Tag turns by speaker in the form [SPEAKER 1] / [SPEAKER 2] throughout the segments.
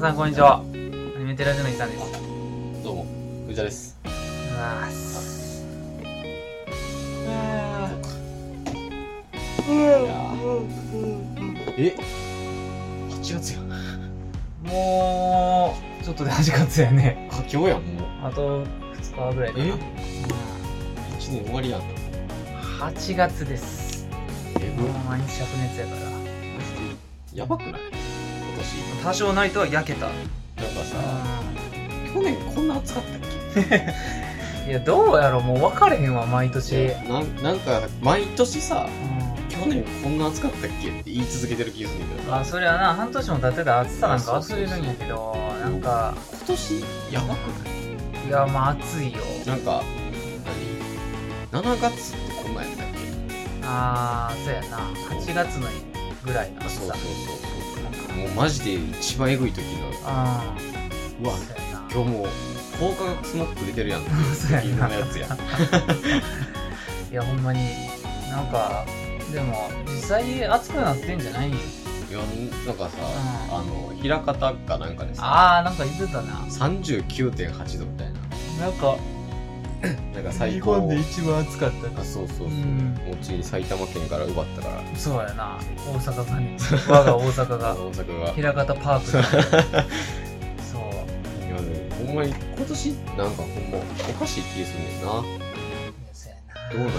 [SPEAKER 1] さんこんにちは。アニメテラジの伊さんです。
[SPEAKER 2] どうも、藤田です。
[SPEAKER 1] うわーす。
[SPEAKER 2] え ?8 月や。
[SPEAKER 1] もう、ちょっとで8月やね。
[SPEAKER 2] 佳境やん、もう。
[SPEAKER 1] あと2日ぐらいか
[SPEAKER 2] え
[SPEAKER 1] な。
[SPEAKER 2] ?1 年終わりやん。
[SPEAKER 1] 8月です。
[SPEAKER 2] え
[SPEAKER 1] もう毎日灼熱やから。
[SPEAKER 2] ぐやばくない今年。
[SPEAKER 1] 多少ないとは焼けた。
[SPEAKER 2] なんかさ、去年こんな暑かったっ
[SPEAKER 1] いや、どうやろもう分かれへんわ、毎年。
[SPEAKER 2] けなんなんか、毎年さ、
[SPEAKER 1] う
[SPEAKER 2] 去年こんな暑かったっけって言い続けてる気がするんだけど
[SPEAKER 1] ん。
[SPEAKER 2] な
[SPEAKER 1] あ、それはな、半年も経ってた暑さなんか
[SPEAKER 2] あそ
[SPEAKER 1] 忘
[SPEAKER 2] うそ
[SPEAKER 1] れ
[SPEAKER 2] うそう
[SPEAKER 1] るんやけど、なんか、
[SPEAKER 2] 今年、やばくない
[SPEAKER 1] いや、まあ暑いよ。
[SPEAKER 2] なんか、何 ?7 月ってこんなんやったっけ
[SPEAKER 1] あー、そうやな。8月のぐらいの
[SPEAKER 2] あ、
[SPEAKER 1] 暑
[SPEAKER 2] そうそう
[SPEAKER 1] さ
[SPEAKER 2] そう。そう。もうマジで一番エグい時の、
[SPEAKER 1] あ
[SPEAKER 2] うわ、
[SPEAKER 1] そうやな。
[SPEAKER 2] 今日もう効果がスモック出て るやんっていう
[SPEAKER 1] そうやな
[SPEAKER 2] 時のやつや
[SPEAKER 1] いやほんまになんかでも実際暑くなってんじゃない
[SPEAKER 2] いやなんかさ、
[SPEAKER 1] うん
[SPEAKER 2] あの平方かなんかでさ
[SPEAKER 1] ああなんか言ってたな
[SPEAKER 2] 39.8度みたいな
[SPEAKER 1] なんか
[SPEAKER 2] なんか最高あ
[SPEAKER 1] 一番暑かった
[SPEAKER 2] そうそうそう、
[SPEAKER 1] ん
[SPEAKER 2] もうついに埼玉県から奪ったから
[SPEAKER 1] そうやな大阪がね我が大阪
[SPEAKER 2] あ
[SPEAKER 1] が
[SPEAKER 2] の大阪 がい
[SPEAKER 1] 平方パークがそう
[SPEAKER 2] やでもほんまに今年なんかほんまおかしい気がするねんな
[SPEAKER 1] そうや
[SPEAKER 2] どうなんや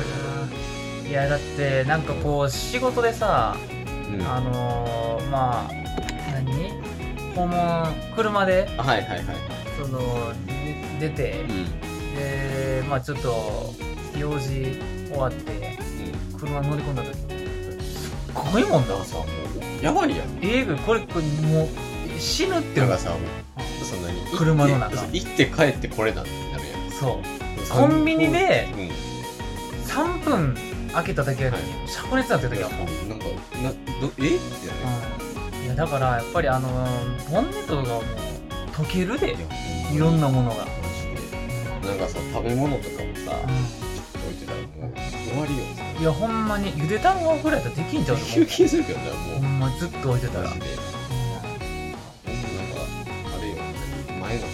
[SPEAKER 1] ないやだってなんかこう仕事でさ
[SPEAKER 2] ろ、うん、
[SPEAKER 1] あ
[SPEAKER 2] あ
[SPEAKER 1] のー、まあ何訪問車で
[SPEAKER 2] はいはいはい
[SPEAKER 1] そので出て、
[SPEAKER 2] うん
[SPEAKER 1] でまあちょっと用事終わって車乗り込んだ時にすっごいもん
[SPEAKER 2] うん
[SPEAKER 1] だ
[SPEAKER 2] なんかさもうやばいやん
[SPEAKER 1] えぐいこれこれもうえ死ぬって
[SPEAKER 2] なん
[SPEAKER 1] 思
[SPEAKER 2] か
[SPEAKER 1] う
[SPEAKER 2] さもうそんなに
[SPEAKER 1] 車の中
[SPEAKER 2] 行って行って帰ってこれなんてなるやん
[SPEAKER 1] そうコンビニで
[SPEAKER 2] うん
[SPEAKER 1] 3分開けただけやのに
[SPEAKER 2] は
[SPEAKER 1] 灼熱なってる時はもう、
[SPEAKER 2] なんか、な、ど、えってなる
[SPEAKER 1] うんいやだからやっぱりあのーボンネットがもう溶けるで
[SPEAKER 2] い
[SPEAKER 1] いろんな
[SPEAKER 2] な。
[SPEAKER 1] ものが、
[SPEAKER 2] マジ
[SPEAKER 1] う
[SPEAKER 2] で。なんかさ、食べ物とかもさ、
[SPEAKER 1] ん
[SPEAKER 2] 置いてたらもう、終わりよ。
[SPEAKER 1] いやほんまにゆで卵ぐらいだったらできんじゃうと思
[SPEAKER 2] 休憩するけどな、
[SPEAKER 1] うほ
[SPEAKER 2] も
[SPEAKER 1] んまずっと置いて
[SPEAKER 2] う。
[SPEAKER 1] たら
[SPEAKER 2] マジで。ほんとなんか、あれよ、前のさ、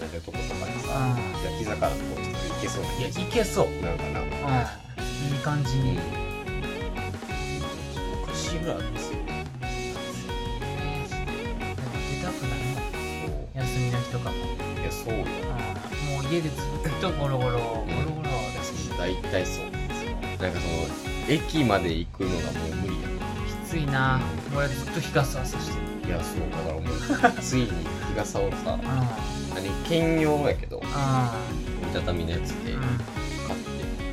[SPEAKER 2] なんかとことかにさ、
[SPEAKER 1] う
[SPEAKER 2] 焼き魚とかしたらいけそうな
[SPEAKER 1] うんいや
[SPEAKER 2] 気
[SPEAKER 1] い
[SPEAKER 2] がする
[SPEAKER 1] けそう
[SPEAKER 2] なんかな。
[SPEAKER 1] うん、いい感じ
[SPEAKER 2] うん。
[SPEAKER 1] に。
[SPEAKER 2] おかしいぐらいあるんですよ。
[SPEAKER 1] 出たくないな
[SPEAKER 2] そ
[SPEAKER 1] 休みの日とかも。
[SPEAKER 2] う。いや、そう
[SPEAKER 1] う
[SPEAKER 2] よ。
[SPEAKER 1] んもう家でずっとゴロゴロ、ゴロゴロです。
[SPEAKER 2] 大体そう。なんかその、駅まで行くのがもう無理やん。
[SPEAKER 1] きついな。俺ずっと日傘さしてる。
[SPEAKER 2] いや、そう、だからもう、ついに日傘を
[SPEAKER 1] う
[SPEAKER 2] さ、
[SPEAKER 1] ん。うん。
[SPEAKER 2] 何、兼用やけど、折りたたみのやつで
[SPEAKER 1] う
[SPEAKER 2] 買
[SPEAKER 1] ん。
[SPEAKER 2] って、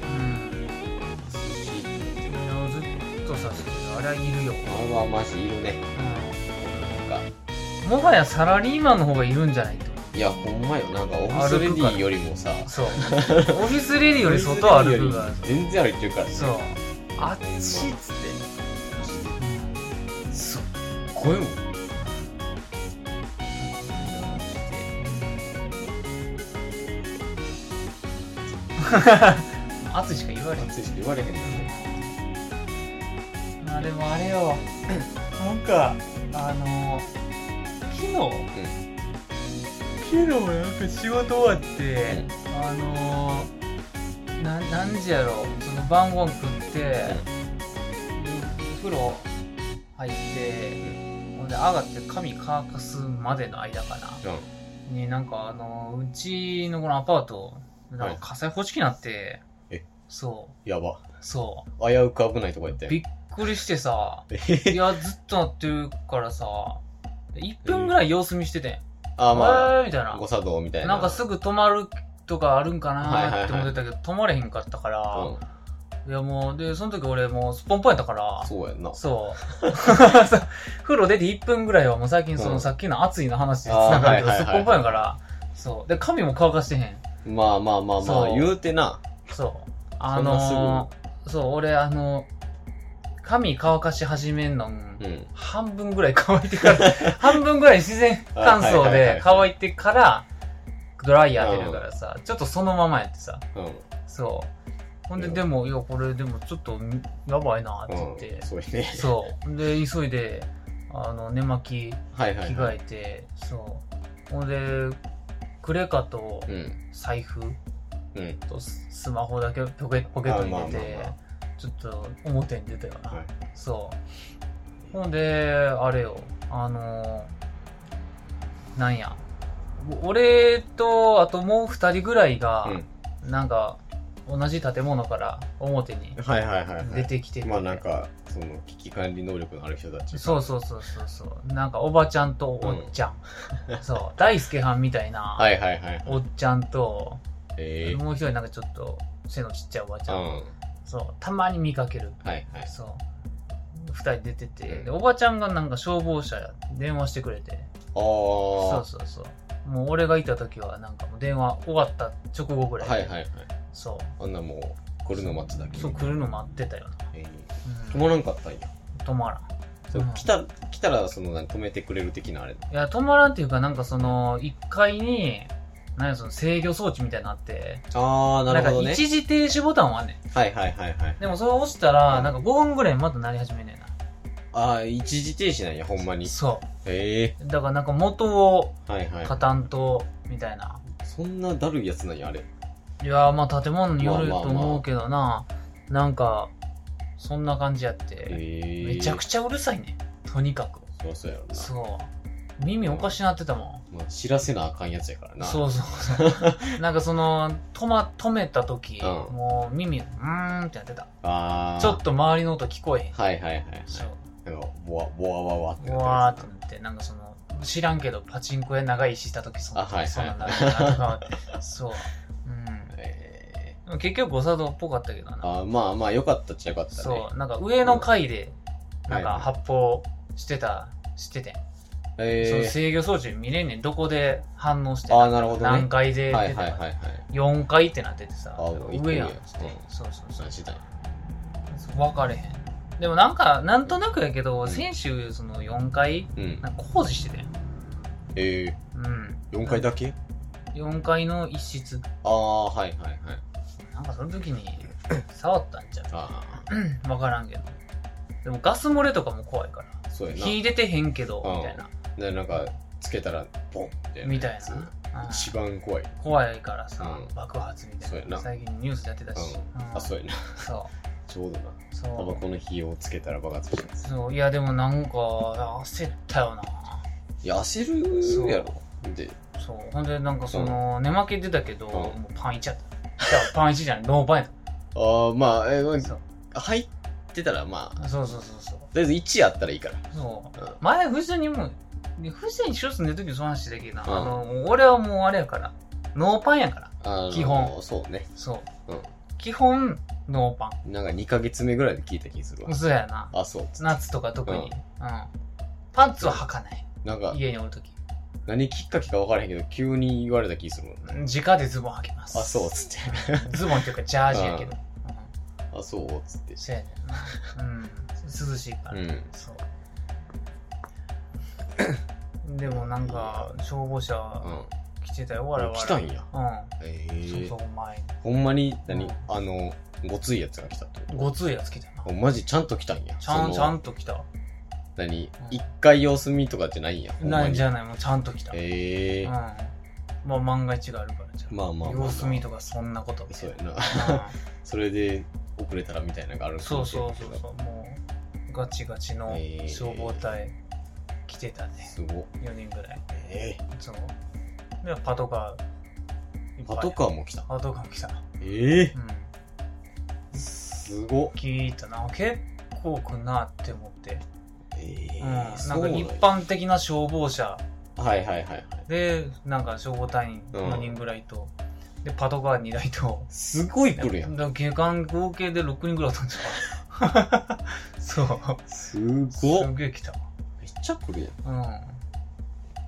[SPEAKER 1] うん。
[SPEAKER 2] 涼しいって言って
[SPEAKER 1] ず
[SPEAKER 2] る。
[SPEAKER 1] っとさしてる。あれはいるよ。
[SPEAKER 2] あれはマジいるね。
[SPEAKER 1] う
[SPEAKER 2] なんか、
[SPEAKER 1] ん。もはやサラリーマンの方がいるんじゃないと。
[SPEAKER 2] いや、ほんまよ。なんか、オフィスレディーよりもさ、
[SPEAKER 1] そう。オフィスレディより外歩くから。
[SPEAKER 2] 全然歩いてるから
[SPEAKER 1] そう。あっちっつって。
[SPEAKER 2] すっごいもん。
[SPEAKER 1] 暑いしか言われへん。
[SPEAKER 2] 暑いし言われへんね
[SPEAKER 1] あでもあれよなんかあの昨日、昨日なんか仕事終わって、あのな何時やろその晩ご飯食って、風呂入って、ほんで上がって髪乾かすまでの間かな
[SPEAKER 2] うん。
[SPEAKER 1] になんかあのうちのこのアパートなんか火災報知器になって、
[SPEAKER 2] え
[SPEAKER 1] そ
[SPEAKER 2] やば。
[SPEAKER 1] うそ
[SPEAKER 2] 危うく危ないとこやった
[SPEAKER 1] う
[SPEAKER 2] よ。
[SPEAKER 1] びっくりしてさいや、ずっとなってるからさ、1分ぐらい様子見しててん。
[SPEAKER 2] あ、ま
[SPEAKER 1] えーみたい
[SPEAKER 2] あ、誤
[SPEAKER 1] な。
[SPEAKER 2] 作動みたいな。
[SPEAKER 1] なんかすぐ止まるとかあるんか
[SPEAKER 2] はいは
[SPEAKER 1] な
[SPEAKER 2] いは
[SPEAKER 1] いって思ってたけど、止まれへんかったか
[SPEAKER 2] う
[SPEAKER 1] ら、
[SPEAKER 2] ん、
[SPEAKER 1] いやもう、で、その時俺もうすっぽんぽんやったから、
[SPEAKER 2] そうやんな。
[SPEAKER 1] そう。 風呂出て1分ぐらいはもう最近そうの
[SPEAKER 2] ん
[SPEAKER 1] さっきの暑いの話で繋がるけど、
[SPEAKER 2] あーはいはいは
[SPEAKER 1] すっ
[SPEAKER 2] い
[SPEAKER 1] ぽんぽんやから、そう。で、髪も乾かしてへん。
[SPEAKER 2] まあまあまあまあ、
[SPEAKER 1] そう
[SPEAKER 2] 言うてな。
[SPEAKER 1] そう。あのー、そう、俺あの、髪乾かし始めんのん
[SPEAKER 2] うん。
[SPEAKER 1] 半分ぐらい乾いて から、半分ぐらい自然乾燥で乾いてから、ドライヤー当てるからさ、ちょっとそのままやってさ、
[SPEAKER 2] うん。
[SPEAKER 1] そう。ほんで、
[SPEAKER 2] うん
[SPEAKER 1] でも、いや、これでもちょっと、やばいなって言っ
[SPEAKER 2] う
[SPEAKER 1] て
[SPEAKER 2] ん。、そうやね。
[SPEAKER 1] そう。で、急いで、ああの寝巻き
[SPEAKER 2] はいは
[SPEAKER 1] 着
[SPEAKER 2] いは
[SPEAKER 1] 替え
[SPEAKER 2] い
[SPEAKER 1] て、そうほんでクレカと
[SPEAKER 2] うん
[SPEAKER 1] 財布
[SPEAKER 2] うん
[SPEAKER 1] とススマホだけポケポケットに入れて
[SPEAKER 2] あまあまあま
[SPEAKER 1] ちょっと表に出たよな、
[SPEAKER 2] はい
[SPEAKER 1] そうほんであれよあのなんやお俺とあともう2人ぐらいが、なんか同じ建物から表に
[SPEAKER 2] うんはいはいはいは
[SPEAKER 1] 出
[SPEAKER 2] い
[SPEAKER 1] てきてて
[SPEAKER 2] まあなんかその危機管理能力のある人たち
[SPEAKER 1] そうそうそうそうそうなんかおばちゃんとおっちゃん、そう大輔はんみたいな、
[SPEAKER 2] はいはいはい
[SPEAKER 1] おっちゃんと
[SPEAKER 2] ええ
[SPEAKER 1] もう一人なんかちょっと背のちっちゃいおばち
[SPEAKER 2] う
[SPEAKER 1] ゃ
[SPEAKER 2] ん
[SPEAKER 1] ん、そうたまに見かける
[SPEAKER 2] はいはい
[SPEAKER 1] そう2人出てて、
[SPEAKER 2] うん
[SPEAKER 1] でおばちゃんがなんか消防車電話してくれてそ
[SPEAKER 2] あ
[SPEAKER 1] うそうそうもう俺がいた時はなんかもう電話終わった直後ぐ
[SPEAKER 2] あ
[SPEAKER 1] らいで、
[SPEAKER 2] はいはいはい
[SPEAKER 1] そ
[SPEAKER 2] あんなもう来るの待つだ
[SPEAKER 1] う
[SPEAKER 2] け
[SPEAKER 1] そう来るの待ってたよな、
[SPEAKER 2] ええ
[SPEAKER 1] う
[SPEAKER 2] 止
[SPEAKER 1] ん、
[SPEAKER 2] まらんかったんや
[SPEAKER 1] 止まらん
[SPEAKER 2] そう
[SPEAKER 1] うん
[SPEAKER 2] 来た来たらその何止めてくれる的なあれ
[SPEAKER 1] いや、止まらんっていうか、なんかその、一階に、なんやその制御装置みたいになのあって、
[SPEAKER 2] ああなるほど
[SPEAKER 1] んか
[SPEAKER 2] ね
[SPEAKER 1] 一時停止ボタンはあんね
[SPEAKER 2] はいはいはいはい
[SPEAKER 1] ん。でもそれ押したら、
[SPEAKER 2] うん
[SPEAKER 1] なんか5分ぐらいまたなり始めんねんな。
[SPEAKER 2] ああ一時停止なんやほんまに
[SPEAKER 1] そ
[SPEAKER 2] え
[SPEAKER 1] う。だからなんか元を
[SPEAKER 2] えはいはい
[SPEAKER 1] カタンと、みたいな。
[SPEAKER 2] そんなだるいやつなんやあれ
[SPEAKER 1] いやーまあ建物によると思うけどな、なんか、そんな感じやって、
[SPEAKER 2] ええ
[SPEAKER 1] めちゃく
[SPEAKER 2] ち
[SPEAKER 1] ちゃうるさいねん。とにかく。
[SPEAKER 2] ゃそうそうやろな
[SPEAKER 1] そう。耳おかしなってたも
[SPEAKER 2] まあ、知らせなあかんやつやから
[SPEAKER 1] ん。
[SPEAKER 2] な
[SPEAKER 1] そうそう そう。なんかその、止ま、止めた時、
[SPEAKER 2] うん
[SPEAKER 1] もう耳、うーんってなってた。
[SPEAKER 2] ああ
[SPEAKER 1] ちょっと周りの音聞こえへん。
[SPEAKER 2] はいはいはいはい
[SPEAKER 1] そう。
[SPEAKER 2] なんかボワボワワワって
[SPEAKER 1] う
[SPEAKER 2] な
[SPEAKER 1] わ
[SPEAKER 2] っ
[SPEAKER 1] ー
[SPEAKER 2] て
[SPEAKER 1] ってなって、なんかその、知らんけど、パチンコ屋長いしした時、そん
[SPEAKER 2] あはいはい
[SPEAKER 1] な、そんなんなるなとか、 そう。うん
[SPEAKER 2] るやつええ
[SPEAKER 1] でも結局、誤作動っぽかったけどな。
[SPEAKER 2] あーまあまあよかったっちゃよかったね
[SPEAKER 1] そう。なんか上の階で、
[SPEAKER 2] うん
[SPEAKER 1] なん
[SPEAKER 2] は
[SPEAKER 1] か
[SPEAKER 2] い
[SPEAKER 1] 発砲してた、しててん。その
[SPEAKER 2] え
[SPEAKER 1] 制御装置見れんねん。どこで反応して
[SPEAKER 2] あー
[SPEAKER 1] ん
[SPEAKER 2] なるほどね
[SPEAKER 1] 何階
[SPEAKER 2] え
[SPEAKER 1] で
[SPEAKER 2] はい
[SPEAKER 1] 出て
[SPEAKER 2] はいはい
[SPEAKER 1] た
[SPEAKER 2] はい
[SPEAKER 1] 4階ってなっててさ
[SPEAKER 2] あー、
[SPEAKER 1] 上やん
[SPEAKER 2] 上や
[SPEAKER 1] つって
[SPEAKER 2] うん。
[SPEAKER 1] そうそうそう
[SPEAKER 2] 何。してたんや
[SPEAKER 1] 分かれへん。でもなんか、なんとなくやけど、先週、その4階、
[SPEAKER 2] うん
[SPEAKER 1] なんか工事してたやん。
[SPEAKER 2] ええ
[SPEAKER 1] うん。
[SPEAKER 2] 四階だけ
[SPEAKER 1] 4階の一室。
[SPEAKER 2] ああはいはいはい
[SPEAKER 1] なんかその時に触ったんちゃ
[SPEAKER 2] あ
[SPEAKER 1] うわからんけど。でもガス漏れとかも怖いから。
[SPEAKER 2] あそうやな
[SPEAKER 1] 火出てへんけど、
[SPEAKER 2] うん
[SPEAKER 1] みたいな。
[SPEAKER 2] でなんかつけたらボンって
[SPEAKER 1] みたい
[SPEAKER 2] やつ
[SPEAKER 1] な。うん
[SPEAKER 2] 一番怖い
[SPEAKER 1] 怖いからさ、
[SPEAKER 2] うん
[SPEAKER 1] 爆発みた
[SPEAKER 2] そう
[SPEAKER 1] い
[SPEAKER 2] や
[SPEAKER 1] な。
[SPEAKER 2] な
[SPEAKER 1] 最近ニュースやってたし。
[SPEAKER 2] う
[SPEAKER 1] うん
[SPEAKER 2] あそうやな
[SPEAKER 1] そ
[SPEAKER 2] ちょうどな
[SPEAKER 1] う。そ
[SPEAKER 2] タバ
[SPEAKER 1] う。
[SPEAKER 2] コの火をつけたら爆発したやつ
[SPEAKER 1] そう。いや、でもなんか、焦ったよな。
[SPEAKER 2] いや焦るやろで
[SPEAKER 1] そう。ほんで、なんかその、寝負けてたけど、
[SPEAKER 2] ん
[SPEAKER 1] もうパンいっちゃった。じゃあパン1じゃない、ノーパンやっ
[SPEAKER 2] ああまあえま
[SPEAKER 1] た。そう
[SPEAKER 2] あ入ってたらまあ
[SPEAKER 1] そうそうそうそう。
[SPEAKER 2] とりあえず1あったらいいから
[SPEAKER 1] そう。
[SPEAKER 2] うん
[SPEAKER 1] 前、藤田にも、藤田に一つ寝るときもその話だけどな、
[SPEAKER 2] うん
[SPEAKER 1] あの、もう俺はもうあれやから、ノーパンやから。
[SPEAKER 2] あの
[SPEAKER 1] 基本
[SPEAKER 2] そうね
[SPEAKER 1] そう。
[SPEAKER 2] うん
[SPEAKER 1] 基本、ノーパ
[SPEAKER 2] なんか2ヶ月目ぐらいで聞いた気するわ
[SPEAKER 1] ン。嘘やな。
[SPEAKER 2] あそう
[SPEAKER 1] 夏とか特に。
[SPEAKER 2] う
[SPEAKER 1] うんん。パンツは履かない。
[SPEAKER 2] なんか
[SPEAKER 1] 家におるとき。
[SPEAKER 2] 何きっかけか分からへんけど急に言われた気するもんあ
[SPEAKER 1] 直でズボン履きます。
[SPEAKER 2] そうっつって
[SPEAKER 1] ズボンっていうか、ジャージやけど。うん。
[SPEAKER 2] あそうっつ って
[SPEAKER 1] そうやねんな。うん。涼しいから。
[SPEAKER 2] うん
[SPEAKER 1] そう。 でもなんか、消防
[SPEAKER 2] う
[SPEAKER 1] 車
[SPEAKER 2] ん
[SPEAKER 1] 来てたよ、わらわら。
[SPEAKER 2] 来たんや
[SPEAKER 1] う
[SPEAKER 2] ええ
[SPEAKER 1] ん。そうそう、前に。
[SPEAKER 2] ほんまに何、
[SPEAKER 1] うん
[SPEAKER 2] あのごついやつが来たってこ
[SPEAKER 1] ごついやつ来たな。
[SPEAKER 2] とマジちゃんと来たんや
[SPEAKER 1] ちゃ
[SPEAKER 2] そ
[SPEAKER 1] ん、
[SPEAKER 2] の
[SPEAKER 1] ちゃんと来た。
[SPEAKER 2] 何一回様子見とかじゃないんやほんま
[SPEAKER 1] な
[SPEAKER 2] に
[SPEAKER 1] んじゃない、もうちゃんと来た。
[SPEAKER 2] ええ
[SPEAKER 1] うん。まあ、万が一があるからじゃん
[SPEAKER 2] まあまあまあ、まあ、
[SPEAKER 1] 様子見とかそんなこと。
[SPEAKER 2] そうやな
[SPEAKER 1] う
[SPEAKER 2] それで遅れたらみたいなのがある
[SPEAKER 1] ん
[SPEAKER 2] か
[SPEAKER 1] そ
[SPEAKER 2] も
[SPEAKER 1] う
[SPEAKER 2] しれん
[SPEAKER 1] そう
[SPEAKER 2] け
[SPEAKER 1] そ
[SPEAKER 2] ど
[SPEAKER 1] うそう。もう、ガチガチの
[SPEAKER 2] えー
[SPEAKER 1] 消防隊来てたね。
[SPEAKER 2] すごっ
[SPEAKER 1] 4人ぐらい。
[SPEAKER 2] ええ
[SPEAKER 1] そう。で、パトカーいっぱい。
[SPEAKER 2] パトカーも来た
[SPEAKER 1] パトカーも来た。
[SPEAKER 2] ええ
[SPEAKER 1] うん。
[SPEAKER 2] すごっ
[SPEAKER 1] 聞いたな。結構来んなって思って。
[SPEAKER 2] ええ
[SPEAKER 1] うん。なん
[SPEAKER 2] そう
[SPEAKER 1] か
[SPEAKER 2] や
[SPEAKER 1] 一般的な消防車。
[SPEAKER 2] はいはいはいはい
[SPEAKER 1] で、なんか消防隊員4人ぐらいと、で、パトカー2台と、
[SPEAKER 2] すごい来るやん
[SPEAKER 1] だから警官合計で6人ぐらいあったんじゃん そう。
[SPEAKER 2] す
[SPEAKER 1] す
[SPEAKER 2] ごっ
[SPEAKER 1] げえ来た。
[SPEAKER 2] めっちゃ来るやん
[SPEAKER 1] うん。
[SPEAKER 2] い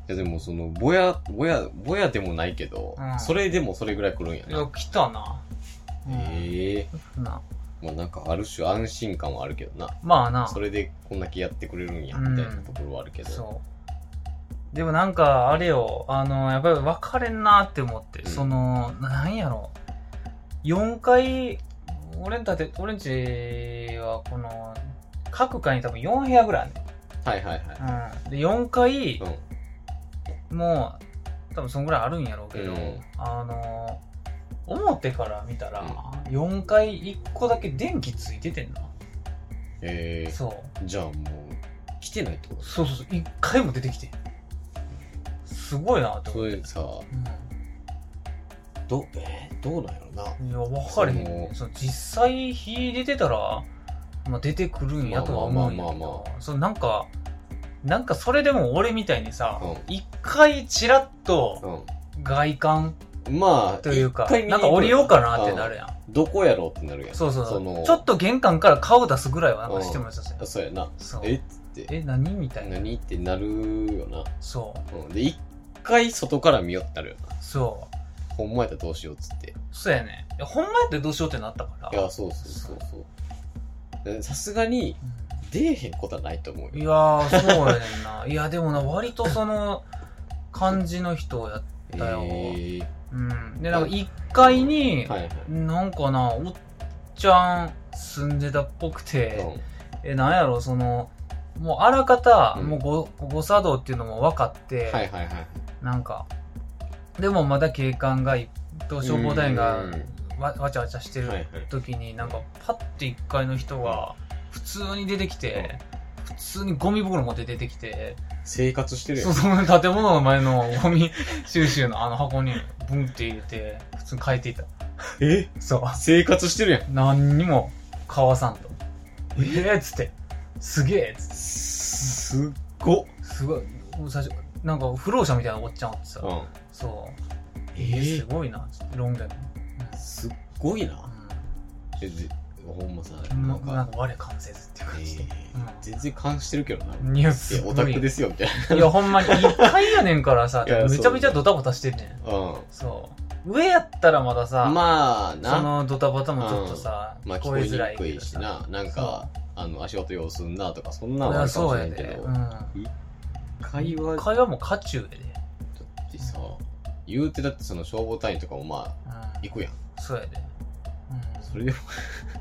[SPEAKER 2] やでもそのぼやぼやぼやでもないけど、
[SPEAKER 1] うん
[SPEAKER 2] それでもそれぐらい来るんや
[SPEAKER 1] いや
[SPEAKER 2] な、
[SPEAKER 1] 来たな。うん
[SPEAKER 2] ええ
[SPEAKER 1] な
[SPEAKER 2] まあなんかある種安心感はあるけどな。
[SPEAKER 1] まあな。
[SPEAKER 2] それでこんだけやってくれるんや、
[SPEAKER 1] うん
[SPEAKER 2] みたいなところはあるけど。
[SPEAKER 1] そう。でもなんか、あれよ、あの、やっぱり分かれんなって思って、
[SPEAKER 2] うん
[SPEAKER 1] その、ななんやろ。4階、俺んたて、俺んちは、この、各階に多分4部屋ぐらいあんねん
[SPEAKER 2] はいはいはい。
[SPEAKER 1] うん、で4回
[SPEAKER 2] うん。
[SPEAKER 1] もう多分そんぐらいあるんやろうけど、
[SPEAKER 2] うん
[SPEAKER 1] あの表から見たら4回1個だけ電気ついててんな、
[SPEAKER 2] え
[SPEAKER 1] そう
[SPEAKER 2] ー、じゃあもう、来てないってこと
[SPEAKER 1] そうそうそう1回も出てきてんすごいなって
[SPEAKER 2] そ
[SPEAKER 1] 思って
[SPEAKER 2] れさ、
[SPEAKER 1] う
[SPEAKER 2] ど、えー、どうなんやろな。
[SPEAKER 1] ん、いや分かれへんねその実際火出てたら、まあ、出てくるんやとは思うんやけ
[SPEAKER 2] まあまあまあ
[SPEAKER 1] どそうなんかなんかそれでも俺みたいにさ、
[SPEAKER 2] うん
[SPEAKER 1] 一回チラッと
[SPEAKER 2] う
[SPEAKER 1] 外観
[SPEAKER 2] ん。まあ、
[SPEAKER 1] というか
[SPEAKER 2] 一回見に
[SPEAKER 1] なん
[SPEAKER 2] 行く
[SPEAKER 1] か降りようかなってなるやん、
[SPEAKER 2] どこやろうってなるやん。
[SPEAKER 1] そうそうそ
[SPEAKER 2] その
[SPEAKER 1] うちょっと玄関から顔出すぐらいはなんかしてもらいたそう
[SPEAKER 2] あそうやな。
[SPEAKER 1] そう
[SPEAKER 2] えっつって。
[SPEAKER 1] え何みたいな
[SPEAKER 2] 何ってなるよな。
[SPEAKER 1] そう
[SPEAKER 2] うん。で、一回外から見よってなるよな。
[SPEAKER 1] そう
[SPEAKER 2] ほんまやったらどうしようっつって。
[SPEAKER 1] そうやねいやほんまやってどうしようってなったから
[SPEAKER 2] いや、そうそうそうそうで。さすがに、出えへんことはないと思
[SPEAKER 1] う
[SPEAKER 2] うん
[SPEAKER 1] い
[SPEAKER 2] よ。
[SPEAKER 1] やーそうやねんな いやでもな割とその感じの人をやっ
[SPEAKER 2] え
[SPEAKER 1] だよ
[SPEAKER 2] ー、
[SPEAKER 1] うんでなんか1階に、
[SPEAKER 2] はいはい。
[SPEAKER 1] なんかなおっちゃん住んでたっぽくて、
[SPEAKER 2] うん
[SPEAKER 1] え、なんやろ、その、もうあらかた、
[SPEAKER 2] うん
[SPEAKER 1] もうご、誤作動っていうのも分かって、
[SPEAKER 2] はいはいはい。
[SPEAKER 1] なんか、でもまだ警官がい、と消防隊員が
[SPEAKER 2] うん
[SPEAKER 1] わわちゃわちゃして
[SPEAKER 2] はいは
[SPEAKER 1] る
[SPEAKER 2] い。
[SPEAKER 1] 時に、なんかパッて1階の人が、普通に出てきて、普通にゴミ袋持って出てきて、
[SPEAKER 2] 生活してるや
[SPEAKER 1] そ
[SPEAKER 2] ん。
[SPEAKER 1] うその建物の前のゴミ収集のあの箱に、ブンって入れて、普通に帰っていった。
[SPEAKER 2] え
[SPEAKER 1] そう。
[SPEAKER 2] 生活してるやん。
[SPEAKER 1] 何にもかわさんと。ええっつって、すげえっつって。
[SPEAKER 2] すっごっ。
[SPEAKER 1] すごい、もう最初、なんか、不老者みたいなおっちゃんおってさ、
[SPEAKER 2] うん。
[SPEAKER 1] そう、
[SPEAKER 2] え
[SPEAKER 1] えすごいな、ロンゲン。
[SPEAKER 2] すっごいな。
[SPEAKER 1] う
[SPEAKER 2] え、でほんまさ、
[SPEAKER 1] ん、
[SPEAKER 2] な
[SPEAKER 1] なんんか、な
[SPEAKER 2] か
[SPEAKER 1] ん、か我関せずっていう
[SPEAKER 2] え
[SPEAKER 1] 感じで。
[SPEAKER 2] ー全然感じてるけどな。
[SPEAKER 1] ニュー
[SPEAKER 2] い
[SPEAKER 1] ス
[SPEAKER 2] や、オタクですよ、みたい
[SPEAKER 1] いや、ほんまに、一回やねんからさ、
[SPEAKER 2] いや
[SPEAKER 1] めちゃめちゃドタバタしてんねん。
[SPEAKER 2] な。うん。
[SPEAKER 1] そう。上やったらまださ、
[SPEAKER 2] まあ
[SPEAKER 1] そ
[SPEAKER 2] な、
[SPEAKER 1] のドタバタもちょっとさ、
[SPEAKER 2] まあ
[SPEAKER 1] 聞
[SPEAKER 2] 聞
[SPEAKER 1] こ
[SPEAKER 2] こ
[SPEAKER 1] え
[SPEAKER 2] え
[SPEAKER 1] づら
[SPEAKER 2] に
[SPEAKER 1] い
[SPEAKER 2] く
[SPEAKER 1] け
[SPEAKER 2] い
[SPEAKER 1] ど
[SPEAKER 2] し
[SPEAKER 1] さ。
[SPEAKER 2] な、なんか、あの、足音様子んなとか、そんな
[SPEAKER 1] そ
[SPEAKER 2] の
[SPEAKER 1] り
[SPEAKER 2] はあ
[SPEAKER 1] ゃ
[SPEAKER 2] るか
[SPEAKER 1] そ
[SPEAKER 2] も
[SPEAKER 1] う
[SPEAKER 2] し
[SPEAKER 1] や
[SPEAKER 2] れん
[SPEAKER 1] で
[SPEAKER 2] け。ど
[SPEAKER 1] う、ん。
[SPEAKER 2] 会話だ
[SPEAKER 1] 会話も渦中やで。
[SPEAKER 2] ってさ、言うてだってその消防隊員とかもまあ、
[SPEAKER 1] うん
[SPEAKER 2] 行くやん。
[SPEAKER 1] そうやで。うん、
[SPEAKER 2] それでも、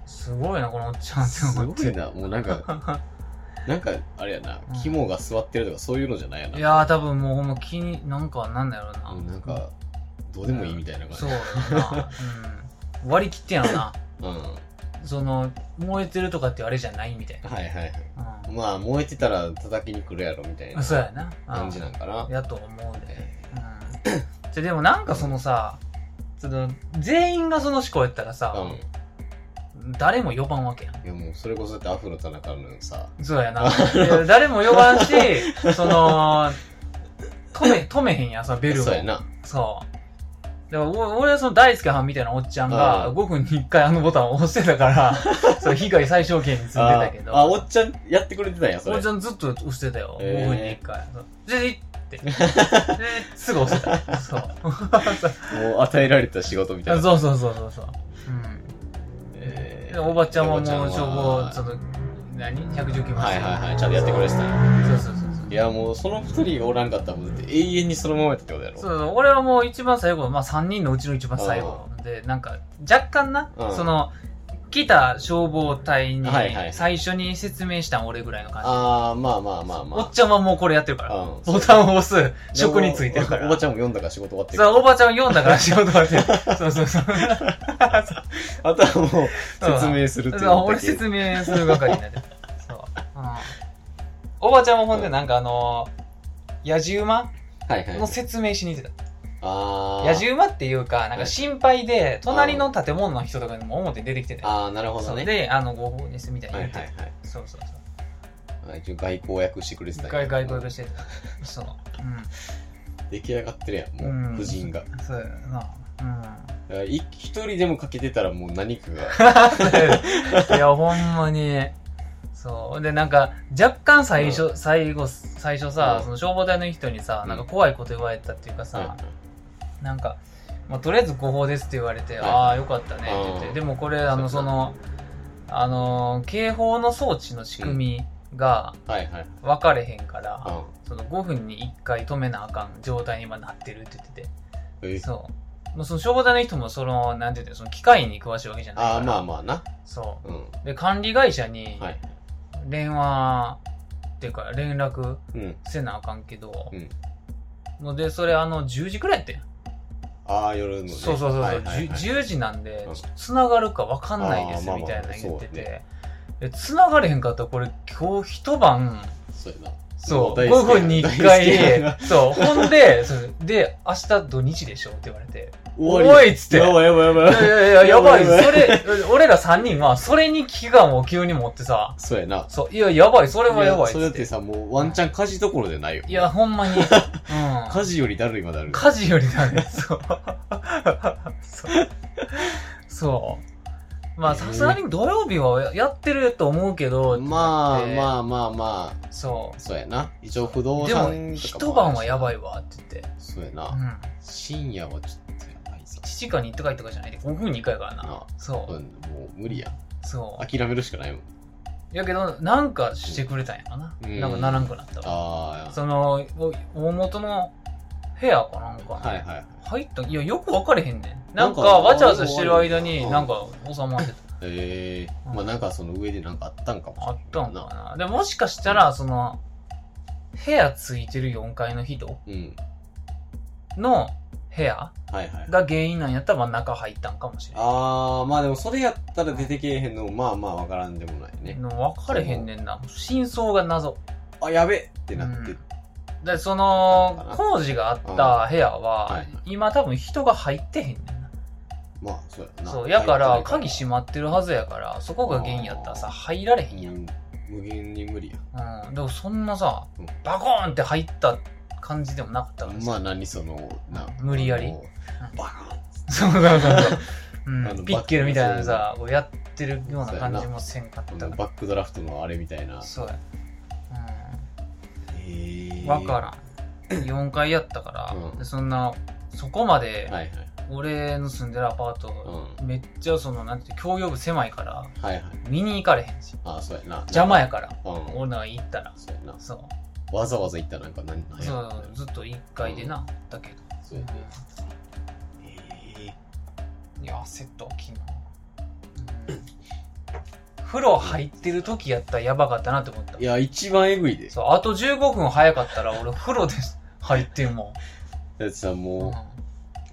[SPEAKER 1] すごいな、このおっちゃんって
[SPEAKER 2] す
[SPEAKER 1] 思っ
[SPEAKER 2] ご
[SPEAKER 1] て
[SPEAKER 2] い。な、もうなんか、 なんか、あれやな
[SPEAKER 1] うん、
[SPEAKER 2] 肝が座ってるとかそういうのじゃないやな。
[SPEAKER 1] いやー、多分もうほんま気に、なんかなんだろうな。
[SPEAKER 2] うんなんか、どうでもいいみたいな
[SPEAKER 1] そ
[SPEAKER 2] 感
[SPEAKER 1] う
[SPEAKER 2] じ。
[SPEAKER 1] やな。うん。割り切ってやろな。
[SPEAKER 2] うん。は
[SPEAKER 1] その、燃えてるとかってあれじゃないみたい
[SPEAKER 2] いはいはい。
[SPEAKER 1] な。うん。
[SPEAKER 2] まあ、燃えてたら叩きに来るやろみたいな
[SPEAKER 1] そうやな。
[SPEAKER 2] 感じなんんかな。
[SPEAKER 1] やと思うで。
[SPEAKER 2] え
[SPEAKER 1] うん。じゃ、でもなんかそのさ、その、全員がその思考やったら
[SPEAKER 2] ー
[SPEAKER 1] さ、
[SPEAKER 2] うん。
[SPEAKER 1] 誰も呼ばんわけやん。
[SPEAKER 2] いやもう、それこそだってアフロ田中のさ、
[SPEAKER 1] そう やな。いや誰も呼ばんし、その、止め、止めへんやん、そのベルも。
[SPEAKER 2] そうやな。
[SPEAKER 1] そう。だからお俺はその大輔はんみたいなおっちゃんが
[SPEAKER 2] うん
[SPEAKER 1] 5分に1回あのボタンを押してた から、そう被害最小限についてたけど、
[SPEAKER 2] あ、あおっちゃんやってくれてたんや、そ
[SPEAKER 1] お
[SPEAKER 2] れ
[SPEAKER 1] っち。ゃんずっと押してたよ。
[SPEAKER 2] えー
[SPEAKER 1] 5分に1回。そうジジ って。ジジすぐ押してた。そう。
[SPEAKER 2] もう与えられた仕事みたいな。
[SPEAKER 1] そうそうそうそうそう。うん。
[SPEAKER 2] え
[SPEAKER 1] で
[SPEAKER 2] ー
[SPEAKER 1] おばちゃんはもう
[SPEAKER 2] おばちゃ
[SPEAKER 1] 消
[SPEAKER 2] ん
[SPEAKER 1] 防
[SPEAKER 2] は、
[SPEAKER 1] その、何 ?119 番。
[SPEAKER 2] はいはいはい、ちゃんとやってくれてたんや。
[SPEAKER 1] そうそうそうそう
[SPEAKER 2] い。やもう、その二人がおらんかったら、もうだって永遠にそのままやったってことやろ。
[SPEAKER 1] そうそう俺はもう一番最後、まあ3人のうちの一番最後で、なんか若干な、
[SPEAKER 2] うん
[SPEAKER 1] その、来た消防隊に
[SPEAKER 2] はいはい
[SPEAKER 1] 最初に説明したん俺ぐらいの感じ。
[SPEAKER 2] あー、まあまあまあま
[SPEAKER 1] お
[SPEAKER 2] あ
[SPEAKER 1] っ。ちゃんはもうこれやってるから。
[SPEAKER 2] うん
[SPEAKER 1] ボタンを押す職についてるか
[SPEAKER 2] お
[SPEAKER 1] ら。
[SPEAKER 2] ばちゃんも読んだから仕事終わってる
[SPEAKER 1] そう、おばちゃん読んだから仕事終わってる。そうそうそう。
[SPEAKER 2] あとはもう説明するっていう
[SPEAKER 1] そう俺
[SPEAKER 2] だけ
[SPEAKER 1] 説明する係になってる。そう。うんおばちゃんもほんでなんかあのー、やじ馬
[SPEAKER 2] はいは
[SPEAKER 1] の
[SPEAKER 2] い
[SPEAKER 1] 説明しに行ってた。
[SPEAKER 2] あー
[SPEAKER 1] 野じ馬っていうか、なんか心配で、隣の建物の人とかにも表に出てきてて、
[SPEAKER 2] あーなるほ
[SPEAKER 1] そ
[SPEAKER 2] ど
[SPEAKER 1] う
[SPEAKER 2] ね
[SPEAKER 1] で、あの、ごぼうにすみたいに
[SPEAKER 2] はい
[SPEAKER 1] 言っ
[SPEAKER 2] はい
[SPEAKER 1] て
[SPEAKER 2] は
[SPEAKER 1] て、
[SPEAKER 2] い
[SPEAKER 1] そうそうそう。
[SPEAKER 2] あ一応外交役してくれて
[SPEAKER 1] 一
[SPEAKER 2] たんや
[SPEAKER 1] 回外交としてた。そう。う
[SPEAKER 2] 出来上がってるやんもう、
[SPEAKER 1] うん
[SPEAKER 2] 夫人がだか
[SPEAKER 1] ん。そうやな。
[SPEAKER 2] らい一人でも欠けてたらもう何かが
[SPEAKER 1] うん。いや、ほんまに。そう。で、なんか、若干最初、最後、最初さ
[SPEAKER 2] う、ん
[SPEAKER 1] その消防隊の人にさ、
[SPEAKER 2] うん
[SPEAKER 1] なんか怖いこと言われたっていうかさ、なんか、まあ、とりあえず誤報ですって言われて、
[SPEAKER 2] はい
[SPEAKER 1] ああ、よかったねって言って、
[SPEAKER 2] うん
[SPEAKER 1] でもこれ、あの、
[SPEAKER 2] そ
[SPEAKER 1] そう
[SPEAKER 2] だ
[SPEAKER 1] の、あのー、警報の装置の仕組みが
[SPEAKER 2] はいはい
[SPEAKER 1] 分かれへんから、
[SPEAKER 2] あ
[SPEAKER 1] その5分に1回止めなあかん状態に今なってるって言って
[SPEAKER 2] え
[SPEAKER 1] て、そう。もうその消防隊の人もその、なんて言うの、その機械に詳しいわけじゃないから。
[SPEAKER 2] あーまあまあな
[SPEAKER 1] そ
[SPEAKER 2] うん
[SPEAKER 1] う。で、管理会社に
[SPEAKER 2] はい
[SPEAKER 1] 電話っていうか連絡
[SPEAKER 2] うん。
[SPEAKER 1] せなあかんけど
[SPEAKER 2] うん、
[SPEAKER 1] もうでそれあの10時くらいやってん
[SPEAKER 2] ああ、夜のね。
[SPEAKER 1] そうそうそうそう、
[SPEAKER 2] はいはいはい
[SPEAKER 1] じゅ 10, 時なんで
[SPEAKER 2] うん
[SPEAKER 1] 繋がるか分かんないです
[SPEAKER 2] あー
[SPEAKER 1] みたいなの言って
[SPEAKER 2] まあ
[SPEAKER 1] て、で繋がれへんかったらこれ今日一晩
[SPEAKER 2] そうやな。
[SPEAKER 1] そう
[SPEAKER 2] 大
[SPEAKER 1] 5
[SPEAKER 2] 好きや
[SPEAKER 1] 分に1
[SPEAKER 2] 大好きや
[SPEAKER 1] 回
[SPEAKER 2] な
[SPEAKER 1] そうほんでそうで明日土日でしょって言われて
[SPEAKER 2] 終わ
[SPEAKER 1] お
[SPEAKER 2] り
[SPEAKER 1] いっつって
[SPEAKER 2] やばいや ばいや
[SPEAKER 1] い
[SPEAKER 2] ば
[SPEAKER 1] や
[SPEAKER 2] い。
[SPEAKER 1] いやいややばい
[SPEAKER 2] やばい
[SPEAKER 1] それ俺ら3人はそれに危機感を急に持ってさ
[SPEAKER 2] そうやな。
[SPEAKER 1] そういややばいそれはやばいっ
[SPEAKER 2] そ
[SPEAKER 1] つ
[SPEAKER 2] れだ
[SPEAKER 1] っ
[SPEAKER 2] って
[SPEAKER 1] て
[SPEAKER 2] さ、もうワンチャン家事どころじゃないよ。
[SPEAKER 1] いや、ほんま に、うん、
[SPEAKER 2] 家事よりだるいまである。
[SPEAKER 1] 家事より だね、そう。そう。そう。まあ、さすがに土曜日はややってると思うけど、
[SPEAKER 2] まあ
[SPEAKER 1] えー
[SPEAKER 2] まあまあまあ、
[SPEAKER 1] そ
[SPEAKER 2] そうやな。一応不動
[SPEAKER 1] う。で
[SPEAKER 2] 産とか
[SPEAKER 1] も、
[SPEAKER 2] ある
[SPEAKER 1] 一晩
[SPEAKER 2] し
[SPEAKER 1] はやばいわって言って。
[SPEAKER 2] そうや
[SPEAKER 1] う
[SPEAKER 2] な。
[SPEAKER 1] ん。
[SPEAKER 2] 深夜はちょっとやばいさ。
[SPEAKER 1] 7時間に1回とかじゃないで、5分に1回からな
[SPEAKER 2] な。
[SPEAKER 1] そ
[SPEAKER 2] うん、もう無理や。
[SPEAKER 1] う。そう。
[SPEAKER 2] 諦めるしかないもん。
[SPEAKER 1] やけど、なんかしてくれたんやかな。
[SPEAKER 2] うん
[SPEAKER 1] なんかならんくなったわ。
[SPEAKER 2] ああ、
[SPEAKER 1] その、お大元の部屋かなんか。
[SPEAKER 2] はいはいはい。
[SPEAKER 1] 入ったいや、よく分かれへんねん。なんか、
[SPEAKER 2] なんか
[SPEAKER 1] わちゃわちゃしてる間に、
[SPEAKER 2] うん
[SPEAKER 1] なんか、収まってた。
[SPEAKER 2] ええ
[SPEAKER 1] うん
[SPEAKER 2] まあなんかその上でなんかあったんかもしれ
[SPEAKER 1] あ
[SPEAKER 2] な
[SPEAKER 1] ったんかな。でもしかしたら、その、部屋ついてる4階の人
[SPEAKER 2] い。うん。
[SPEAKER 1] の部屋
[SPEAKER 2] はいはい。
[SPEAKER 1] が原因なんやったら、まあ中入ったんかもしれ
[SPEAKER 2] ああ、まあでもそれやったら出てけえへんのもまあまあわからんでもないね。
[SPEAKER 1] ない。分かれへんねんな。真相が謎。
[SPEAKER 2] あ、やべってなって。
[SPEAKER 1] うんで、そ
[SPEAKER 2] なん
[SPEAKER 1] の
[SPEAKER 2] か、な
[SPEAKER 1] 工事があった部屋
[SPEAKER 2] は、
[SPEAKER 1] はい今多分人が入ってへんねんな。
[SPEAKER 2] まあそうやな。
[SPEAKER 1] そう、やから、鍵
[SPEAKER 2] し
[SPEAKER 1] 閉まってるはずやから、そこが原因やったらさ、入られへんやん。
[SPEAKER 2] 無限に無理や。
[SPEAKER 1] うん。でもそんなさ
[SPEAKER 2] うん、
[SPEAKER 1] バコーンって入った感じでもなかったからさ
[SPEAKER 2] まあ何その、な。
[SPEAKER 1] 無理やり
[SPEAKER 2] あのバカ
[SPEAKER 1] そうそうそうそう。
[SPEAKER 2] あ
[SPEAKER 1] う
[SPEAKER 2] の
[SPEAKER 1] ん、ピッケルみたいなさ、こうやってるような感じもせんかっ
[SPEAKER 2] こん
[SPEAKER 1] た
[SPEAKER 2] な
[SPEAKER 1] か
[SPEAKER 2] バックドラフトのあれみたいな
[SPEAKER 1] ら。。そうや。う
[SPEAKER 2] へえ
[SPEAKER 1] ん。わからん。4階やったから、
[SPEAKER 2] うん
[SPEAKER 1] でそんな、そこまで、
[SPEAKER 2] はいはい。
[SPEAKER 1] 俺の住んでるアパート、
[SPEAKER 2] う
[SPEAKER 1] めっちゃその、なんていう、共用部狭いから、
[SPEAKER 2] ん。はいはい。
[SPEAKER 1] 見に行かれへんし。
[SPEAKER 2] ああ、そうやな。
[SPEAKER 1] 邪魔やから、
[SPEAKER 2] うん。
[SPEAKER 1] 俺らが行ったら。
[SPEAKER 2] そうやな。
[SPEAKER 1] そ
[SPEAKER 2] わざわざ行ったらなんか何
[SPEAKER 1] う。そう、ずっと1階でな、だけど。
[SPEAKER 2] そうやね。え
[SPEAKER 1] いや、セット大きいな。うん風呂入ってる時やったらやばかったなって思った
[SPEAKER 2] ー。い。や、一番えぐいで。
[SPEAKER 1] そう、あと15分早かったら俺風呂で入ってんも
[SPEAKER 2] だってさ、
[SPEAKER 1] ん。う
[SPEAKER 2] もう、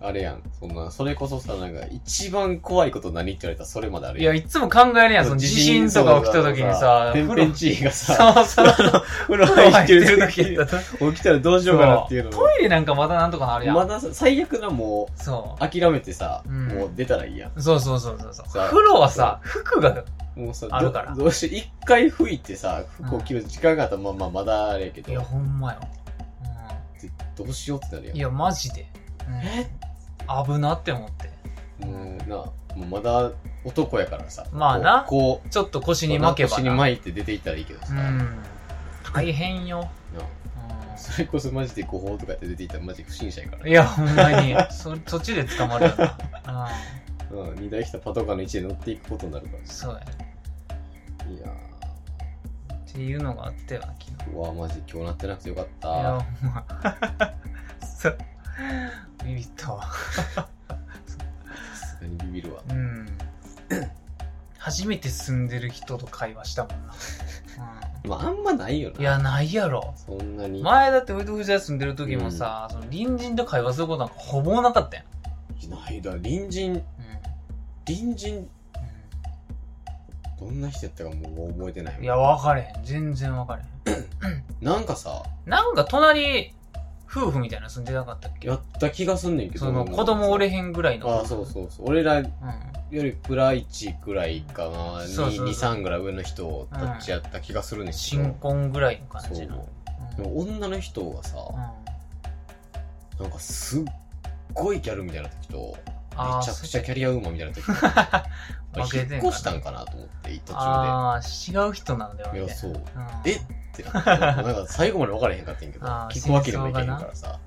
[SPEAKER 2] あれやん。そんな、それこそさ、なんか、一番怖いこと何って言われたらそれまであ
[SPEAKER 1] ん
[SPEAKER 2] る
[SPEAKER 1] いや、
[SPEAKER 2] ん。
[SPEAKER 1] いつも考えるやん、その地震とか起きた時にさ、
[SPEAKER 2] 天
[SPEAKER 1] 風呂
[SPEAKER 2] 変、地異がさ、
[SPEAKER 1] そうそうそう、
[SPEAKER 2] 風
[SPEAKER 1] 風呂
[SPEAKER 2] 呂
[SPEAKER 1] 入
[SPEAKER 2] 入
[SPEAKER 1] っ
[SPEAKER 2] ってて
[SPEAKER 1] る
[SPEAKER 2] る
[SPEAKER 1] 時
[SPEAKER 2] 時
[SPEAKER 1] やったら。
[SPEAKER 2] 起きたらどうしようかなっていうの
[SPEAKER 1] トイレなんかまだなんとかなるや
[SPEAKER 2] も。
[SPEAKER 1] ん。
[SPEAKER 2] まださ最悪なも、
[SPEAKER 1] そう
[SPEAKER 2] 諦めてさ、
[SPEAKER 1] うん
[SPEAKER 2] もう出たらいいやん。
[SPEAKER 1] う。そうそうそうそうそう。
[SPEAKER 2] さあ
[SPEAKER 1] 風呂はさ、服が、
[SPEAKER 2] もうさ、
[SPEAKER 1] あるから
[SPEAKER 2] どどうして、一回吹いてさ、服を着る時間があったら、まあまあ、まだあれやけ
[SPEAKER 1] いや、
[SPEAKER 2] ど、
[SPEAKER 1] ほんまよ。
[SPEAKER 2] でどうしようってなるや
[SPEAKER 1] うんん、い。や、マジで。うん、危なって思って。
[SPEAKER 2] もうな、もうまだ男やからさ。
[SPEAKER 1] まあな
[SPEAKER 2] こう、こ
[SPEAKER 1] ちょっと腰
[SPEAKER 2] う
[SPEAKER 1] に巻けば
[SPEAKER 2] 腰に
[SPEAKER 1] な。
[SPEAKER 2] 巻いて出ていったらいいけど
[SPEAKER 1] う。
[SPEAKER 2] さ。なん
[SPEAKER 1] 大変よ。
[SPEAKER 2] それこそマジで誤報とかやって出ていったらマジ不審者やから
[SPEAKER 1] うん。い。や、ほんまに。 そ、そっちで捕ま るよな。うん。
[SPEAKER 2] うん、荷台来たパトカーの位置で乗っていくことになるから
[SPEAKER 1] そうやね
[SPEAKER 2] いや
[SPEAKER 1] っていうのがあったよな昨日
[SPEAKER 2] ー、うわ、マジ今日なってなくてよかっ
[SPEAKER 1] いや
[SPEAKER 2] た。
[SPEAKER 1] ほんま そうビビったわ
[SPEAKER 2] さすがにビビるわ。
[SPEAKER 1] うん 初めて住んでる人と会話したも んな、
[SPEAKER 2] まあ、あんまないよ
[SPEAKER 1] う
[SPEAKER 2] な。
[SPEAKER 1] ん、いやないやろ
[SPEAKER 2] そんなに。
[SPEAKER 1] 前だってウイトフジャ住んでる時もさ、その隣人と会話することなんかほぼなかったやん、
[SPEAKER 2] ないだ、隣人、隣人、どんな人やったかもう覚えてな
[SPEAKER 1] うん
[SPEAKER 2] いもん
[SPEAKER 1] いや分かれへん全然分かれへん
[SPEAKER 2] なんかさ、
[SPEAKER 1] なんか隣夫婦みたいなの住んでなかったっけ
[SPEAKER 2] やった気がすんねんけど。
[SPEAKER 1] その子供おれへんぐらいの
[SPEAKER 2] ああ、そうそうそう。俺ら
[SPEAKER 1] うん
[SPEAKER 2] よりプライチくらいかな、
[SPEAKER 1] そうそうそう
[SPEAKER 2] 23ぐらい上の人たちやった気がするんですけど、
[SPEAKER 1] 新婚ぐらいの感
[SPEAKER 2] そう
[SPEAKER 1] じの
[SPEAKER 2] で
[SPEAKER 1] うん
[SPEAKER 2] も女の人がさ、
[SPEAKER 1] うん
[SPEAKER 2] なんかすっごいギャルみたいな時とめ
[SPEAKER 1] あー
[SPEAKER 2] ちゃくちゃキャリアウーマンみたいな時 と
[SPEAKER 1] 負けてん
[SPEAKER 2] 引っ
[SPEAKER 1] かな
[SPEAKER 2] 越したんかなと思って途中
[SPEAKER 1] ああー違う人なんだよ
[SPEAKER 2] でい
[SPEAKER 1] ね
[SPEAKER 2] やそうっ
[SPEAKER 1] うん
[SPEAKER 2] えてなってなんか最後まで分からへんかったんやけど
[SPEAKER 1] あー
[SPEAKER 2] 聞くわけにもいけへんからさ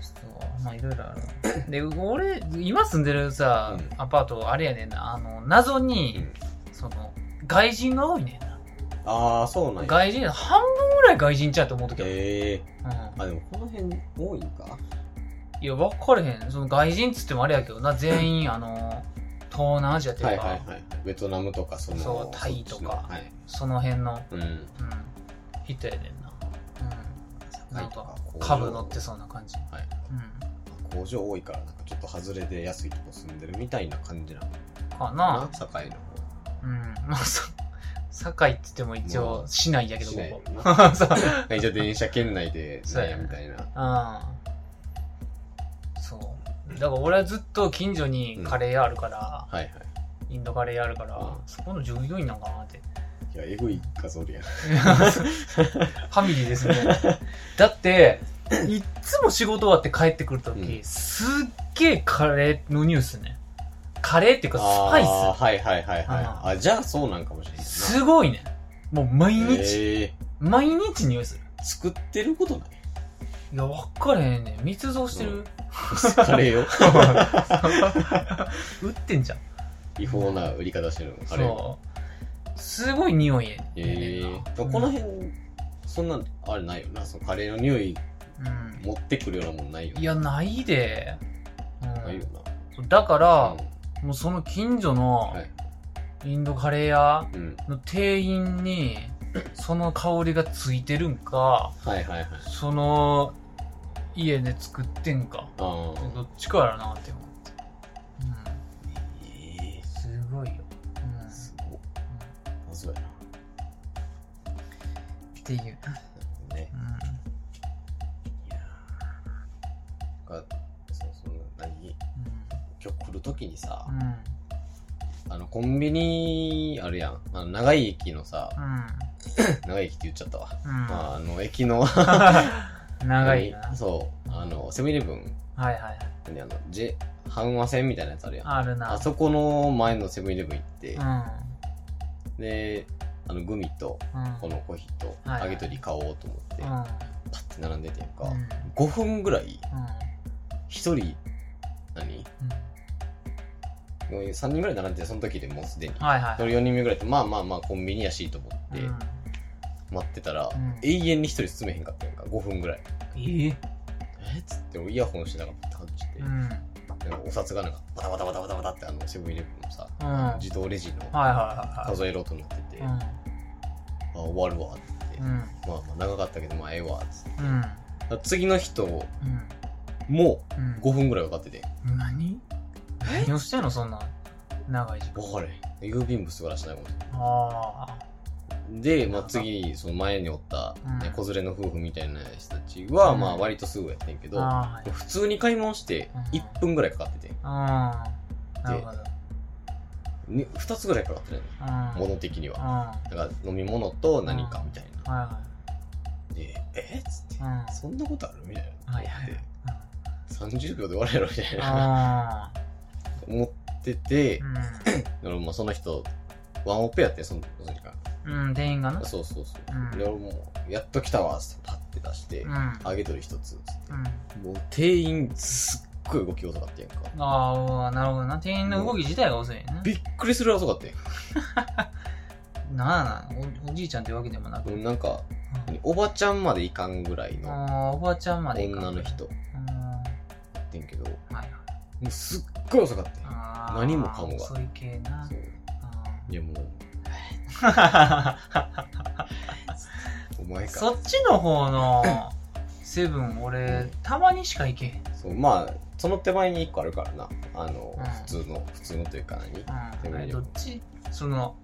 [SPEAKER 1] そうまあいろいろあるで俺今住んでるさ、
[SPEAKER 2] う
[SPEAKER 1] アパートあれやねんなあの謎に、
[SPEAKER 2] うん
[SPEAKER 1] その外人が多いねんな
[SPEAKER 2] ああそうなんや
[SPEAKER 1] 外人半分ぐらい外人ちゃうと思う時ある、
[SPEAKER 2] え
[SPEAKER 1] うん
[SPEAKER 2] ー、あでもこの辺多いんか
[SPEAKER 1] いや分かれへんその外人っつってもあれやけどな全 員あの東南アジアって
[SPEAKER 2] はいいう
[SPEAKER 1] か、
[SPEAKER 2] はいはいベトナムとかその
[SPEAKER 1] そうタイとか
[SPEAKER 2] そっちのはい
[SPEAKER 1] その辺の、
[SPEAKER 2] うん
[SPEAKER 1] うん、ヒットやねんな。うん。なんか、株
[SPEAKER 2] 株
[SPEAKER 1] 乗ってそうな感じ。
[SPEAKER 2] はい
[SPEAKER 1] うん。
[SPEAKER 2] 工場多いからなんかちょっと外れで安いとこ住んでるみたいな感じなのか
[SPEAKER 1] か
[SPEAKER 2] な
[SPEAKER 1] な
[SPEAKER 2] 堺の
[SPEAKER 1] うん。まあ、さ、堺って言っても一応、市内やけど、
[SPEAKER 2] しないよ
[SPEAKER 1] こ
[SPEAKER 2] な
[SPEAKER 1] こ。 そう。
[SPEAKER 2] 方一応電車圏内で
[SPEAKER 1] そう
[SPEAKER 2] なん
[SPEAKER 1] や
[SPEAKER 2] や
[SPEAKER 1] な
[SPEAKER 2] みたいな
[SPEAKER 1] うん。そう。だから俺はずっと近所にカレー屋あるから、
[SPEAKER 2] はいはい
[SPEAKER 1] インドカレー屋あるから、
[SPEAKER 2] うん
[SPEAKER 1] そこの従業員なんかなって。
[SPEAKER 2] いやえぐい数おるや ん
[SPEAKER 1] ファミリーですね。だって、いっつも仕事終わって帰ってくるとき、
[SPEAKER 2] うん
[SPEAKER 1] すっげえカレーのニュースね。カレーっていうかスパイ
[SPEAKER 2] あーはいはいはいはい
[SPEAKER 1] うん
[SPEAKER 2] あじゃあそうなんかもしれないな
[SPEAKER 1] ス。すごいね。もう毎日、
[SPEAKER 2] え
[SPEAKER 1] 毎日ニュース。
[SPEAKER 2] ー作ってることない
[SPEAKER 1] いや、わかれへんねん。密造してる、
[SPEAKER 2] うんカレーを
[SPEAKER 1] 売ってんじゃん。
[SPEAKER 2] 違法な売り方してるのカレーを
[SPEAKER 1] そう。すごい匂いやねんな。
[SPEAKER 2] えーこの辺そんなあれないよなそのカレーの匂い
[SPEAKER 1] うん
[SPEAKER 2] 持ってくるようなもんないよ
[SPEAKER 1] いや、ないで。うん
[SPEAKER 2] ないよな
[SPEAKER 1] だから、
[SPEAKER 2] う
[SPEAKER 1] もうその近所
[SPEAKER 2] ん
[SPEAKER 1] の
[SPEAKER 2] はい
[SPEAKER 1] インドカレー屋
[SPEAKER 2] うん
[SPEAKER 1] の店員に、その香りがついてるんか、
[SPEAKER 2] はいはいはい
[SPEAKER 1] その家で作ってんか、
[SPEAKER 2] あー
[SPEAKER 1] どっちかやなって思って。
[SPEAKER 2] え
[SPEAKER 1] うん、すごいよ。うん、
[SPEAKER 2] ーすごい謎や
[SPEAKER 1] っていう。
[SPEAKER 2] な
[SPEAKER 1] う
[SPEAKER 2] ねいやーなんかそうそう何
[SPEAKER 1] ん
[SPEAKER 2] 今日来るときにさ、
[SPEAKER 1] うん。うん。
[SPEAKER 2] あのコンビニあるやんあの長井駅のさ
[SPEAKER 1] う
[SPEAKER 2] 長井駅って言っちゃったわ、
[SPEAKER 1] ん。うん。
[SPEAKER 2] まあ、あの駅の
[SPEAKER 1] 長いな。
[SPEAKER 2] そうあのセブンイレブン
[SPEAKER 1] はいはいはい。
[SPEAKER 2] 何あの J 阪和線みたいなやつあるやんあ
[SPEAKER 1] あるな。
[SPEAKER 2] そこの前のセブンイレブン行って
[SPEAKER 1] う、ん。
[SPEAKER 2] であのグミと
[SPEAKER 1] うん。
[SPEAKER 2] このコーヒーと
[SPEAKER 1] はいはい
[SPEAKER 2] 揚げ鳥買おうと思って、
[SPEAKER 1] うん。
[SPEAKER 2] パッて並んでてんか、
[SPEAKER 1] うん
[SPEAKER 2] 5分ぐらい
[SPEAKER 1] うん。
[SPEAKER 2] 一人何3人ぐらい並んでてその時でもうすでに
[SPEAKER 1] うん。はいはい。
[SPEAKER 2] それ4人目ぐらいでまあまあまあコンビニやしと思って
[SPEAKER 1] うん
[SPEAKER 2] 待ってたら、
[SPEAKER 1] ん
[SPEAKER 2] 永遠に一人進めへんかったやんか5分ぐらい
[SPEAKER 1] ええ
[SPEAKER 2] えっつって俺イヤホンしてながら外して、
[SPEAKER 1] うん。
[SPEAKER 2] でもお札がなんかバタバタバタバタバタってあのセブンイレブンのさ、
[SPEAKER 1] うん
[SPEAKER 2] 自動レジの
[SPEAKER 1] はいはいはいはい。
[SPEAKER 2] 数えろと思ってて、
[SPEAKER 1] う
[SPEAKER 2] あ
[SPEAKER 1] ん。
[SPEAKER 2] 終わるわって言って、
[SPEAKER 1] う
[SPEAKER 2] ま
[SPEAKER 1] ん。
[SPEAKER 2] あまあ長かったけどまあええわっつって
[SPEAKER 1] うん。
[SPEAKER 2] だから次の人
[SPEAKER 1] うん。
[SPEAKER 2] も
[SPEAKER 1] うん。
[SPEAKER 2] 5分ぐらい分かってて
[SPEAKER 1] 何何をしてんのそんな長い時間。
[SPEAKER 2] 分かれへん郵便物素晴らしないかもしれない
[SPEAKER 1] あ
[SPEAKER 2] で、まあ、次その前におった、
[SPEAKER 1] うん
[SPEAKER 2] ね子連れの夫婦みたいな人たちは、
[SPEAKER 1] うん
[SPEAKER 2] まあ割とすぐやってんけ
[SPEAKER 1] あ。
[SPEAKER 2] ど、
[SPEAKER 1] あ
[SPEAKER 2] 普通に買い物して
[SPEAKER 1] うん
[SPEAKER 2] 1分ぐらいかかってて、
[SPEAKER 1] あ。うん。なるほど。
[SPEAKER 2] に2つぐらいかかってない
[SPEAKER 1] うん。うん。
[SPEAKER 2] の、物的には。
[SPEAKER 1] は
[SPEAKER 2] だから飲み物と何かみたい
[SPEAKER 1] い
[SPEAKER 2] な。
[SPEAKER 1] は
[SPEAKER 2] で、えっつって
[SPEAKER 1] い。う、ん。
[SPEAKER 2] そんなことあるみたいな。
[SPEAKER 1] はいはい
[SPEAKER 2] で30秒で終わるやろみたい
[SPEAKER 1] あ
[SPEAKER 2] な。
[SPEAKER 1] あ。
[SPEAKER 2] 思ってて、だからまあその人、ワンオペやって、その時か
[SPEAKER 1] うん。うん、店員がな
[SPEAKER 2] ら。。そうそうそう
[SPEAKER 1] うん。
[SPEAKER 2] で、俺もう、やっと来たわ、つってパッて出して
[SPEAKER 1] うん。、うん。
[SPEAKER 2] 揚げ鳥一つ、つって。もう店員すっごい動き遅かったやんか。
[SPEAKER 1] ああ、なるほどな。店員の動き自体が遅いね。
[SPEAKER 2] びっくりする遅かったや
[SPEAKER 1] なあなあお、おじいちゃんってわけでもなく。
[SPEAKER 2] ん。なんか、
[SPEAKER 1] うん
[SPEAKER 2] おばちゃんまでいかんぐらいの
[SPEAKER 1] ああ、おばあちゃんまでいかん
[SPEAKER 2] 女の。人
[SPEAKER 1] うん。は
[SPEAKER 2] ってんけど、も
[SPEAKER 1] いはい。
[SPEAKER 2] うすっごい遅かったやん
[SPEAKER 1] あー
[SPEAKER 2] 何もかもが
[SPEAKER 1] 遅い系な
[SPEAKER 2] そう。いやもう、
[SPEAKER 1] あ
[SPEAKER 2] お前
[SPEAKER 1] ー
[SPEAKER 2] か。
[SPEAKER 1] そっちの方のセブン俺たまにしか行けへん、うん、
[SPEAKER 2] そうまあ、その手前に一個あるからな。あの、
[SPEAKER 1] うん
[SPEAKER 2] 普通の、普通のというか何セブン
[SPEAKER 1] あ
[SPEAKER 2] イレブ
[SPEAKER 1] れ
[SPEAKER 2] ン
[SPEAKER 1] どっちその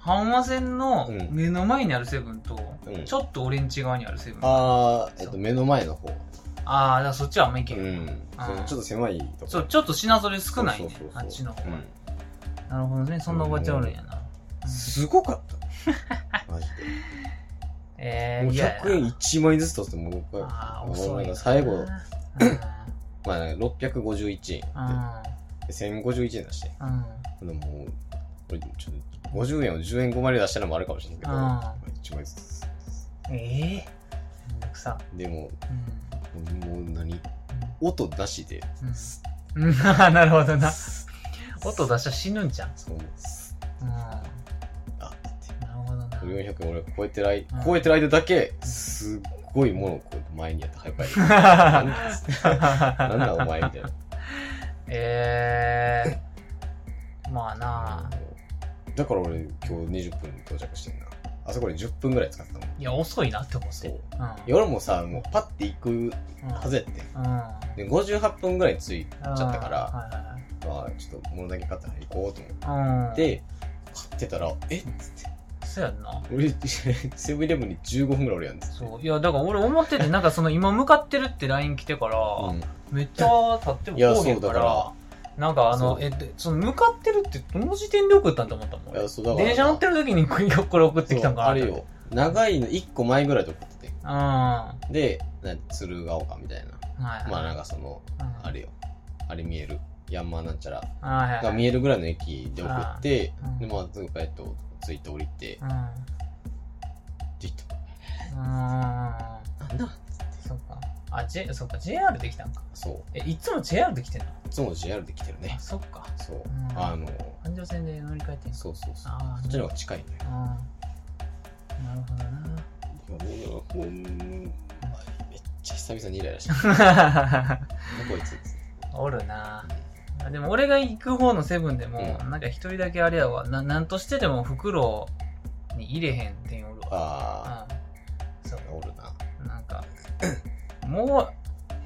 [SPEAKER 1] 阪和線の
[SPEAKER 2] うん
[SPEAKER 1] 目の前にあるセブンと、
[SPEAKER 2] うん
[SPEAKER 1] ちょっと俺んち側にあるセブンあ
[SPEAKER 2] あー、えっと、目の前の方。
[SPEAKER 1] あーだからそっちはあんま行けへ、
[SPEAKER 2] うんん。
[SPEAKER 1] あ
[SPEAKER 2] そ
[SPEAKER 1] ー
[SPEAKER 2] のちょっと狭いとこ。
[SPEAKER 1] そうちょっと品ぞれ少ないね
[SPEAKER 2] そうそうそうそう
[SPEAKER 1] あっちの方
[SPEAKER 2] う
[SPEAKER 1] が、
[SPEAKER 2] ん
[SPEAKER 1] なるほどねそんなおばちゃんおるんやな、うん
[SPEAKER 2] すごか った。マジで。
[SPEAKER 1] えー、
[SPEAKER 2] もう
[SPEAKER 1] いや
[SPEAKER 2] 100円1枚ずつ取ってもう僕は
[SPEAKER 1] ああ
[SPEAKER 2] もう
[SPEAKER 1] 遅い
[SPEAKER 2] なん
[SPEAKER 1] な
[SPEAKER 2] か最後
[SPEAKER 1] うん
[SPEAKER 2] まあ、651円で1051円出して
[SPEAKER 1] うんうん
[SPEAKER 2] でももう俺ちょっと50円を10円5枚で出したのもあるかもしれないけど、
[SPEAKER 1] うん
[SPEAKER 2] まあ1枚ずつ
[SPEAKER 1] ええめんどくさ
[SPEAKER 2] でも
[SPEAKER 1] うん
[SPEAKER 2] もう何音なしで
[SPEAKER 1] うんうん、 なるほどな。音出したら死ぬんじゃん。
[SPEAKER 2] そう
[SPEAKER 1] うん。な
[SPEAKER 2] あって
[SPEAKER 1] るほどな。
[SPEAKER 2] 400円俺超えてる間、
[SPEAKER 1] うん
[SPEAKER 2] 超えてる間だけすっごいものをこうやって前にやって早く 帰るなんだなんだお前みたいな
[SPEAKER 1] ええー。まあな
[SPEAKER 2] だから俺今日20分に到着してんなあそこで10分ぐらい使ってたもん
[SPEAKER 1] いや、遅いなって思って。
[SPEAKER 2] そう
[SPEAKER 1] うん。
[SPEAKER 2] 夜もさもうパッて行く
[SPEAKER 1] うん
[SPEAKER 2] はずやって
[SPEAKER 1] うん。ち
[SPEAKER 2] で58分ぐらい着いちゃったから
[SPEAKER 1] はいはいはい
[SPEAKER 2] まあちょっと物だけ買ったから行こうと思っ
[SPEAKER 1] うん。、
[SPEAKER 2] て買ってたら「えっ?」つって
[SPEAKER 1] そうやんな。
[SPEAKER 2] 俺 セブンイレブンに15分ぐらいおるやんっつって
[SPEAKER 1] そう。いや、だから俺思ってて、なんかその今向かってるって LINE 来てから、
[SPEAKER 2] うん
[SPEAKER 1] めっちゃ立っても
[SPEAKER 2] いや
[SPEAKER 1] こうへん
[SPEAKER 2] そう
[SPEAKER 1] か、
[SPEAKER 2] だから
[SPEAKER 1] なんかあ
[SPEAKER 2] そ
[SPEAKER 1] の
[SPEAKER 2] う、
[SPEAKER 1] えっと、その向かってるってどの時点で送ったんと思ったもん
[SPEAKER 2] いや
[SPEAKER 1] 俺。
[SPEAKER 2] そうだから
[SPEAKER 1] 電車乗ってる時にこれ送ってきたんかな
[SPEAKER 2] そうあれよ長いの1個前ぐらいで送ってて
[SPEAKER 1] うん。は
[SPEAKER 2] でな鶴岡みたいない
[SPEAKER 1] はい。
[SPEAKER 2] まあなんかその
[SPEAKER 1] うん
[SPEAKER 2] あれよあれ見える山なんちゃら
[SPEAKER 1] はいはいはい。
[SPEAKER 2] が見えるぐらいの駅で送って
[SPEAKER 1] うん
[SPEAKER 2] でまあすぐ帰って着いて降りて
[SPEAKER 1] うん。
[SPEAKER 2] って言った
[SPEAKER 1] うん。
[SPEAKER 2] なんだ
[SPEAKER 1] そっか。あ、J、そっか、JR できたんか。
[SPEAKER 2] そう
[SPEAKER 1] え、いつも JR できてんの
[SPEAKER 2] いつも JR で来てるね
[SPEAKER 1] あ、そっか。
[SPEAKER 2] そう
[SPEAKER 1] うん
[SPEAKER 2] あの
[SPEAKER 1] 環状線で乗り換えてんの
[SPEAKER 2] そうそうそう
[SPEAKER 1] あ
[SPEAKER 2] そっちの方が近いのよ
[SPEAKER 1] あーなるほどな。
[SPEAKER 2] いやもうほんまめっちゃ久々にイライラしたどこいつ
[SPEAKER 1] おるなあでも俺が行く方のセブンでも、
[SPEAKER 2] うん
[SPEAKER 1] なんか一人だけあれやわななんとしてでも袋に入れへん店おるわ
[SPEAKER 2] あ
[SPEAKER 1] うんそ
[SPEAKER 2] あおるな
[SPEAKER 1] うなんか もう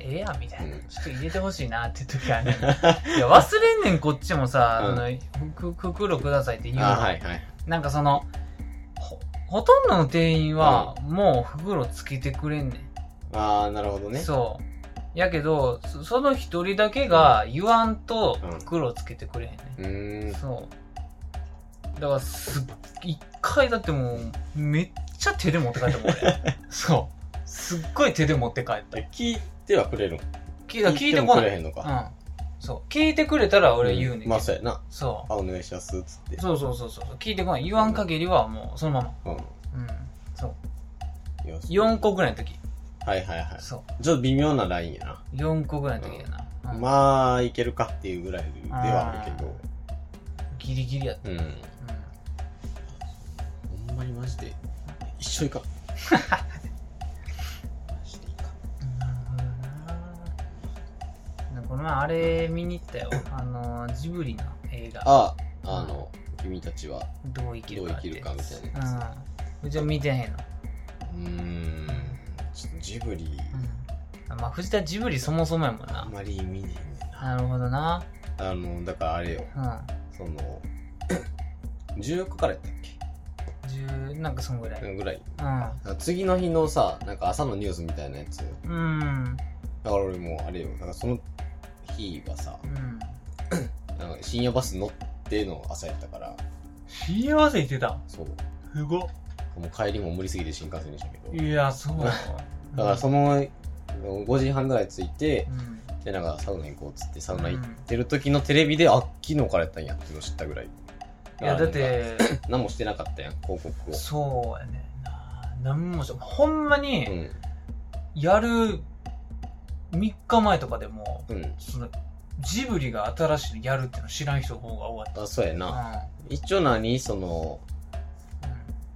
[SPEAKER 1] ええやんみたいな、
[SPEAKER 2] うん
[SPEAKER 1] ちょっと入れてほしいなって時は ねいや忘れんねんこっちもさ、
[SPEAKER 2] うん
[SPEAKER 1] あのふく袋くださいって言うの
[SPEAKER 2] あはいはい
[SPEAKER 1] なんかそのほほとんどの店員はもう袋つけてくれんねん
[SPEAKER 2] ああなるほどね
[SPEAKER 1] そう。やけど、そその一人だけが言わんと
[SPEAKER 2] うん
[SPEAKER 1] 袋をつけてくれへんね。
[SPEAKER 2] うーん
[SPEAKER 1] そう。だからすっ、一回だってもう、めっちゃ手で持って帰ったもん、俺。 そう。すっごい手で持って帰った。
[SPEAKER 2] 聞いてはくれるの
[SPEAKER 1] 聞いた聞いてこ
[SPEAKER 2] もく
[SPEAKER 1] な
[SPEAKER 2] れ
[SPEAKER 1] い。
[SPEAKER 2] へんの
[SPEAKER 1] う
[SPEAKER 2] か
[SPEAKER 1] ん。そう。聞いてくれたら俺言うねんけど、
[SPEAKER 2] んまあそうやな
[SPEAKER 1] そ
[SPEAKER 2] あお願いしますっつって
[SPEAKER 1] う。そうそうそうそう。聞いてこない。言わん限りはもう、そのま
[SPEAKER 2] うん
[SPEAKER 1] ま。うん。そう。
[SPEAKER 2] いやそう
[SPEAKER 1] 4個ぐらいの時。
[SPEAKER 2] はいはいはい
[SPEAKER 1] そう。
[SPEAKER 2] ちょっと微妙なラインやな
[SPEAKER 1] 4個ぐらいの時だな。うん
[SPEAKER 2] まあいけるかっていうぐらいではあるけど
[SPEAKER 1] ギリギリやった。
[SPEAKER 2] うん
[SPEAKER 1] うん
[SPEAKER 2] ほんまにマジで一緒いかん マジでいかん
[SPEAKER 1] なるほどなこの前あれ見に行ったよあのジブリの映画
[SPEAKER 2] ああの君たちは
[SPEAKER 1] どう生きるかって
[SPEAKER 2] どう生きるかみたいな
[SPEAKER 1] なうんうちは見てへんの、
[SPEAKER 2] うーんちょっとジブリ
[SPEAKER 1] うん、まあ藤田ジブリそもそもやもん
[SPEAKER 2] あ
[SPEAKER 1] なん
[SPEAKER 2] まり見ねえねんな
[SPEAKER 1] なるほどな
[SPEAKER 2] あのだからあれよ
[SPEAKER 1] う
[SPEAKER 2] その 19からやったっ
[SPEAKER 1] ん十なんかそんぐらい
[SPEAKER 2] けぐらい
[SPEAKER 1] うん
[SPEAKER 2] 次の日のさなんか朝のニュースみたいなやつだか
[SPEAKER 1] うん
[SPEAKER 2] ら俺もうあれよなんかその日はさ
[SPEAKER 1] うん
[SPEAKER 2] なんか深夜バス乗っての朝やったから
[SPEAKER 1] 幸せ言ってた
[SPEAKER 2] そう
[SPEAKER 1] すごっ
[SPEAKER 2] もう帰りも無理すぎて新幹線でしたけど
[SPEAKER 1] いやそうだ
[SPEAKER 2] だからその5時半ぐらい着いて
[SPEAKER 1] うん
[SPEAKER 2] でなんかサウナ行こうっつってサウナ行ってる時のテレビであ昨日からやったんやっていうの知ったぐらい
[SPEAKER 1] いやだっ
[SPEAKER 2] なんか
[SPEAKER 1] て
[SPEAKER 2] 何もしてなかったやん広告を
[SPEAKER 1] そうやねんな何もしほんまに、
[SPEAKER 2] うん
[SPEAKER 1] やる3日前とかでも、
[SPEAKER 2] うん
[SPEAKER 1] そのジブリが新しいのやるっていうの知らん人の方が多かっ
[SPEAKER 2] あそうや
[SPEAKER 1] た。
[SPEAKER 2] な一応何その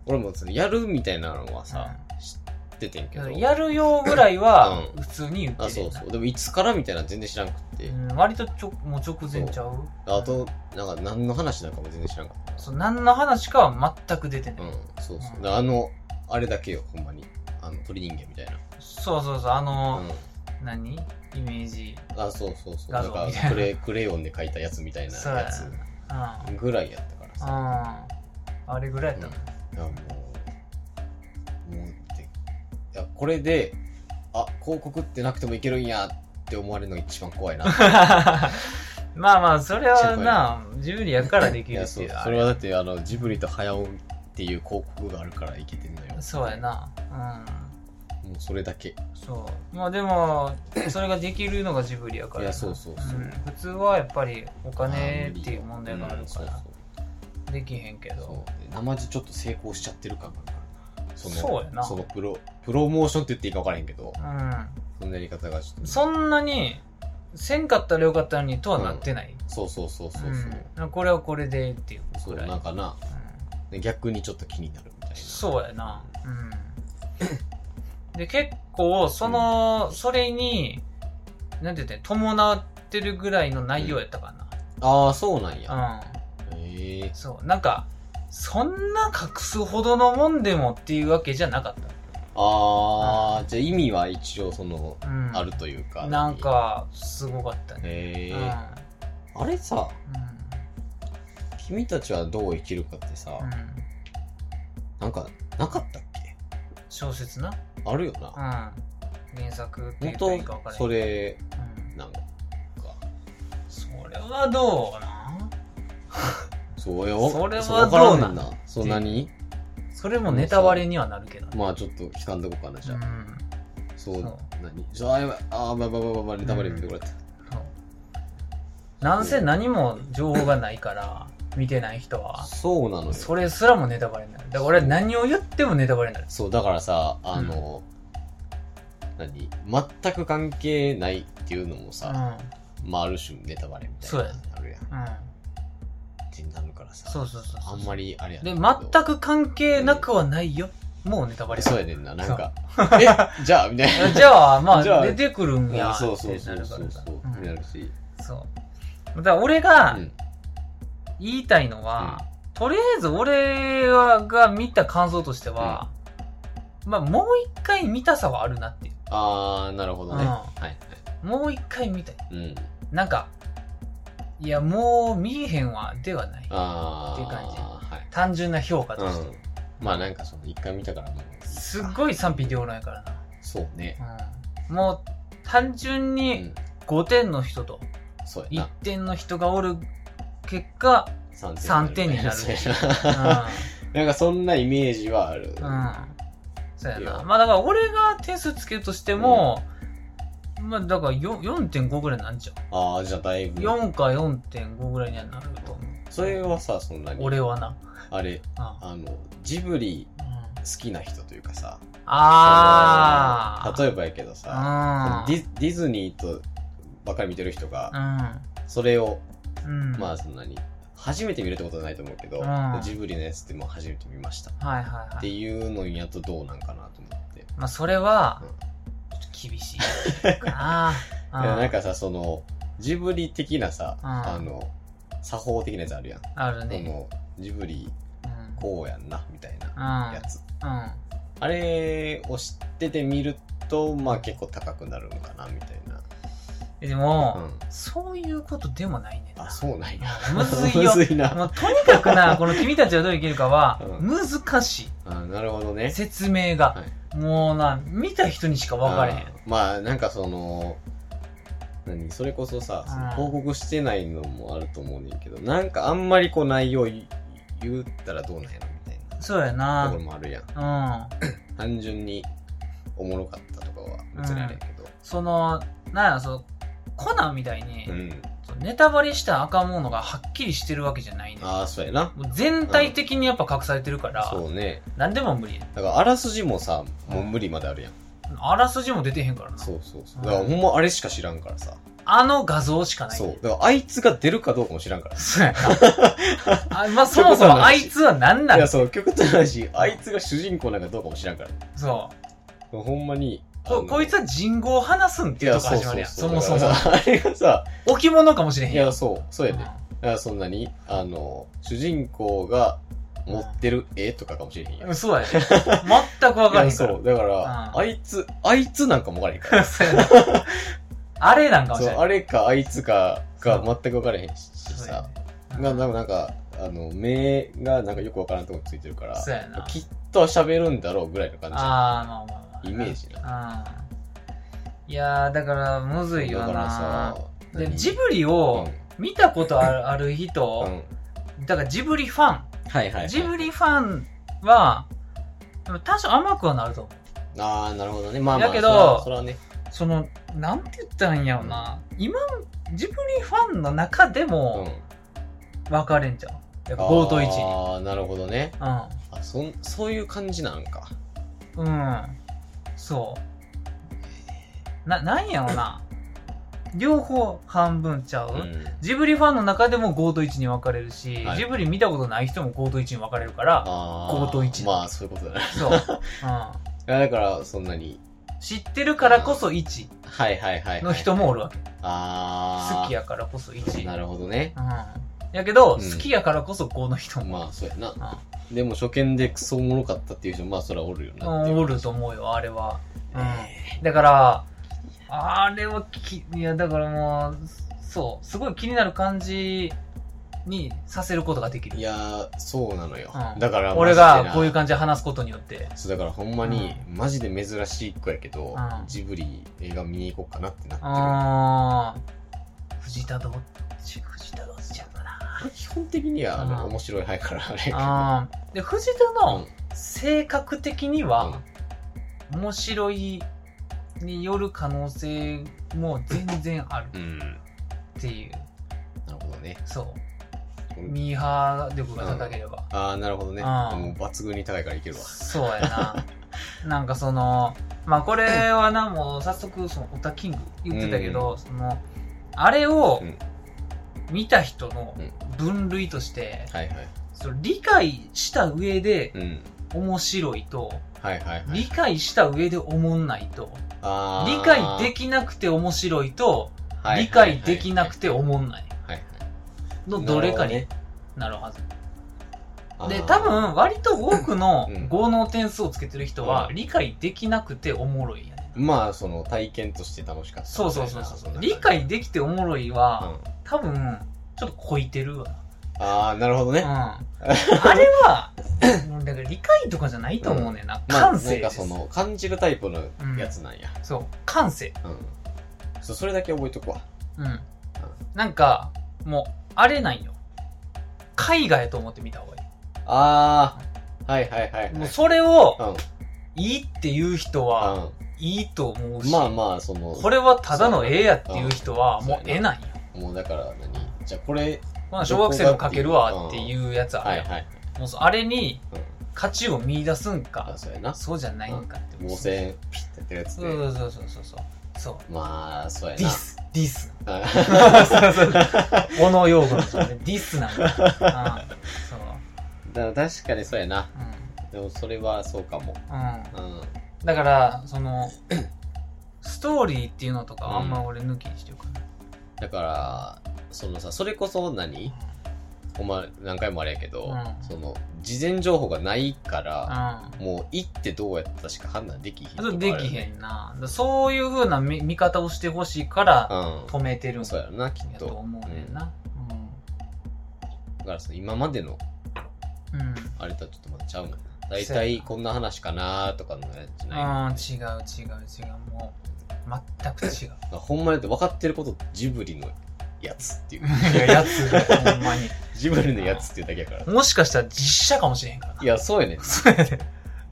[SPEAKER 2] 俺もそのやるみたいなのはさ、知っててんけ
[SPEAKER 1] うん
[SPEAKER 2] ど
[SPEAKER 1] うんやるよぐらいは
[SPEAKER 2] う
[SPEAKER 1] 普通に言って
[SPEAKER 2] あ
[SPEAKER 1] る
[SPEAKER 2] そ
[SPEAKER 1] や
[SPEAKER 2] うん
[SPEAKER 1] な
[SPEAKER 2] そうでもいつからみたいなの全然知らんくって、
[SPEAKER 1] うん割とちょもう直前ちゃう
[SPEAKER 2] あとなんか何の話なんかも全然知らんかった
[SPEAKER 1] そう何の話かは全く出てない、
[SPEAKER 2] うんそうそう、
[SPEAKER 1] うん
[SPEAKER 2] であのあれだけよほんまにあの鳥人間みたいな
[SPEAKER 1] そうそうそうあ
[SPEAKER 2] う
[SPEAKER 1] の、
[SPEAKER 2] ん
[SPEAKER 1] 何イメージ、
[SPEAKER 2] あそうそうそう
[SPEAKER 1] 画
[SPEAKER 2] な
[SPEAKER 1] 像
[SPEAKER 2] んか
[SPEAKER 1] みたいな
[SPEAKER 2] クレクレヨンで描いたやつみたいな
[SPEAKER 1] そうや
[SPEAKER 2] やつ
[SPEAKER 1] うんうん、
[SPEAKER 2] ぐらいやったからさ
[SPEAKER 1] あれぐらいやった
[SPEAKER 2] いやもうもうっていやこれであ広告ってなくてもいけるんやって思われるのが一番怖いな
[SPEAKER 1] まあまあそれはなジブリやからでき
[SPEAKER 2] い
[SPEAKER 1] る
[SPEAKER 2] や
[SPEAKER 1] って
[SPEAKER 2] そ
[SPEAKER 1] いうう
[SPEAKER 2] それはだってあのジブリと早尾っていう広告があるからいけてんのよ
[SPEAKER 1] そうやなうん
[SPEAKER 2] もうそれだけ
[SPEAKER 1] そうまあでもそれができるのがジブリやからない
[SPEAKER 2] やそうそうそうん
[SPEAKER 1] 普通はやっぱりお
[SPEAKER 2] お
[SPEAKER 1] 金っていう問題があるからできへんけ
[SPEAKER 2] そう
[SPEAKER 1] ど
[SPEAKER 2] で生地ちょっと成功しちゃってる感があるなの
[SPEAKER 1] そうやな
[SPEAKER 2] そのプロプロモーションって言っていいか分からへんけど
[SPEAKER 1] う
[SPEAKER 2] そのやり方がちょっ
[SPEAKER 1] ん
[SPEAKER 2] と
[SPEAKER 1] そんなにせんかったらよかったのにとはなってない、
[SPEAKER 2] そうそうそうそう
[SPEAKER 1] う
[SPEAKER 2] そう、
[SPEAKER 1] んこれはこれでっていう
[SPEAKER 2] そ
[SPEAKER 1] ぐ
[SPEAKER 2] う
[SPEAKER 1] らい
[SPEAKER 2] なんかな
[SPEAKER 1] うん
[SPEAKER 2] で逆にちょっと気になるみたいな
[SPEAKER 1] そうやなうん で結構その、それになんて言ってん伴ってるぐらいの内容やったか
[SPEAKER 2] ああそうなんや、
[SPEAKER 1] なうん
[SPEAKER 2] へえ
[SPEAKER 1] そう、なんか、そんな隠すほどのもんでもっていうわけじゃなかっ
[SPEAKER 2] あー、じゃあ意味は一応その、
[SPEAKER 1] た。うん。
[SPEAKER 2] あるというか。
[SPEAKER 1] なん。か、すごかったね。
[SPEAKER 2] へ
[SPEAKER 1] う
[SPEAKER 2] え、
[SPEAKER 1] ん。
[SPEAKER 2] あれさ、
[SPEAKER 1] う
[SPEAKER 2] 君たちはどう生きるかってさ、
[SPEAKER 1] ん。うん。
[SPEAKER 2] なんか、なかったっけ
[SPEAKER 1] 小説な。
[SPEAKER 2] あるよ
[SPEAKER 1] うん。
[SPEAKER 2] な。
[SPEAKER 1] 原作って言
[SPEAKER 2] 本
[SPEAKER 1] ったらいいか分か
[SPEAKER 2] 当
[SPEAKER 1] らへん
[SPEAKER 2] それ、
[SPEAKER 1] うん
[SPEAKER 2] なんか、
[SPEAKER 1] それはどうな
[SPEAKER 2] そうよ。
[SPEAKER 1] それは
[SPEAKER 2] うわからんね
[SPEAKER 1] どうなん
[SPEAKER 2] な。そう、何
[SPEAKER 1] それもネタ割れにはなるけどね。
[SPEAKER 2] まあちょっと聞かんとこかな、じゃあ。
[SPEAKER 1] うん。、
[SPEAKER 2] そううん何そうあ、やばい、あ、ばばばばば、ネタバレってこれって。
[SPEAKER 1] そうなんせ何も情報がないから、見てない人は。
[SPEAKER 2] そうなのよ。
[SPEAKER 1] それすらもネタバレになる。だから俺は何を言ってもネタバレになる。
[SPEAKER 2] そう、だからさ、あの、何全く関係ないっていうのも
[SPEAKER 1] う
[SPEAKER 2] さ、
[SPEAKER 1] ん。
[SPEAKER 2] まあある種ネタバレみたい
[SPEAKER 1] そうや
[SPEAKER 2] な
[SPEAKER 1] ね。
[SPEAKER 2] あるやん。っ
[SPEAKER 1] うん。
[SPEAKER 2] てなるからさ、
[SPEAKER 1] そうそうそうそう
[SPEAKER 2] あんまりあれや
[SPEAKER 1] で、
[SPEAKER 2] ねん
[SPEAKER 1] 全
[SPEAKER 2] けど
[SPEAKER 1] く関係なくはないよ。もうネタバレ。
[SPEAKER 2] そうやねんな、なんか、 え、じゃあ、みたい
[SPEAKER 1] じゃあ、ま
[SPEAKER 2] じゃ
[SPEAKER 1] あ、
[SPEAKER 2] あ
[SPEAKER 1] 出てくる んや
[SPEAKER 2] な。。そう
[SPEAKER 1] っ
[SPEAKER 2] そう
[SPEAKER 1] て
[SPEAKER 2] そ
[SPEAKER 1] な
[SPEAKER 2] う
[SPEAKER 1] る
[SPEAKER 2] そ
[SPEAKER 1] か
[SPEAKER 2] う
[SPEAKER 1] ら
[SPEAKER 2] そ
[SPEAKER 1] さ。
[SPEAKER 2] う、
[SPEAKER 1] うん
[SPEAKER 2] なるし。
[SPEAKER 1] そう。だから俺が
[SPEAKER 2] うん
[SPEAKER 1] 言いたいのは、とりあえず俺はが見た感想としては、まあ、もう一回見たさはあるなっていう。
[SPEAKER 2] あー、なるほどね。
[SPEAKER 1] うん
[SPEAKER 2] はいはい。
[SPEAKER 1] もう一回見たい。
[SPEAKER 2] うん。
[SPEAKER 1] なんか、いや、もう見えへんわ、ではない。
[SPEAKER 2] あー。
[SPEAKER 1] っていう感じ
[SPEAKER 2] はい。
[SPEAKER 1] 単純な評価として。
[SPEAKER 2] うん、まあなんかその一回見たからもう
[SPEAKER 1] すっごい賛否両論やから
[SPEAKER 2] そうね
[SPEAKER 1] な。うん。もう、単純
[SPEAKER 2] う
[SPEAKER 1] に
[SPEAKER 2] ん
[SPEAKER 1] 5点の人と
[SPEAKER 2] そうや
[SPEAKER 1] 1
[SPEAKER 2] な
[SPEAKER 1] 点の人がおる結 果、
[SPEAKER 2] 3点
[SPEAKER 1] 三点に
[SPEAKER 2] そう
[SPEAKER 1] うん。
[SPEAKER 2] やな なんかそんなイメージはある、
[SPEAKER 1] うん。そうや
[SPEAKER 2] いや
[SPEAKER 1] な。まあだから俺が点数つけるとしても、まあだからよ4.5ぐらいなんちゃ。
[SPEAKER 2] ああじゃあだいうぶ
[SPEAKER 1] 4か4.5ぐらいにはなると思う。
[SPEAKER 2] それはさそんなに
[SPEAKER 1] 俺はな。
[SPEAKER 2] あれ
[SPEAKER 1] うん
[SPEAKER 2] あのジブリ
[SPEAKER 1] うん
[SPEAKER 2] 好きな人というかさ
[SPEAKER 1] ああ。
[SPEAKER 2] その例えばやけどさ
[SPEAKER 1] う
[SPEAKER 2] デ
[SPEAKER 1] ん。
[SPEAKER 2] ィディズニーとばっかり見てる人
[SPEAKER 1] う
[SPEAKER 2] が
[SPEAKER 1] ん。
[SPEAKER 2] それを
[SPEAKER 1] うん。
[SPEAKER 2] まあそんなに初めて見るってことはないと思うけど
[SPEAKER 1] うん
[SPEAKER 2] ジブリのやつってもう初めて見ましたっ
[SPEAKER 1] はいはいは
[SPEAKER 2] て
[SPEAKER 1] い。
[SPEAKER 2] いうのやとどうなんかなと思って
[SPEAKER 1] まあ、それは
[SPEAKER 2] うん、
[SPEAKER 1] ちょっと厳しいかな。
[SPEAKER 2] いや
[SPEAKER 1] うん
[SPEAKER 2] なんかさそのジブリ的なさ、
[SPEAKER 1] うん
[SPEAKER 2] あの作法的なやつあるやん、
[SPEAKER 1] ある
[SPEAKER 2] そ
[SPEAKER 1] ね。
[SPEAKER 2] のジブリ
[SPEAKER 1] うん
[SPEAKER 2] こうやんなみたいな
[SPEAKER 1] うん。
[SPEAKER 2] やつ、
[SPEAKER 1] うん。
[SPEAKER 2] あれを知ってて見るとまあ結構高くなるのかなみたいな
[SPEAKER 1] えでも、
[SPEAKER 2] うん
[SPEAKER 1] そういうことでもないねんな。
[SPEAKER 2] あそうなんや
[SPEAKER 1] むずいよ
[SPEAKER 2] むずいな
[SPEAKER 1] もうとにかくな、こ の君たちはどう生きるかは
[SPEAKER 2] う、ん
[SPEAKER 1] 難し
[SPEAKER 2] あなるほど
[SPEAKER 1] い。
[SPEAKER 2] ね
[SPEAKER 1] 説明が
[SPEAKER 2] は。
[SPEAKER 1] もうな、見た人にしか分かれへん
[SPEAKER 2] あ。まあなんかその何それこそさその
[SPEAKER 1] うん
[SPEAKER 2] 報告してないのもあると思うねんけどなんかあんまりこう内容言言ったらどうなんやろみたいな
[SPEAKER 1] そうや
[SPEAKER 2] と
[SPEAKER 1] な
[SPEAKER 2] こ。ろもあるやん
[SPEAKER 1] うん。
[SPEAKER 2] 単純におもろかったとかは別にあれやけど、
[SPEAKER 1] その、なんや、その、コナンみたいに
[SPEAKER 2] うん、
[SPEAKER 1] そうネタバレしたらあかんものがはっきりしてるわけじゃないねん。
[SPEAKER 2] ああそうやな
[SPEAKER 1] もう全体的にやっぱ隠されてるから、
[SPEAKER 2] そうね
[SPEAKER 1] 何でも無理やん
[SPEAKER 2] だからあらすじもさもう無理まであるやん、
[SPEAKER 1] あらすじも出てへんからな。
[SPEAKER 2] そうそうそ
[SPEAKER 1] う
[SPEAKER 2] う
[SPEAKER 1] ん
[SPEAKER 2] だからほんまあれしか知らんからさ、
[SPEAKER 1] あの画像しかない。
[SPEAKER 2] そう。だからあいつが出るかどうかも知らんから
[SPEAKER 1] そうや な。あまあ、そもそもあいつは何ないの
[SPEAKER 2] やそう極端なしあいつが主人公なんかどうかも知らんから
[SPEAKER 1] そう。
[SPEAKER 2] ほんまにあ
[SPEAKER 1] こ
[SPEAKER 2] の
[SPEAKER 1] こいつは人語を話すんっ
[SPEAKER 2] い
[SPEAKER 1] ていう
[SPEAKER 2] や
[SPEAKER 1] とこ
[SPEAKER 2] そう
[SPEAKER 1] 始
[SPEAKER 2] そ
[SPEAKER 1] ま
[SPEAKER 2] う
[SPEAKER 1] るや。そ
[SPEAKER 2] そうん
[SPEAKER 1] もそも。
[SPEAKER 2] だからさあれがさ
[SPEAKER 1] 置物かもしれへん
[SPEAKER 2] い
[SPEAKER 1] やん。
[SPEAKER 2] やそうそうやね、だからそんなにあの主人公が持ってる絵とかかもしれへんやん
[SPEAKER 1] うんそうやね。全く分からへ
[SPEAKER 2] い
[SPEAKER 1] ん
[SPEAKER 2] や
[SPEAKER 1] から
[SPEAKER 2] そう。だから、
[SPEAKER 1] うん
[SPEAKER 2] あいつ、あいつなんかもわからへんか。
[SPEAKER 1] そうやな。あれなんからもし
[SPEAKER 2] そう
[SPEAKER 1] れ、ない。
[SPEAKER 2] あれかあいつかが全くわからへんし
[SPEAKER 1] そうや
[SPEAKER 2] さ。
[SPEAKER 1] ね
[SPEAKER 2] ななんか、なんか、あの、目がなんかよくわからんとこついてるから、
[SPEAKER 1] そうやな。
[SPEAKER 2] きっと喋るんだろうぐらいの感じ
[SPEAKER 1] あーまあ、まあまあ。
[SPEAKER 2] イメージな。
[SPEAKER 1] うん。いやー、だから、むずいよ
[SPEAKER 2] だから
[SPEAKER 1] な
[SPEAKER 2] さ。、
[SPEAKER 1] で
[SPEAKER 2] 何
[SPEAKER 1] ジブリを見たことあるある
[SPEAKER 2] うんう
[SPEAKER 1] 人、
[SPEAKER 2] ん
[SPEAKER 1] だからジブリファン、
[SPEAKER 2] はいはい。
[SPEAKER 1] ジブリファンは、でも多少甘くはなると思う。
[SPEAKER 2] ああ、なるほどね。まあまあ、
[SPEAKER 1] だけど
[SPEAKER 2] それはそれはね。
[SPEAKER 1] その、なんて言ったらいいんやろな。今、ジブリファンの中で
[SPEAKER 2] うん
[SPEAKER 1] も。分かれんじゃん。やっぱ5と1に。
[SPEAKER 2] ああ、なるほどね。あ、そん、そういう感じなんか。
[SPEAKER 1] うん。うん。そう。な、なんやろな。両方半分ちゃう、
[SPEAKER 2] うん。
[SPEAKER 1] ジブリファンの中でも5と1に分かれるし、
[SPEAKER 2] はい
[SPEAKER 1] ジブリ見たことない人も5と1に分かれるから、
[SPEAKER 2] あ
[SPEAKER 1] 5と1
[SPEAKER 2] まあ、そういうことだね。
[SPEAKER 1] そう。うん。
[SPEAKER 2] いやだから、そんなに。
[SPEAKER 1] 知ってるからこそ1
[SPEAKER 2] はいはいはいはい。
[SPEAKER 1] の人もおるわけ。
[SPEAKER 2] あー。
[SPEAKER 1] 好きやからこそ1。
[SPEAKER 2] なるほどね。
[SPEAKER 1] うん。やけど、
[SPEAKER 2] うん
[SPEAKER 1] 好きやからこそ5の人も。
[SPEAKER 2] まあ、そうやな。
[SPEAKER 1] うん
[SPEAKER 2] でも初見でクソおもろかったっていう人、まあそれはおるよ
[SPEAKER 1] う
[SPEAKER 2] なってい
[SPEAKER 1] ん、
[SPEAKER 2] う。
[SPEAKER 1] おると思うよ、あれは。うん。だから、あれはき、いや、だからもう、そう、すごい気になる感じにさせることができる。
[SPEAKER 2] いやー、そうなのよ。
[SPEAKER 1] うん
[SPEAKER 2] だから、
[SPEAKER 1] 俺がこういう
[SPEAKER 2] じ。
[SPEAKER 1] 感じで話すことによって。
[SPEAKER 2] そうだからほんまに、マジで珍しい子やけど、
[SPEAKER 1] うん
[SPEAKER 2] ジブリ映画見に行こうかなってなって
[SPEAKER 1] あー、藤田どっち、藤田どっちやったな。
[SPEAKER 2] る。基本的には、あの、
[SPEAKER 1] うん
[SPEAKER 2] 面白い派やから、あれやけど。
[SPEAKER 1] あーで、藤田の性格的に
[SPEAKER 2] う
[SPEAKER 1] は
[SPEAKER 2] ん、
[SPEAKER 1] 面白いによる可能性も全然ある
[SPEAKER 2] うん。うん。な
[SPEAKER 1] っていう。
[SPEAKER 2] るほどね。
[SPEAKER 1] そう。
[SPEAKER 2] うん
[SPEAKER 1] ミーハー力が高ければ。
[SPEAKER 2] ああ、なるほどね。
[SPEAKER 1] うん
[SPEAKER 2] もう抜群に高いからいけるわ。
[SPEAKER 1] そうや な。なんかその、まあこれはな、もう早速、その、オタキング言ってたけど、その、あれを
[SPEAKER 2] うん
[SPEAKER 1] 見た人の分類として、
[SPEAKER 2] はいはい。
[SPEAKER 1] その理解した上で
[SPEAKER 2] うん。
[SPEAKER 1] 面白いと、
[SPEAKER 2] はいはいはい。
[SPEAKER 1] 理解した上で思んないと、
[SPEAKER 2] あ
[SPEAKER 1] 理
[SPEAKER 2] ー
[SPEAKER 1] 解できなくて面白いと、理解できなくて思んない
[SPEAKER 2] はいはい
[SPEAKER 1] のどれかに
[SPEAKER 2] なる
[SPEAKER 1] なるはず。
[SPEAKER 2] ほどね
[SPEAKER 1] で、多、
[SPEAKER 2] あ
[SPEAKER 1] 分、割と多くの
[SPEAKER 2] うん
[SPEAKER 1] 合能点数をつけてる人は
[SPEAKER 2] う、ん
[SPEAKER 1] 理解できなくておもろいやね。
[SPEAKER 2] ーまあ、その体験として楽しかったみたい
[SPEAKER 1] そう
[SPEAKER 2] な。
[SPEAKER 1] そうそうそ
[SPEAKER 2] んな
[SPEAKER 1] う。
[SPEAKER 2] 感じ
[SPEAKER 1] 理解できておもろいうは、
[SPEAKER 2] ん
[SPEAKER 1] 多分、ちょっとこいてるわ。
[SPEAKER 2] ああ、なるほど
[SPEAKER 1] う
[SPEAKER 2] ね。
[SPEAKER 1] ん。あれは、うんだから理解とかじゃないと思うねんな。
[SPEAKER 2] まあ、
[SPEAKER 1] 感
[SPEAKER 2] な
[SPEAKER 1] 性
[SPEAKER 2] ん
[SPEAKER 1] で
[SPEAKER 2] か
[SPEAKER 1] す
[SPEAKER 2] そ。の、感じるタイプのやつなんや。
[SPEAKER 1] そう。感性。
[SPEAKER 2] うん。そうそれだけ覚えとくわ。
[SPEAKER 1] うん。なんか、もう、あれなんよ。絵画やと思って見た方がい
[SPEAKER 2] ああ、はいはいはい、はい
[SPEAKER 1] い。。もうそれを、
[SPEAKER 2] うん。
[SPEAKER 1] いいって言う人は、いいと思う
[SPEAKER 2] うん。
[SPEAKER 1] し、
[SPEAKER 2] まあまあ、その、
[SPEAKER 1] これはただの絵やっていう人は、
[SPEAKER 2] うん
[SPEAKER 1] もう絵なんよ。
[SPEAKER 2] もうだから何、じゃあこれ、
[SPEAKER 1] まあ、小学生の描けるわっていうやつあ
[SPEAKER 2] は
[SPEAKER 1] る
[SPEAKER 2] い
[SPEAKER 1] やん
[SPEAKER 2] はい。
[SPEAKER 1] もうそうあれに
[SPEAKER 2] うん。
[SPEAKER 1] 価値を見出すん
[SPEAKER 2] あ、
[SPEAKER 1] か、
[SPEAKER 2] そうやな。
[SPEAKER 1] そうじゃないんかって。
[SPEAKER 2] 盲線、ピッてやってるやつ
[SPEAKER 1] そ
[SPEAKER 2] で。
[SPEAKER 1] うそうそうそうそう。そう。
[SPEAKER 2] まあ、そうやな。
[SPEAKER 1] ディス、ディ ス。
[SPEAKER 2] うん
[SPEAKER 1] そうそうそう。小野洋語の人ねディスなんだ。うんそう。
[SPEAKER 2] だから確かにそうやな。
[SPEAKER 1] うん。
[SPEAKER 2] でもそれはそうかも。
[SPEAKER 1] うん。
[SPEAKER 2] うん。
[SPEAKER 1] だから、その、ストーリーっていうのとかあんま俺抜きにしてるから。
[SPEAKER 2] だから、そのさ、それこそ何お前、何回もあれやけど、
[SPEAKER 1] うん
[SPEAKER 2] その、事前情報がないから、
[SPEAKER 1] うん。
[SPEAKER 2] もう、行ってどうやったしか判断できひん
[SPEAKER 1] それできへ
[SPEAKER 2] ん。
[SPEAKER 1] んな。だそういう風な見見方をしてほしいから
[SPEAKER 2] う
[SPEAKER 1] 止めてるん
[SPEAKER 2] ん。そうやろな、きっ
[SPEAKER 1] やと
[SPEAKER 2] と。
[SPEAKER 1] 思うねんな。
[SPEAKER 2] うんだからその、今までの、
[SPEAKER 1] うん。うん。
[SPEAKER 2] あれとはちょっとまたちゃうもんな。大体、こんな話かなーとかのやつじゃない。
[SPEAKER 1] うん、違う違う違う。もう、全く違う。
[SPEAKER 2] だからほんまにって分かってること、ジブリのやつっていう。
[SPEAKER 1] いや、やつがほんまに。
[SPEAKER 2] ジブリのやつっていうだけやから。
[SPEAKER 1] もしかしたら実写かもしれへんからな。
[SPEAKER 2] いや、そうやね。
[SPEAKER 1] そうやね。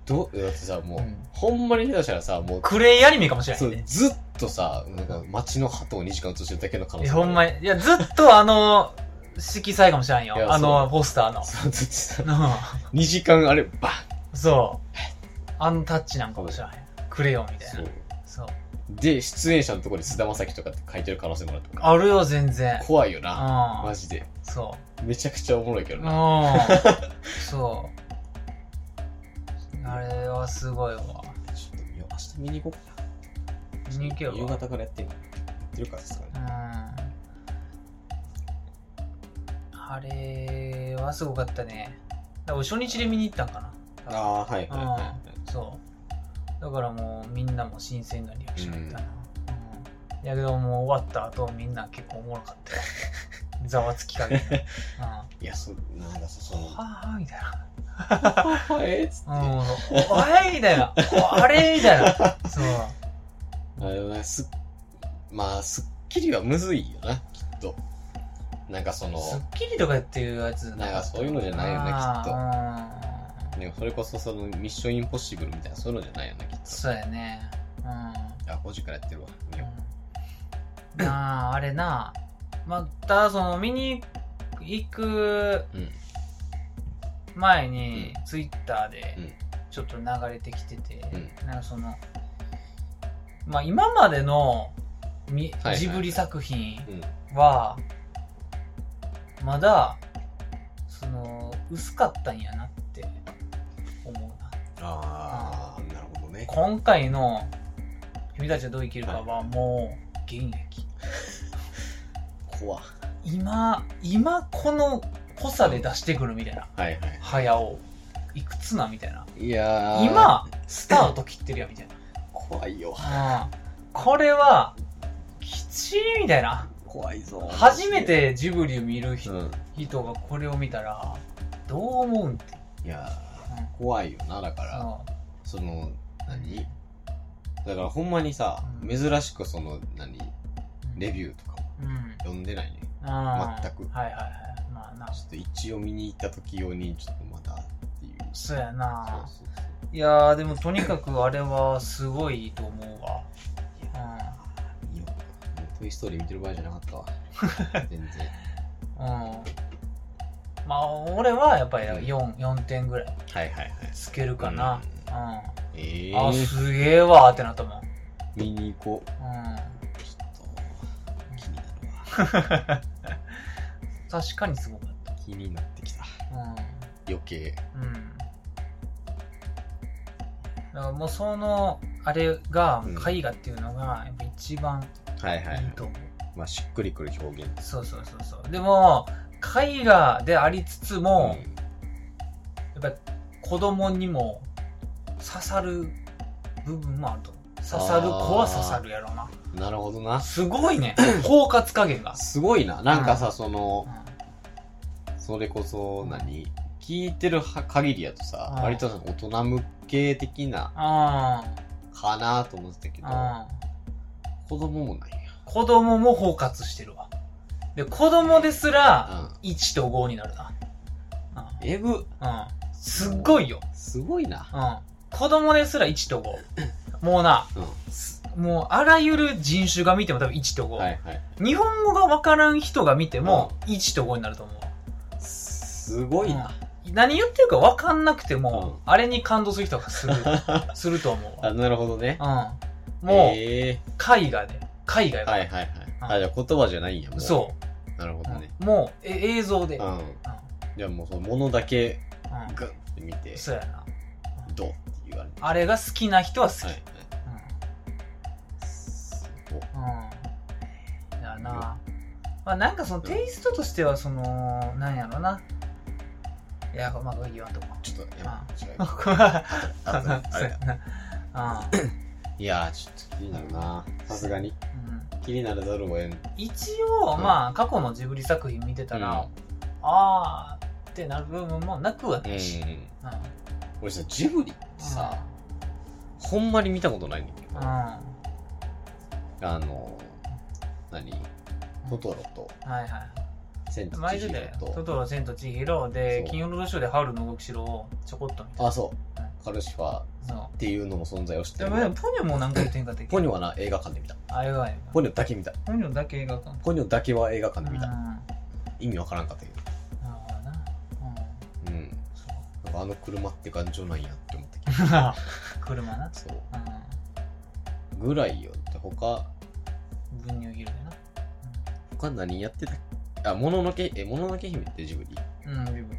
[SPEAKER 2] どう、だってさ、もう、
[SPEAKER 1] うん
[SPEAKER 2] ほんまに下手したらさ、もう、
[SPEAKER 1] クレイアニメかもしれへ
[SPEAKER 2] そ
[SPEAKER 1] ん
[SPEAKER 2] う
[SPEAKER 1] ね。
[SPEAKER 2] ずっとさ、なんか街の鳩を2時間映してるだけの可能
[SPEAKER 1] い
[SPEAKER 2] 性
[SPEAKER 1] やほんま
[SPEAKER 2] に。
[SPEAKER 1] に。いや、ずっとあの、色彩かもしれん
[SPEAKER 2] いや
[SPEAKER 1] よ。あの、ポスターの。
[SPEAKER 2] そうずっとさ、
[SPEAKER 1] う
[SPEAKER 2] 2時間あれ、バン
[SPEAKER 1] んそう。あのタッチなんかもしれへん。クレヨンみたいな。そう。
[SPEAKER 2] で、出演者のところに菅田将暉とかって書いてる可能性もあるとか。
[SPEAKER 1] あるよ、全然。
[SPEAKER 2] 怖いよ
[SPEAKER 1] う
[SPEAKER 2] な。マ
[SPEAKER 1] ん。
[SPEAKER 2] ジで。
[SPEAKER 1] そう。
[SPEAKER 2] めちゃくちゃおもろいけど
[SPEAKER 1] う
[SPEAKER 2] な。
[SPEAKER 1] ん。そう。あれはすごいわ。
[SPEAKER 2] ちょっと見よう明日見に行こうかな。
[SPEAKER 1] 見に行けよ。
[SPEAKER 2] 夕方からやってる。やってるからさすがに
[SPEAKER 1] うん。あれはすごかったね。だから俺初日で見に行ったんかな。
[SPEAKER 2] ああ、はいはいはいは。
[SPEAKER 1] そう。だからもうみんなも新鮮なリアクションだったな。うんやけどもう終わった後みんな結構おもろかったよ。ざわつきかけ。うん。はい
[SPEAKER 2] いや、そう、なんだ、その、
[SPEAKER 1] あみたいな。
[SPEAKER 2] えっつって。
[SPEAKER 1] うん。おいみたいな。あれみたいな。そう。
[SPEAKER 2] あれね、す、まあ、すっきりはむずいよな、きっと。なんかその、
[SPEAKER 1] スッキリとかっていうやつ
[SPEAKER 2] なんかそういうのじゃないよね、きっ
[SPEAKER 1] き
[SPEAKER 2] と。
[SPEAKER 1] っと。うん。
[SPEAKER 2] でもそれこそそのミッションインポッシブルみたいなそういうのじゃないよね、きっと。
[SPEAKER 1] そうやね。うん。
[SPEAKER 2] あ、5時からやってるわ。見よ
[SPEAKER 1] うんなあ、あれなまた、その、見に行く
[SPEAKER 2] う。うん。
[SPEAKER 1] 前に
[SPEAKER 2] う、
[SPEAKER 1] ツイッターで
[SPEAKER 2] うん、
[SPEAKER 1] ちょっと流れてきてて、
[SPEAKER 2] う
[SPEAKER 1] なんかその、まあ、今までのみ
[SPEAKER 2] はいはい
[SPEAKER 1] ジブリ作品
[SPEAKER 2] うん。
[SPEAKER 1] は、まだ、その、薄かったんやなって思うな。
[SPEAKER 2] あー、なるほどね。
[SPEAKER 1] 今回の、君たちはどう生きるかは、もう、現役。
[SPEAKER 2] 怖は
[SPEAKER 1] 今今この濃さで出してくるみたいない
[SPEAKER 2] はい。
[SPEAKER 1] 早尾いくつなみたいない
[SPEAKER 2] やー
[SPEAKER 1] 今スタート切ってるやんみたい
[SPEAKER 2] 怖いよ
[SPEAKER 1] な、うん、これはきちいみたいな
[SPEAKER 2] 怖いぞ
[SPEAKER 1] 初めてジブリを見るひ
[SPEAKER 2] うん
[SPEAKER 1] 人がこれを見たらどう思うんって、
[SPEAKER 2] いや
[SPEAKER 1] うん
[SPEAKER 2] ー怖いよなだから、その何だからほんまにさ、
[SPEAKER 1] うん
[SPEAKER 2] 珍しくその何レ
[SPEAKER 1] ュ
[SPEAKER 2] ビューとかも
[SPEAKER 1] ー、うん、
[SPEAKER 2] 読んでないね
[SPEAKER 1] あー
[SPEAKER 2] 全く
[SPEAKER 1] はいはいはいまあな
[SPEAKER 2] ちょっと一応見に行った時用にちょっとまたっていう
[SPEAKER 1] そうやな
[SPEAKER 2] そうそうそう
[SPEAKER 1] いやーでもとにかくあれはすごいと思うわ
[SPEAKER 2] いいよもうトイ・ストーリー見てる場合じゃなか ったわ全然
[SPEAKER 1] うん、うん、まあ俺はやっぱり 4, 4点ぐらい
[SPEAKER 2] はいはいはい
[SPEAKER 1] つけるかな
[SPEAKER 2] う
[SPEAKER 1] う
[SPEAKER 2] ええ
[SPEAKER 1] ん、あすげえわーってなったもん、うん、
[SPEAKER 2] 見に行こうちょっと気になるわ
[SPEAKER 1] 確かにすごかっ
[SPEAKER 2] 気になってきた
[SPEAKER 1] たうん
[SPEAKER 2] 余計
[SPEAKER 1] うん。だからもうその、あれが、
[SPEAKER 2] うん
[SPEAKER 1] 絵画っていうのが、やっぱ一番
[SPEAKER 2] はいはい
[SPEAKER 1] いいと思う。
[SPEAKER 2] まあしっくりくる表現
[SPEAKER 1] そうそうそうそう。でも、絵画でありつつも、
[SPEAKER 2] うん
[SPEAKER 1] やっぱり子供にも刺さる部分もあると思う。刺さる子は刺さるやろうな。
[SPEAKER 2] なるほどな
[SPEAKER 1] すごいね。包括加減が。
[SPEAKER 2] すごいななんかさその
[SPEAKER 1] うん
[SPEAKER 2] それこそ何聞いてるは限りやとさ
[SPEAKER 1] うん
[SPEAKER 2] 割とその大人向け的な
[SPEAKER 1] あ
[SPEAKER 2] かなと思ってたけ
[SPEAKER 1] ー
[SPEAKER 2] ど
[SPEAKER 1] あー。
[SPEAKER 2] 子供もない
[SPEAKER 1] 子供も包括してるわ。で、子供ですら、
[SPEAKER 2] や
[SPEAKER 1] 1と5になるな。うん
[SPEAKER 2] うんえぐ
[SPEAKER 1] うんすっごいよ。
[SPEAKER 2] すごいな
[SPEAKER 1] うん。子供ですら1と5。もうな、
[SPEAKER 2] う
[SPEAKER 1] すもうあらゆる人種が見ても多分1と5。
[SPEAKER 2] んはいはい
[SPEAKER 1] 日本語がわからん人が見ても1と5になると思う。
[SPEAKER 2] すごいな
[SPEAKER 1] 何言ってるかわかんなくて
[SPEAKER 2] う
[SPEAKER 1] も
[SPEAKER 2] ん、
[SPEAKER 1] あれに感動する人がす る、すると思う
[SPEAKER 2] あ
[SPEAKER 1] わ。
[SPEAKER 2] なるほどね
[SPEAKER 1] うん。もう、
[SPEAKER 2] え
[SPEAKER 1] 絵画で。絵画
[SPEAKER 2] え
[SPEAKER 1] よ。
[SPEAKER 2] はいはいはいあじゃあ言葉じゃないんやもう
[SPEAKER 1] そう
[SPEAKER 2] なるほ
[SPEAKER 1] う
[SPEAKER 2] どね
[SPEAKER 1] うん。もう、え映像で。
[SPEAKER 2] う
[SPEAKER 1] うん。うん
[SPEAKER 2] んじゃあもうそのものだけグンって見て
[SPEAKER 1] そうやな。
[SPEAKER 2] ドンって言われて
[SPEAKER 1] あれが好きな人は好き。
[SPEAKER 2] はいはいすごい
[SPEAKER 1] うん。だな。まあなんかそのテイストとしてはその、なんやろな。いや、まあ言 わんとこ。
[SPEAKER 2] ちょっとやばい違う
[SPEAKER 1] ここは、
[SPEAKER 2] あとあ
[SPEAKER 1] そう
[SPEAKER 2] れ
[SPEAKER 1] やな。
[SPEAKER 2] いやーちょっと気になるなさすがに
[SPEAKER 1] うんうん
[SPEAKER 2] 気にならざるを得ん
[SPEAKER 1] 一応、まあ過去のジブリ作品見てたら、あーってなる部分もなくはないし。うん。
[SPEAKER 2] 俺さジブリってさほんまに見たことないねんだけ
[SPEAKER 1] うん。
[SPEAKER 2] ど
[SPEAKER 1] は
[SPEAKER 2] あの何トトロと
[SPEAKER 1] いはい。
[SPEAKER 2] 千と
[SPEAKER 1] 前
[SPEAKER 2] 千
[SPEAKER 1] で
[SPEAKER 2] 尋
[SPEAKER 1] ね、ト
[SPEAKER 2] と
[SPEAKER 1] トロ、千と千尋で、
[SPEAKER 2] そう
[SPEAKER 1] 金曜ロードショーでハウルの動く城をちょこっと見た。
[SPEAKER 2] あそう、
[SPEAKER 1] うん
[SPEAKER 2] カルシファーっ
[SPEAKER 1] そ
[SPEAKER 2] ていうのも存在を知っ
[SPEAKER 1] う。
[SPEAKER 2] て
[SPEAKER 1] で
[SPEAKER 2] る
[SPEAKER 1] もでもポニョも何回転か的。
[SPEAKER 2] ポニョはな映画館で見た
[SPEAKER 1] あれがいい
[SPEAKER 2] ポニョだけ見た
[SPEAKER 1] ポニョだけ映画館
[SPEAKER 2] ポニョだけは映画館で見
[SPEAKER 1] うん
[SPEAKER 2] た
[SPEAKER 1] な
[SPEAKER 2] 意味わからんかったけど
[SPEAKER 1] るほどな。
[SPEAKER 2] うん
[SPEAKER 1] うん。そう
[SPEAKER 2] なんかあの車って頑丈なんやって 思ったけど
[SPEAKER 1] 車な。
[SPEAKER 2] そう
[SPEAKER 1] う
[SPEAKER 2] ぐらいよって他
[SPEAKER 1] ん。分乳切るでな。
[SPEAKER 2] 他何やってたっけあもののけえもののけ姫ってジブリ
[SPEAKER 1] うん、うん、ビブ。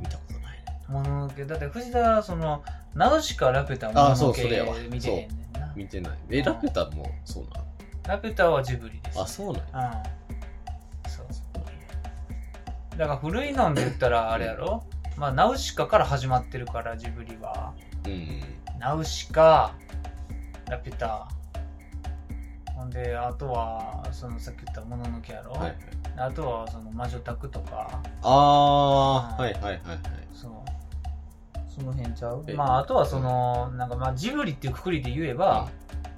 [SPEAKER 2] 見たことないね
[SPEAKER 1] もののけ。だって藤田はその、ナウシカ・ラピュタもの
[SPEAKER 2] あそ
[SPEAKER 1] の
[SPEAKER 2] う
[SPEAKER 1] け
[SPEAKER 2] それやわ
[SPEAKER 1] 見てへんねんな。
[SPEAKER 2] 見てないえラピュタもそうな
[SPEAKER 1] ラピュタはジブリです。
[SPEAKER 2] のあそうなんや
[SPEAKER 1] うん。そう。だから古いのんで言ったらあれやろまあ、ナウシカから始まってるから、ジブリは。
[SPEAKER 2] うんうん
[SPEAKER 1] ナウシカ、ラピュタ。ほんで、あとは、そのさっき言ったもののけやろ、
[SPEAKER 2] はいはい
[SPEAKER 1] あとは、その魔女宅とか、
[SPEAKER 2] あ
[SPEAKER 1] う
[SPEAKER 2] ー
[SPEAKER 1] ん
[SPEAKER 2] はいはいはいはい
[SPEAKER 1] そう。その辺ちゃう
[SPEAKER 2] え
[SPEAKER 1] まあ、あとはその、なんかまあ、ジブリっていうくくりで言えば、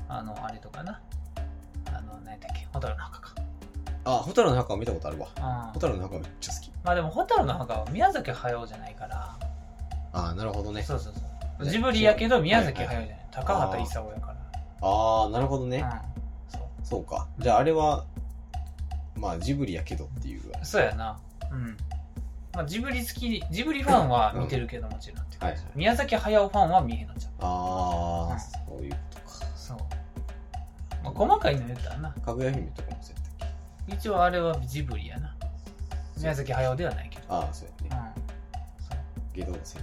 [SPEAKER 1] あの、あれとかな。あの、何だっけ、ホタルの墓か。
[SPEAKER 2] あホタルの墓は見たことあるわ
[SPEAKER 1] うん。
[SPEAKER 2] ホタルの墓めっちゃ好き
[SPEAKER 1] まあでも、ホタルの墓は宮崎駿じゃないから、
[SPEAKER 2] ああなるほどね
[SPEAKER 1] そうそうそう。ジブリやけど宮崎駿じゃない。高畑勲やか
[SPEAKER 2] ああなるほどね
[SPEAKER 1] ら。うん。そう。
[SPEAKER 2] そうかじゃああれはまあジブリやけどっていうぐらい
[SPEAKER 1] そうやな。うん。まあ、ジブリ好き、ジブリファンは見てるけどもちろんって感じ、
[SPEAKER 2] はいはい
[SPEAKER 1] 宮崎駿ファンは見えへんなっちゃう。
[SPEAKER 2] ああそういうことか
[SPEAKER 1] そう。まあ、細かいの言ったらな。
[SPEAKER 2] かぐや姫とかもそうやったっけ
[SPEAKER 1] 一応あれはジブリやな。宮崎駿ではないけど。
[SPEAKER 2] ああそうや
[SPEAKER 1] う
[SPEAKER 2] ね
[SPEAKER 1] ん。そう。
[SPEAKER 2] ゲドウ戦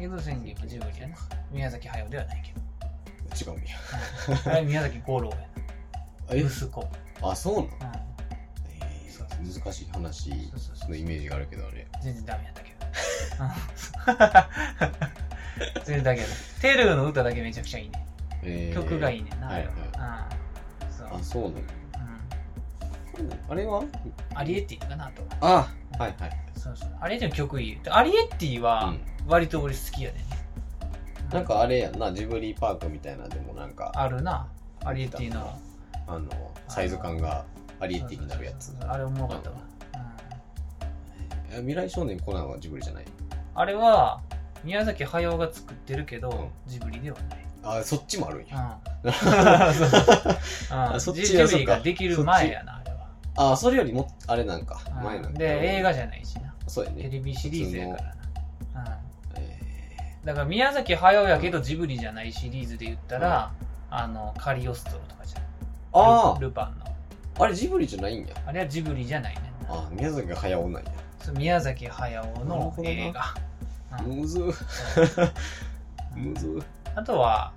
[SPEAKER 1] 江戸宣言はジブリやな。宮崎駿ではないけど。
[SPEAKER 2] 記違うんや
[SPEAKER 1] あれ宮崎五郎やな。
[SPEAKER 2] え
[SPEAKER 1] 息子。うん。
[SPEAKER 2] あそうなん
[SPEAKER 1] そう
[SPEAKER 2] えー難しい話
[SPEAKER 1] そうそうそう
[SPEAKER 2] のイメージがあるけどあれ
[SPEAKER 1] 全然ダメやったけど。それだけど。テルーの歌だけめちゃくちゃいいね。
[SPEAKER 2] えー
[SPEAKER 1] 曲がいいねんな。
[SPEAKER 2] はいはい
[SPEAKER 1] あれはうん。そう。
[SPEAKER 2] あ、そうなの、
[SPEAKER 1] う
[SPEAKER 2] あれは
[SPEAKER 1] ん。アリエッティかなと。
[SPEAKER 2] あ、はいはい。
[SPEAKER 1] そうそう。アリエッティの曲いい。アリエッティは割と俺好きやね。う
[SPEAKER 2] なんかあれやんな、ジブリパークみたいなでもなんか、
[SPEAKER 1] あるな。アリエッティの。
[SPEAKER 2] あの、サイズ感がアリエティになるやつ
[SPEAKER 1] そうそう。そうあれおもろかったわ。うん
[SPEAKER 2] え未来少年コナンはジブリじゃない
[SPEAKER 1] あれは、宮崎駿が作ってるけど、ジブリではない。
[SPEAKER 2] あ、そっちもあるんや。
[SPEAKER 1] うん。うん、
[SPEAKER 2] そっち
[SPEAKER 1] ジ
[SPEAKER 2] や
[SPEAKER 1] ジブリ
[SPEAKER 2] そっ
[SPEAKER 1] が
[SPEAKER 2] か
[SPEAKER 1] できる前やな、あれは。
[SPEAKER 2] あ、それよりも、あれなんか、
[SPEAKER 1] うん
[SPEAKER 2] 前なんか。
[SPEAKER 1] で、映画じゃないしな。
[SPEAKER 2] そうや
[SPEAKER 1] テ
[SPEAKER 2] ね。
[SPEAKER 1] レビシリーズやからな。うん。
[SPEAKER 2] え
[SPEAKER 1] だから宮崎駿やけどジブリじゃないシリーズで言ったら、あの、カリオストロとかじゃん。
[SPEAKER 2] ーあ
[SPEAKER 1] ルルパンの。
[SPEAKER 2] あ、あれジブリじゃないんや。
[SPEAKER 1] あれはジブリじゃないねんな。
[SPEAKER 2] あ、宮崎駿なんや。
[SPEAKER 1] そう宮崎駿
[SPEAKER 2] なる
[SPEAKER 1] の
[SPEAKER 2] ほどな
[SPEAKER 1] 映画。うん
[SPEAKER 2] むず、むず。
[SPEAKER 1] あとは、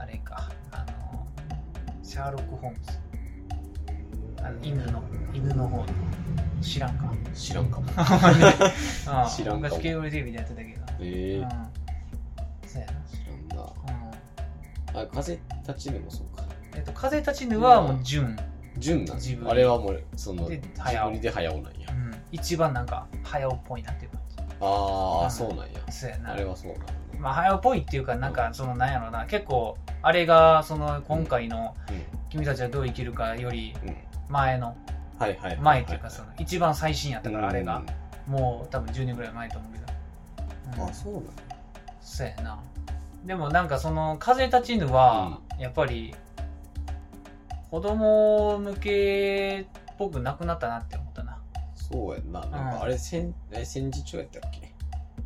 [SPEAKER 1] あれか、あの、シャーロック・ホームズ。あの犬の、犬の方知らんか。
[SPEAKER 2] 知らんかも。
[SPEAKER 1] あ
[SPEAKER 2] 知らんかも
[SPEAKER 1] 昔ケーブルテレビでやってたけど。う
[SPEAKER 2] え
[SPEAKER 1] ん
[SPEAKER 2] え。。
[SPEAKER 1] そうや
[SPEAKER 2] 知らんな。
[SPEAKER 1] な。うん。
[SPEAKER 2] あ、風立ちぬもそうか。
[SPEAKER 1] えっと、風立ちぬはもう純。
[SPEAKER 2] 純なん
[SPEAKER 1] ジブリ
[SPEAKER 2] あれはもう、その、ジ
[SPEAKER 1] で
[SPEAKER 2] ブリで早尾なんや
[SPEAKER 1] う。ん。一番なんか、早っぽいなっていう感じ。
[SPEAKER 2] あ
[SPEAKER 1] う
[SPEAKER 2] あ、
[SPEAKER 1] ん
[SPEAKER 2] そうなんや。
[SPEAKER 1] そうやな。
[SPEAKER 2] あれはそうなんだね。
[SPEAKER 1] まあ、早っぽいっていうか、なんか、その、なんやろな、結構、あれが、その、今回の、君たちはどう生きるかより
[SPEAKER 2] うん。うん。
[SPEAKER 1] 前の、
[SPEAKER 2] はいはいはい。
[SPEAKER 1] 前っていうか、そ
[SPEAKER 2] の、
[SPEAKER 1] の、一番最新やった
[SPEAKER 2] だ
[SPEAKER 1] か
[SPEAKER 2] から
[SPEAKER 1] ら、
[SPEAKER 2] あ
[SPEAKER 1] あ
[SPEAKER 2] れ
[SPEAKER 1] れ
[SPEAKER 2] が
[SPEAKER 1] が。。もう、多分10年ぐらい前と思うけど。うん
[SPEAKER 2] あ、そうなんだ。
[SPEAKER 1] そうやな。でも、なんか、その、風立ちぬは、やっぱり、子供向けっぽくなくなったなって思ったな。
[SPEAKER 2] そうやんな。なんかあれ、戦、え戦時中やったっけ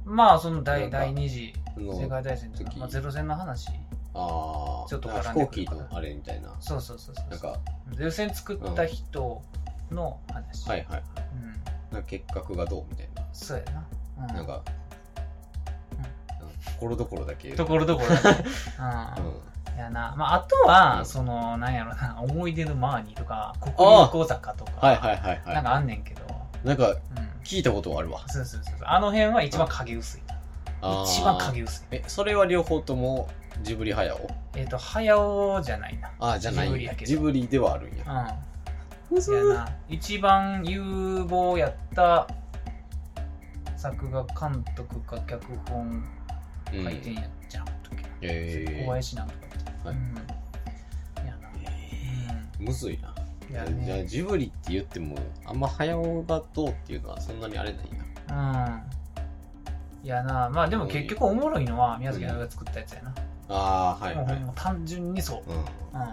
[SPEAKER 1] まあ、その
[SPEAKER 2] な
[SPEAKER 1] 第、
[SPEAKER 2] んか
[SPEAKER 1] 第二次
[SPEAKER 2] あ
[SPEAKER 1] 世
[SPEAKER 2] の、
[SPEAKER 1] 界大戦とか、
[SPEAKER 2] 時
[SPEAKER 1] まあ、ゼロ戦の話。
[SPEAKER 2] ああ、
[SPEAKER 1] ちょっと絡んで
[SPEAKER 2] なんか
[SPEAKER 1] くる
[SPEAKER 2] 飛行機のあれみたいな。
[SPEAKER 1] そうそうそうそう。
[SPEAKER 2] なんか、は
[SPEAKER 1] 予選作った人の話、
[SPEAKER 2] いはいはい。
[SPEAKER 1] うん、
[SPEAKER 2] なんか結核がどうみたい
[SPEAKER 1] そうやな,、うん、
[SPEAKER 2] な。なんか、ところどころだけ。
[SPEAKER 1] ところどころだ ね、うんやな、まあ、あと
[SPEAKER 2] う
[SPEAKER 1] は、
[SPEAKER 2] ん
[SPEAKER 1] そのなんやろな思い出のマーニーとか国
[SPEAKER 2] あ
[SPEAKER 1] 民
[SPEAKER 2] ー
[SPEAKER 1] 小坂とか、
[SPEAKER 2] はいはいはい
[SPEAKER 1] なん
[SPEAKER 2] は
[SPEAKER 1] かあんねんけど、
[SPEAKER 2] い。なんか、
[SPEAKER 1] うん、
[SPEAKER 2] 聞いたことはあるわ。
[SPEAKER 1] そうそうそうそうあの辺は一番影薄い、
[SPEAKER 2] あー
[SPEAKER 1] 一番影薄い
[SPEAKER 2] え、それは両方ともジブリ早尾
[SPEAKER 1] えっ、と早尾じゃないな
[SPEAKER 2] ああ、じゃない
[SPEAKER 1] ジ
[SPEAKER 2] ん
[SPEAKER 1] ブリや
[SPEAKER 2] や。
[SPEAKER 1] けど
[SPEAKER 2] ジブリではあるんや。
[SPEAKER 1] うんそやな一番有望やった作画監督か脚本
[SPEAKER 2] う
[SPEAKER 1] 書い
[SPEAKER 2] ん
[SPEAKER 1] てんやっちゃうん時な
[SPEAKER 2] え
[SPEAKER 1] 小林なんとか言ってた
[SPEAKER 2] はい
[SPEAKER 1] うん、やな
[SPEAKER 2] ー、むずいな。
[SPEAKER 1] うん
[SPEAKER 2] い
[SPEAKER 1] や
[SPEAKER 2] やじゃあ
[SPEAKER 1] ね
[SPEAKER 2] ジブリって言ってもあんま早尾がどうっていうのはそんなにあれないな
[SPEAKER 1] うんいやなまあでも結局おもろいのは宮崎駿が作ったやつやな、
[SPEAKER 2] ああはい
[SPEAKER 1] もう
[SPEAKER 2] は
[SPEAKER 1] ほ
[SPEAKER 2] い
[SPEAKER 1] んま単純にそう、
[SPEAKER 2] う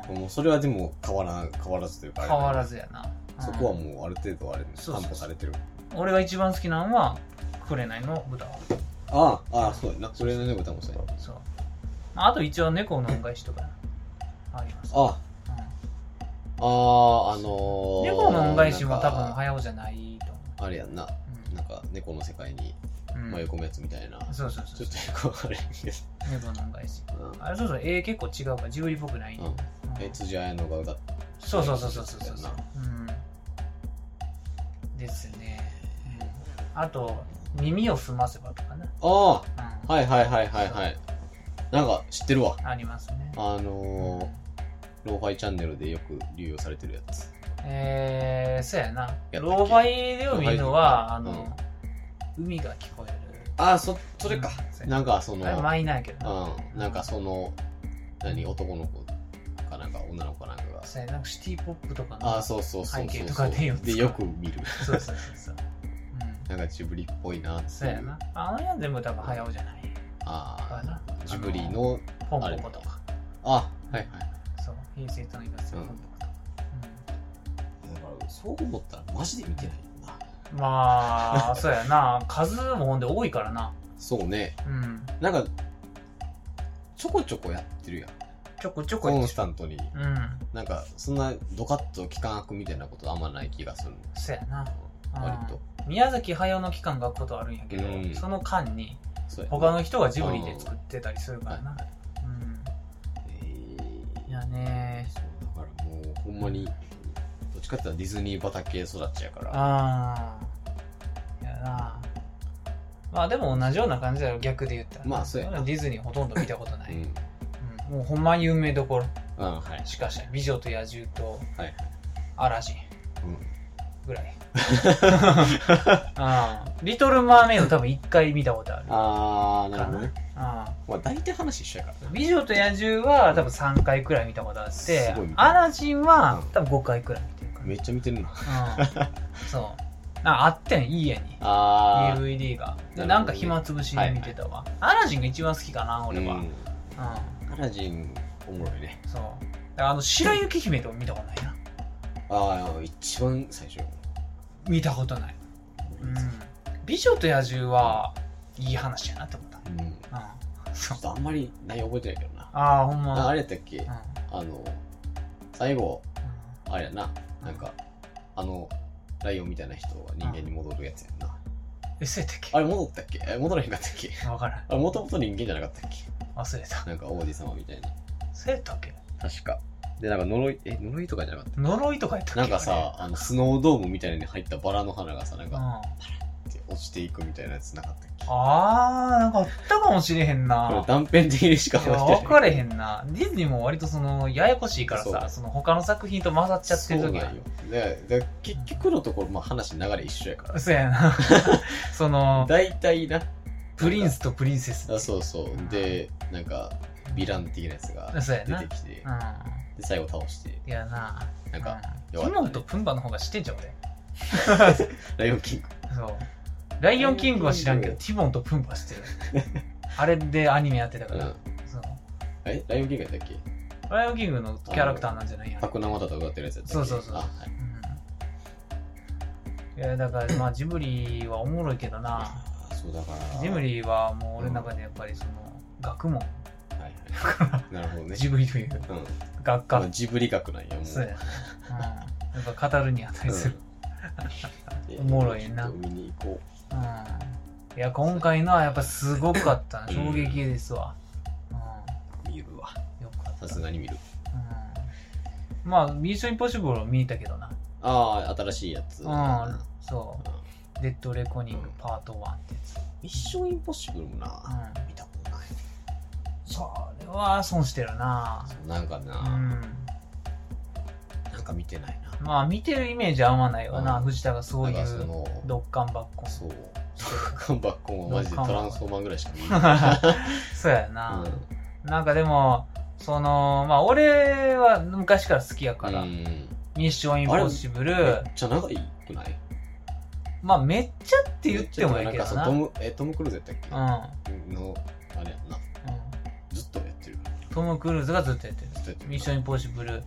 [SPEAKER 1] うん
[SPEAKER 2] ん、もうそれはでも変わら変わらずというかあれだ
[SPEAKER 1] 変
[SPEAKER 2] ね
[SPEAKER 1] わらずやな、うん
[SPEAKER 2] そこはもうある程度あれね
[SPEAKER 1] そうそう
[SPEAKER 2] 担保されてる
[SPEAKER 1] 俺が一番好きなのは「紅の豚」
[SPEAKER 2] ああああそうやなそれのね歌もそうや
[SPEAKER 1] そう、まあ、あと一応猫の恩返しとかあります、
[SPEAKER 2] あ
[SPEAKER 1] うん
[SPEAKER 2] あああのー、
[SPEAKER 1] 猫の恩返しも多分
[SPEAKER 2] なんか
[SPEAKER 1] 早尾じゃないと思
[SPEAKER 2] あれやんななんか猫の世界に
[SPEAKER 1] う、うんうん
[SPEAKER 2] 迷い込むやつみたいな、
[SPEAKER 1] そうそうそ
[SPEAKER 2] ちょ
[SPEAKER 1] う
[SPEAKER 2] っとよくわかるんけ
[SPEAKER 1] 猫の恩返し
[SPEAKER 2] ど、うん
[SPEAKER 1] あれそうそうえー、結構違うからジブリっぽくない、
[SPEAKER 2] うん
[SPEAKER 1] うん
[SPEAKER 2] え辻彩乃が歌っ
[SPEAKER 1] そうそうそうそうそうそう
[SPEAKER 2] そうや
[SPEAKER 1] うんですね、うんあと「耳をすませば」とかね、
[SPEAKER 2] あ
[SPEAKER 1] うん
[SPEAKER 2] あはいはいはいはいはいなんか知ってるわ
[SPEAKER 1] ありますね
[SPEAKER 2] あのー、ローファイチャンネルでよく流用されてるやつ
[SPEAKER 1] えー、そうやな
[SPEAKER 2] け
[SPEAKER 1] ローファイでを見るのはあ
[SPEAKER 2] ローファイ
[SPEAKER 1] の、海が聞こえる
[SPEAKER 2] ああそそれか
[SPEAKER 1] うんそうや
[SPEAKER 2] なんかその
[SPEAKER 1] あれマイナーやけどな、
[SPEAKER 2] うん、なんかその、何、男の子かなんか女の子かなんかが。
[SPEAKER 1] そうやなんかシティポップとかの
[SPEAKER 2] ああ、そうそうそうそうそう。
[SPEAKER 1] 背景とかでよく
[SPEAKER 2] でよく見る。
[SPEAKER 1] そうそうそうそう、うん、
[SPEAKER 2] なんかジブリっぽいなっていう
[SPEAKER 1] そうやな。あの辺は全部多分早尾じゃない
[SPEAKER 2] あ
[SPEAKER 1] か
[SPEAKER 2] あ
[SPEAKER 1] な、
[SPEAKER 2] ジブリの、
[SPEAKER 1] ポンポコとか
[SPEAKER 2] あ、はいはい。
[SPEAKER 1] そう平成との言いますよポンポコとか、うん
[SPEAKER 2] だから、そう思ったらマジで見てないよな。
[SPEAKER 1] まあ、そうやな。 数もほんで多いからな。
[SPEAKER 2] そうね。
[SPEAKER 1] うん。
[SPEAKER 2] なんか、ちょこちょこやってるやん。
[SPEAKER 1] ちょこちょこ
[SPEAKER 2] コ
[SPEAKER 1] やっ
[SPEAKER 2] ン
[SPEAKER 1] て
[SPEAKER 2] スタントに。
[SPEAKER 1] るうん。
[SPEAKER 2] なんか、そんなドカッと期間空くみたいなことあんまない気がするの。
[SPEAKER 1] そうやな。うん
[SPEAKER 2] 割と。
[SPEAKER 1] 宮崎駿の期間が空くことあるんやけど、
[SPEAKER 2] うん
[SPEAKER 1] その間に
[SPEAKER 2] そうやな
[SPEAKER 1] 他の人がジブリで作ってたりするからな。うん。
[SPEAKER 2] えー
[SPEAKER 1] いやね
[SPEAKER 2] そうだからもうほんまにどっちかって言ったらディズニー畑育ちやから
[SPEAKER 1] ああ。いやな。まあでも同じような感じだよ、逆で言ったら。
[SPEAKER 2] まあそうやな
[SPEAKER 1] ディズニーほとんど見たことな
[SPEAKER 2] う
[SPEAKER 1] い。
[SPEAKER 2] ん。
[SPEAKER 1] うんもうほんま有名どころ
[SPEAKER 2] うん、はい。
[SPEAKER 1] しかしない、美女と野獣と
[SPEAKER 2] はい。
[SPEAKER 1] アラジン
[SPEAKER 2] うん。
[SPEAKER 1] ぐらい。 うんリトル・マーメイド多分一回見たことある。
[SPEAKER 2] あー、なるほどね。
[SPEAKER 1] うん
[SPEAKER 2] まあ大体話一緒やから
[SPEAKER 1] 美女と野獣は多分3回くらい見たことあっ
[SPEAKER 2] す
[SPEAKER 1] て
[SPEAKER 2] ごい見て、る
[SPEAKER 1] アラジンは
[SPEAKER 2] うん
[SPEAKER 1] 多分5回くらい見てるか
[SPEAKER 2] な。めっちゃ見てるな。
[SPEAKER 1] ら。うん。そう。なんかあってん、いい家に。
[SPEAKER 2] あー。
[SPEAKER 1] DVD が。
[SPEAKER 2] なるほどね
[SPEAKER 1] でなんか暇つぶしで見てたわ。アラジンが一番好きかな、俺は。
[SPEAKER 2] うん
[SPEAKER 1] う
[SPEAKER 2] アラジン、おもろいね。
[SPEAKER 1] ん。そう。だからあの、白雪姫とか見たことないな。
[SPEAKER 2] ああ、一番最初。
[SPEAKER 1] 見たことない。うん。美女と野獣は、いい話やなって思った。
[SPEAKER 2] うん。
[SPEAKER 1] うん。
[SPEAKER 2] ち
[SPEAKER 1] そ
[SPEAKER 2] ょ
[SPEAKER 1] う
[SPEAKER 2] っ。とあんまり内容覚えてないけどな。
[SPEAKER 1] ああ、ほん
[SPEAKER 2] あ
[SPEAKER 1] ま。
[SPEAKER 2] あ
[SPEAKER 1] れ
[SPEAKER 2] れやったっけあの、最後、あれやな。なんか、あの、ライオンみたいな人が人間に戻るやつやんな。
[SPEAKER 1] え、そうやったっけ
[SPEAKER 2] あれ戻ったっけえ戻らへんかったっけ
[SPEAKER 1] わからん。
[SPEAKER 2] あれ、もともと人間じゃなかったっけ
[SPEAKER 1] 忘れた。
[SPEAKER 2] なんか王子様みたいな。
[SPEAKER 1] そうやったっけ
[SPEAKER 2] 確か。で、なんか呪い、え、呪いとかじゃなかっ
[SPEAKER 1] 呪いとかやったったけ
[SPEAKER 2] なんかさ、あの、スノードームみたいなのに入ったバラの花がさ、なん
[SPEAKER 1] うん、
[SPEAKER 2] か、
[SPEAKER 1] あ
[SPEAKER 2] って落ちていくみたいなやつなかったっけこ
[SPEAKER 1] あー、なんかあったかもしれへん
[SPEAKER 2] れ
[SPEAKER 1] な。
[SPEAKER 2] 断片的にしか
[SPEAKER 1] いや、
[SPEAKER 2] 話して
[SPEAKER 1] 分かれへんな。ディズニーも割とその、ややこしいから
[SPEAKER 2] そう
[SPEAKER 1] さ、その他の作品と混ざっちゃってる
[SPEAKER 2] そう
[SPEAKER 1] 時
[SPEAKER 2] な
[SPEAKER 1] は
[SPEAKER 2] んよ。で、で結局のところ、まあ話の流れ一緒やから。
[SPEAKER 1] そうやな。 その、
[SPEAKER 2] 大体な。
[SPEAKER 1] プリンスとプリンセス。
[SPEAKER 2] あそうそう。で、なんか、ヴィラン的なやつが
[SPEAKER 1] そうや
[SPEAKER 2] 出
[SPEAKER 1] な。
[SPEAKER 2] てきて、
[SPEAKER 1] う
[SPEAKER 2] で、最後倒して、
[SPEAKER 1] ん。いやな。
[SPEAKER 2] な
[SPEAKER 1] う
[SPEAKER 2] んか、よ
[SPEAKER 1] ん、
[SPEAKER 2] かったね
[SPEAKER 1] ティモンとプンバの方が知ってんじゃん、俺。
[SPEAKER 2] ライオンキング。
[SPEAKER 1] そう。ライオンキングは知らんけど、
[SPEAKER 2] ライ
[SPEAKER 1] ティモンとプンバ知って る。あれでアニメやってた
[SPEAKER 2] う
[SPEAKER 1] から。
[SPEAKER 2] ん。
[SPEAKER 1] そう
[SPEAKER 2] えライオンキングやったっけ
[SPEAKER 1] ライオンキングのキャラクターなんじゃないや
[SPEAKER 2] パクナマタと歌ってるやつやったっけ
[SPEAKER 1] そうそうそう
[SPEAKER 2] あ、はい。
[SPEAKER 1] うんいやだからまあジブリはおもろいけどな
[SPEAKER 2] あそうだから。
[SPEAKER 1] ジブリはもう俺の中でやっぱりその学問
[SPEAKER 2] はいはい。なるほど ね。
[SPEAKER 1] ジブリという
[SPEAKER 2] うん。
[SPEAKER 1] 学
[SPEAKER 2] まあ
[SPEAKER 1] 科
[SPEAKER 2] ジブリ学なんや、もう。
[SPEAKER 1] そうやね、うん、やっぱ語るに値する、
[SPEAKER 2] うん
[SPEAKER 1] おもろいな
[SPEAKER 2] ちょっと見に行こ
[SPEAKER 1] うんいや今回のはやっぱすごかったな
[SPEAKER 2] うん
[SPEAKER 1] 衝撃ですわ、うん、
[SPEAKER 2] う。見るわ。
[SPEAKER 1] よかった
[SPEAKER 2] さすがに見る。
[SPEAKER 1] うん、まあ「ミッションインポッシブル」を見たけどな
[SPEAKER 2] ああ、新しいや
[SPEAKER 1] う
[SPEAKER 2] つ。
[SPEAKER 1] ん
[SPEAKER 2] ミ
[SPEAKER 1] そう「デッドレコニングパート1」ってやつ、
[SPEAKER 2] ッションインポッシブルも
[SPEAKER 1] う
[SPEAKER 2] な、
[SPEAKER 1] ん、
[SPEAKER 2] 見たことない。
[SPEAKER 1] それは損してるな
[SPEAKER 2] そうなんか
[SPEAKER 1] う
[SPEAKER 2] な、
[SPEAKER 1] ん
[SPEAKER 2] なんか見てないな。
[SPEAKER 1] まあ見てるイメージ合わないわな、
[SPEAKER 2] うん
[SPEAKER 1] 藤田がそうい
[SPEAKER 2] なんかそうの、
[SPEAKER 1] ドッカンばっこ
[SPEAKER 2] そう。カンバッコンはマジでトランスフォーマーぐらいしか見え
[SPEAKER 1] そうやな、
[SPEAKER 2] な
[SPEAKER 1] なんかでもそのまあ俺は昔から好きやから「
[SPEAKER 2] い。うん。
[SPEAKER 1] ミッションインポッシブル
[SPEAKER 2] めっ」ちゃ長いくないっ
[SPEAKER 1] まあめっちゃって言ってもいいけど
[SPEAKER 2] んか
[SPEAKER 1] な
[SPEAKER 2] さト
[SPEAKER 1] うん
[SPEAKER 2] ム、え、トム・クルーズやったっ
[SPEAKER 1] う
[SPEAKER 2] けの、あれやんな。
[SPEAKER 1] ん
[SPEAKER 2] ずっとやってる。
[SPEAKER 1] トム・クルーズがずっとやってる
[SPEAKER 2] ずっとやって
[SPEAKER 1] 「
[SPEAKER 2] る。
[SPEAKER 1] ミッションインポッシブル」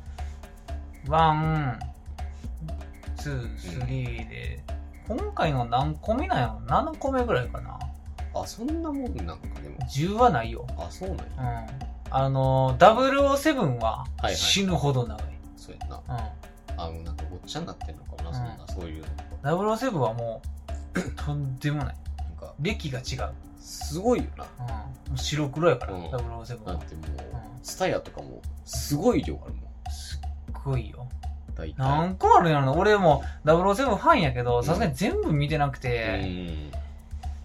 [SPEAKER 1] 1 2 3で、今回の何個目なんやろ7個目ぐらいかな
[SPEAKER 2] あ、そんなもんなんかでも。
[SPEAKER 1] 10はないよ
[SPEAKER 2] あ、そうなんや。
[SPEAKER 1] うんあの007は
[SPEAKER 2] はいはい
[SPEAKER 1] 死ぬほど長い、
[SPEAKER 2] そうやんな。あの、なんかごっちゃになってんのかな、そんな、そういう
[SPEAKER 1] う
[SPEAKER 2] の。
[SPEAKER 1] ん、007はもう とんでもない
[SPEAKER 2] なんか、
[SPEAKER 1] 歴が違う,、
[SPEAKER 2] すごいよな。
[SPEAKER 1] うん、もう白黒やから、
[SPEAKER 2] うん
[SPEAKER 1] 007
[SPEAKER 2] だ
[SPEAKER 1] は
[SPEAKER 2] ってもう
[SPEAKER 1] う、
[SPEAKER 2] ツタヤとかも、すごい量あるもん。
[SPEAKER 1] すっごいよ
[SPEAKER 2] 大体。
[SPEAKER 1] 何個あるんやろな俺も007ファンやけどさすがに全部見てなく
[SPEAKER 2] う
[SPEAKER 1] て、
[SPEAKER 2] ん。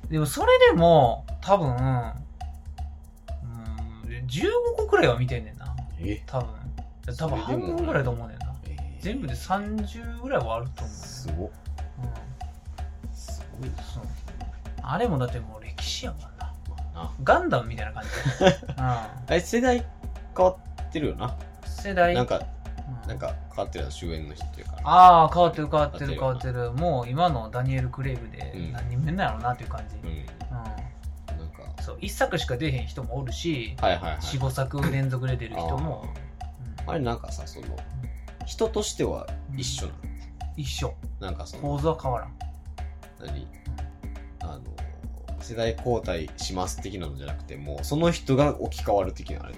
[SPEAKER 1] でもそれでも多分、うん、15個くらいは見てんねんな
[SPEAKER 2] え
[SPEAKER 1] 多分多分
[SPEAKER 2] それ
[SPEAKER 1] 半
[SPEAKER 2] でも
[SPEAKER 1] 分ぐらいと思うねんな
[SPEAKER 2] えー
[SPEAKER 1] 全部で30ぐらいはあると思
[SPEAKER 2] すご
[SPEAKER 1] う、う
[SPEAKER 2] っ。
[SPEAKER 1] ん
[SPEAKER 2] すごいな。
[SPEAKER 1] そうあれもだってもう歴史やもんな
[SPEAKER 2] まあな。
[SPEAKER 1] ガンダムみたい な感じ、う
[SPEAKER 2] あれ世代変わってるよな。
[SPEAKER 1] ん、世代
[SPEAKER 2] なんか、
[SPEAKER 1] う
[SPEAKER 2] なんか変わってるな、主演の人っていうか。
[SPEAKER 1] ああ変わってる変わってる
[SPEAKER 2] 変
[SPEAKER 1] 変
[SPEAKER 2] わ
[SPEAKER 1] わ
[SPEAKER 2] っ
[SPEAKER 1] っててるもう今のダニエル・クレイブで
[SPEAKER 2] うん
[SPEAKER 1] 何人目なのなっていう感じ、う
[SPEAKER 2] うんん。なんか、
[SPEAKER 1] そう1作しか出へん人もおるし、
[SPEAKER 2] はいはいはい。
[SPEAKER 1] 45作連続で出る人も、
[SPEAKER 2] あー。
[SPEAKER 1] う
[SPEAKER 2] あ
[SPEAKER 1] ん
[SPEAKER 2] れなんかさ、その、人としては一緒なの。
[SPEAKER 1] 一緒
[SPEAKER 2] なんかその、
[SPEAKER 1] 構図は変わらん
[SPEAKER 2] 何あの世代交代します的なのじゃなくてもうその人が置き換わる的なあれ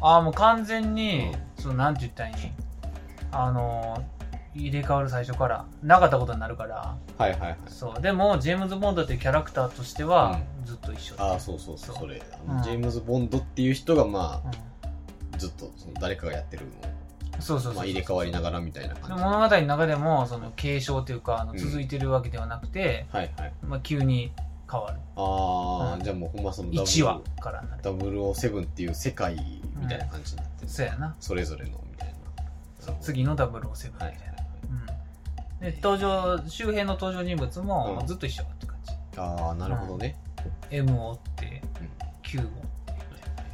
[SPEAKER 1] ああもう完全に、
[SPEAKER 2] う
[SPEAKER 1] そのなんて言ったらいいんあのー入れ替わる最初からなかったことになるから
[SPEAKER 2] はいはいはい
[SPEAKER 1] そうでもジェームズ・ボンドっていうキャラクターとしてはずっと一緒
[SPEAKER 2] ああそうそうそう
[SPEAKER 1] そう
[SPEAKER 2] それあの
[SPEAKER 1] うん
[SPEAKER 2] ジェームズ・ボンドっていう人がま
[SPEAKER 1] う
[SPEAKER 2] あずっとその誰かがやってるのを、
[SPEAKER 1] んそうそうそう
[SPEAKER 2] まあ、入れ替わりながらみたいな感
[SPEAKER 1] で
[SPEAKER 2] じ
[SPEAKER 1] 物語の中でもその継承というかあの
[SPEAKER 2] うん
[SPEAKER 1] 続いてるわけではなくて、
[SPEAKER 2] はいはい
[SPEAKER 1] まあ、急に変わる。
[SPEAKER 2] あ
[SPEAKER 1] う
[SPEAKER 2] あ、
[SPEAKER 1] ん
[SPEAKER 2] じゃあもうほんまその
[SPEAKER 1] 1話からなる。
[SPEAKER 2] 007っていう世界みたいな感じになってる、
[SPEAKER 1] そうやな。
[SPEAKER 2] それぞれのみたいなそう
[SPEAKER 1] 次の007みた
[SPEAKER 2] はい
[SPEAKER 1] い
[SPEAKER 2] はい
[SPEAKER 1] な
[SPEAKER 2] は。い
[SPEAKER 1] うん。で、登場、周辺の登場人物も、
[SPEAKER 2] うん
[SPEAKER 1] ずっと一緒って感じ。
[SPEAKER 2] ああなるほどね、
[SPEAKER 1] M を追って
[SPEAKER 2] うん、
[SPEAKER 1] Q を追って、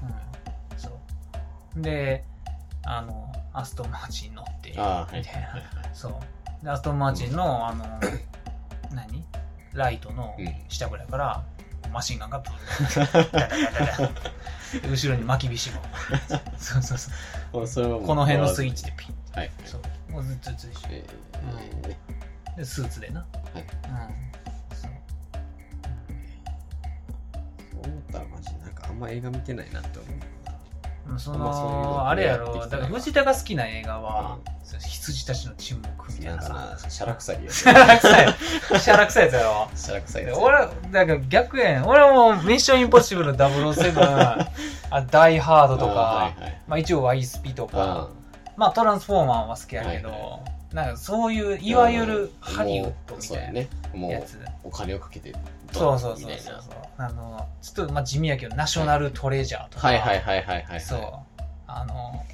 [SPEAKER 1] うん、そう。で、あの、アストンマーチン乗って、みたい
[SPEAKER 2] ああはいはいはい
[SPEAKER 1] な。そう。で、アストンマーチンの、あの、何ライトの
[SPEAKER 2] うん
[SPEAKER 1] 下ぐらいから、マシンガンがブーンダダダダダ後ろに巻き 菱も。そうそうそう。
[SPEAKER 2] はいあそれはもう
[SPEAKER 1] この辺のスイッチでピン。
[SPEAKER 2] はい
[SPEAKER 1] そう。もうずっとずっと一緒
[SPEAKER 2] えー
[SPEAKER 1] で、スーツでな。
[SPEAKER 2] は
[SPEAKER 1] う
[SPEAKER 2] い
[SPEAKER 1] ん。そう。
[SPEAKER 2] そう思ったらマジなんかあんま映画見てないなって思う
[SPEAKER 1] うんそ
[SPEAKER 2] まあそういうの
[SPEAKER 1] のあれやろ
[SPEAKER 2] やってきて
[SPEAKER 1] だか
[SPEAKER 2] ないわ
[SPEAKER 1] ら藤田が好きな映画は
[SPEAKER 2] うん
[SPEAKER 1] その羊たちの沈黙みたい
[SPEAKER 2] なん
[SPEAKER 1] な
[SPEAKER 2] か
[SPEAKER 1] さ
[SPEAKER 2] なシャラ臭いやつ
[SPEAKER 1] シャ ラ臭いシャラ臭いやつやろ
[SPEAKER 2] シャラ臭い
[SPEAKER 1] で
[SPEAKER 2] やつ
[SPEAKER 1] 俺はだから逆やん俺はもう「ミッションインポッシブル007」あ「ダイ・ハード」とか、
[SPEAKER 2] あーはいはい
[SPEAKER 1] まあ、一応「ワイスピ」とか
[SPEAKER 2] あ
[SPEAKER 1] まあ「トランスフォーマー」は好きやけど、
[SPEAKER 2] はいは
[SPEAKER 1] なんかそういう
[SPEAKER 2] ー
[SPEAKER 1] いわゆる
[SPEAKER 2] あー
[SPEAKER 1] ハリウッド
[SPEAKER 2] もう
[SPEAKER 1] み
[SPEAKER 2] そう
[SPEAKER 1] た
[SPEAKER 2] や
[SPEAKER 1] いな
[SPEAKER 2] ねも
[SPEAKER 1] や
[SPEAKER 2] う
[SPEAKER 1] つ
[SPEAKER 2] お金をかけて
[SPEAKER 1] そうそうそう
[SPEAKER 2] み
[SPEAKER 1] そう
[SPEAKER 2] たいな
[SPEAKER 1] あのちょっとまあ地味やけど「ナショナル・トレジャー」とか、
[SPEAKER 2] はいはいはいはいはい
[SPEAKER 1] そう。あの、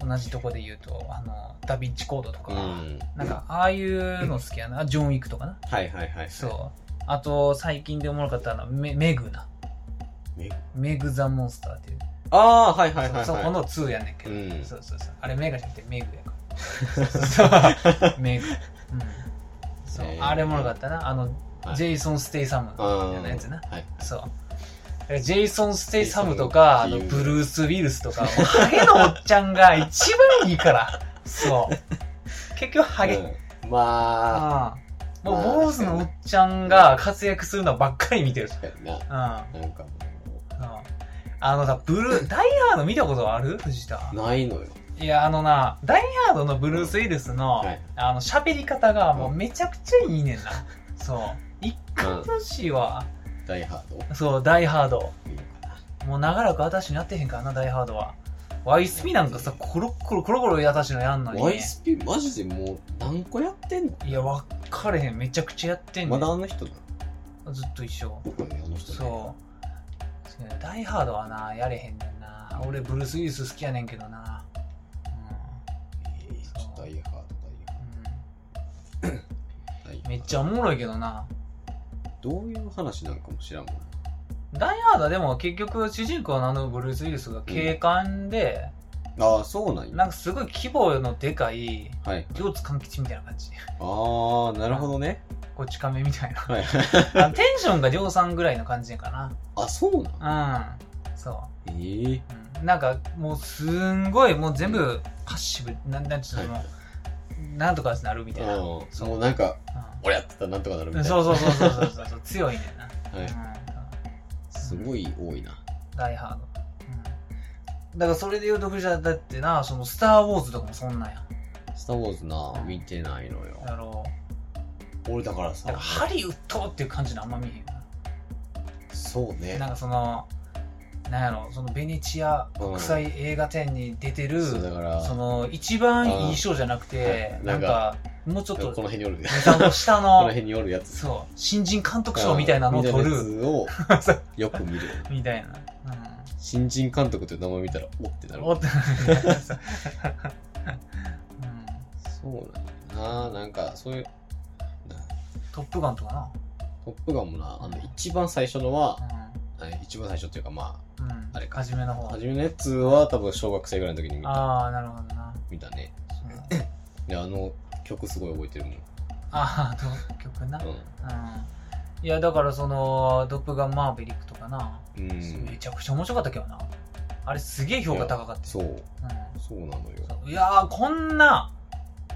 [SPEAKER 1] 同じとこで言うと、あの、ダヴィンチコードと
[SPEAKER 2] う
[SPEAKER 1] か、
[SPEAKER 2] ん
[SPEAKER 1] なんか、ああいうの好きや な。ジョン・ウィックとかな。
[SPEAKER 2] はいはいはい
[SPEAKER 1] そう。あと、最近でおもろかったのは、メメグな。
[SPEAKER 2] メ
[SPEAKER 1] メグ・ザ・モンスターっていう。
[SPEAKER 2] ああーはいはいはいはい
[SPEAKER 1] そうそこの2やねんけど。
[SPEAKER 2] うん
[SPEAKER 1] そうそうそう。あれ、メガじゃなくてメグやから。 そうそうメグ。うん。そう
[SPEAKER 2] え。ー
[SPEAKER 1] あれおもろかったな。あの、
[SPEAKER 2] はい
[SPEAKER 1] ジェイソン・ステイサム
[SPEAKER 2] あ
[SPEAKER 1] のやつな。
[SPEAKER 2] ーはい
[SPEAKER 1] そう。ジェイソン・ステイサムとか、あのブルース・ウィルスとか、もうハゲのおっちゃんが一番いいから。そう。結局ハゲ。うん
[SPEAKER 2] うんまあ
[SPEAKER 1] もう坊主のおっちゃんが活躍するのばっかり見てる。
[SPEAKER 2] 確かにな
[SPEAKER 1] うん。うん
[SPEAKER 2] なんかもう
[SPEAKER 1] あのさ、ブル ー、ダイハード見たことある藤田。
[SPEAKER 2] ないのよ
[SPEAKER 1] いや、あのな、ダイハードのブルース・ウィルスの、
[SPEAKER 2] はい
[SPEAKER 1] あの、喋り方がもうめちゃくちゃいいねんな。そう。一回都市は、
[SPEAKER 2] ダイハード
[SPEAKER 1] そう、ダイハード。
[SPEAKER 2] いいのかな
[SPEAKER 1] もう長らく私になってへんからな、ダイハードは。ワイスピなんかさ、コロッコロコロコロ私のやんのに、
[SPEAKER 2] ワイ
[SPEAKER 1] ね。
[SPEAKER 2] スピマジでもう何個やってんの
[SPEAKER 1] いや、わっかれへん。めちゃくちゃやってんね
[SPEAKER 2] ま
[SPEAKER 1] ん。
[SPEAKER 2] だあの人なの
[SPEAKER 1] ずっと一緒。
[SPEAKER 2] 僕ねあの人
[SPEAKER 1] そう。
[SPEAKER 2] ね
[SPEAKER 1] そうねダイハードはな、やれへんねんな。俺、ブルース・ウィルス好きやねんけどな。
[SPEAKER 2] えーちょっとダイハードダ
[SPEAKER 1] う
[SPEAKER 2] イハード
[SPEAKER 1] ん。
[SPEAKER 2] ダイハー
[SPEAKER 1] う
[SPEAKER 2] ド
[SPEAKER 1] ん、めっちゃおもろいけどな。
[SPEAKER 2] どういう話なんかも知らんもん
[SPEAKER 1] ダイハードはでも結局、主人公のあのブルース・ウィルスが警官で、
[SPEAKER 2] ああそうなんや
[SPEAKER 1] なんかすごい規模のでかい、
[SPEAKER 2] はい
[SPEAKER 1] 両津勘吉みたいな感じ。
[SPEAKER 2] ああなるほどね
[SPEAKER 1] こち亀みたいな。
[SPEAKER 2] はい
[SPEAKER 1] あテンションが量産ぐらいの感じか
[SPEAKER 2] あそうなん
[SPEAKER 1] な。うん。そ
[SPEAKER 2] えー
[SPEAKER 1] う。うん、なんか、もうすんごい、もう全部パッシブ、なんなんちゅうの、
[SPEAKER 2] は
[SPEAKER 1] なんとかなるみたいな。うん
[SPEAKER 2] うんそうもうなんか俺やってたらなんとかなるみたいな
[SPEAKER 1] そうそうそうそうそうそうそう、強いねんな。
[SPEAKER 2] は
[SPEAKER 1] うん、
[SPEAKER 2] いすごい多いな
[SPEAKER 1] ダイハード。うん、だからそれで言うと、藤田だってな、そのスター・ウォーズとかもそんなんや。
[SPEAKER 2] 「スター・ウォーズ」な見てないのよ
[SPEAKER 1] だろ
[SPEAKER 2] 俺だから
[SPEAKER 1] う。だ
[SPEAKER 2] さ
[SPEAKER 1] からハリウッドっていう感じのあんま見えへんよ
[SPEAKER 2] そう
[SPEAKER 1] な。
[SPEAKER 2] ね
[SPEAKER 1] なんかその、なんやろ、そのベネチア国際映画展に出てる、
[SPEAKER 2] そうだから
[SPEAKER 1] その一番いい賞じゃなくて、
[SPEAKER 2] うん
[SPEAKER 1] なんかもうちょっ
[SPEAKER 2] この
[SPEAKER 1] と
[SPEAKER 2] 辺におるこ
[SPEAKER 1] 下の下
[SPEAKER 2] の
[SPEAKER 1] の
[SPEAKER 2] 辺におるやつ
[SPEAKER 1] そう新人監督賞みたいなのを取
[SPEAKER 2] や
[SPEAKER 1] る
[SPEAKER 2] つをよく見る
[SPEAKER 1] みたいな、
[SPEAKER 2] 新人監督という名前見たらおって な
[SPEAKER 1] うん、
[SPEAKER 2] る
[SPEAKER 1] おってうん
[SPEAKER 2] そうなんやななんかそういうな
[SPEAKER 1] トップガンとか
[SPEAKER 2] トップガンもなあの一番最初のは、
[SPEAKER 1] な
[SPEAKER 2] あ一番最初っていうかま
[SPEAKER 1] うん、うん、
[SPEAKER 2] あれか
[SPEAKER 1] 初めの方
[SPEAKER 2] あ初めのやつは多分小学生ぐらいの時に見た
[SPEAKER 1] ああなるほどな
[SPEAKER 2] 見たね
[SPEAKER 1] そう
[SPEAKER 2] であの曲すごい覚えてるもん、う
[SPEAKER 1] ああ 同曲な、うん
[SPEAKER 2] ん
[SPEAKER 1] いやだからそのトップガンマーヴェリックとかな、
[SPEAKER 2] うん、
[SPEAKER 1] めちゃくちゃ面白かったけどなあれすげえ評価高かったよ
[SPEAKER 2] そう
[SPEAKER 1] うん
[SPEAKER 2] そうなのよ
[SPEAKER 1] そういやーこんな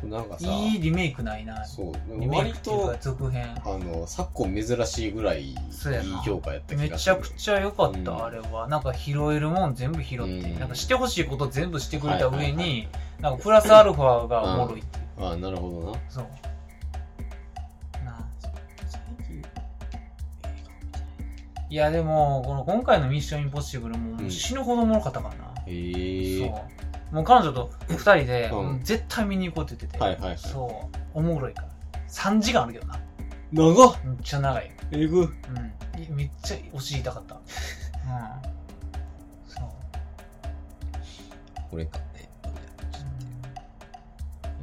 [SPEAKER 2] なんかさ
[SPEAKER 1] いいリメイクないな
[SPEAKER 2] そう
[SPEAKER 1] リメイ
[SPEAKER 2] 割
[SPEAKER 1] クっていう
[SPEAKER 2] と
[SPEAKER 1] か続編
[SPEAKER 2] あの昨今珍しいぐらいいい
[SPEAKER 1] そうやな
[SPEAKER 2] 評価やった気
[SPEAKER 1] め
[SPEAKER 2] がす
[SPEAKER 1] ち
[SPEAKER 2] る
[SPEAKER 1] ゃくちゃ良かった、
[SPEAKER 2] うん
[SPEAKER 1] あれはなんか拾えるもん全部拾って、
[SPEAKER 2] うん
[SPEAKER 1] なんかしてほしいこと全部してくれた上に、
[SPEAKER 2] はいはいはい
[SPEAKER 1] なんかプラスアルファがおもろいっていう、
[SPEAKER 2] ああなるほどな
[SPEAKER 1] そうなあ
[SPEAKER 2] 最近
[SPEAKER 1] いやでもこの今回の「ミッションインポッシブル」も
[SPEAKER 2] うん
[SPEAKER 1] 死ぬほどおもろかったからな、
[SPEAKER 2] えー、
[SPEAKER 1] そうもう彼女と2人で、
[SPEAKER 2] うん
[SPEAKER 1] もう絶対見に行こうって言ってて、
[SPEAKER 2] はいはいはい
[SPEAKER 1] そうおもろいから3時間あるけどな
[SPEAKER 2] 長っ
[SPEAKER 1] めっちゃ長い。
[SPEAKER 2] えぐ
[SPEAKER 1] うんい。めっちゃお尻痛かった。うん。そう。
[SPEAKER 2] これかね。
[SPEAKER 1] うん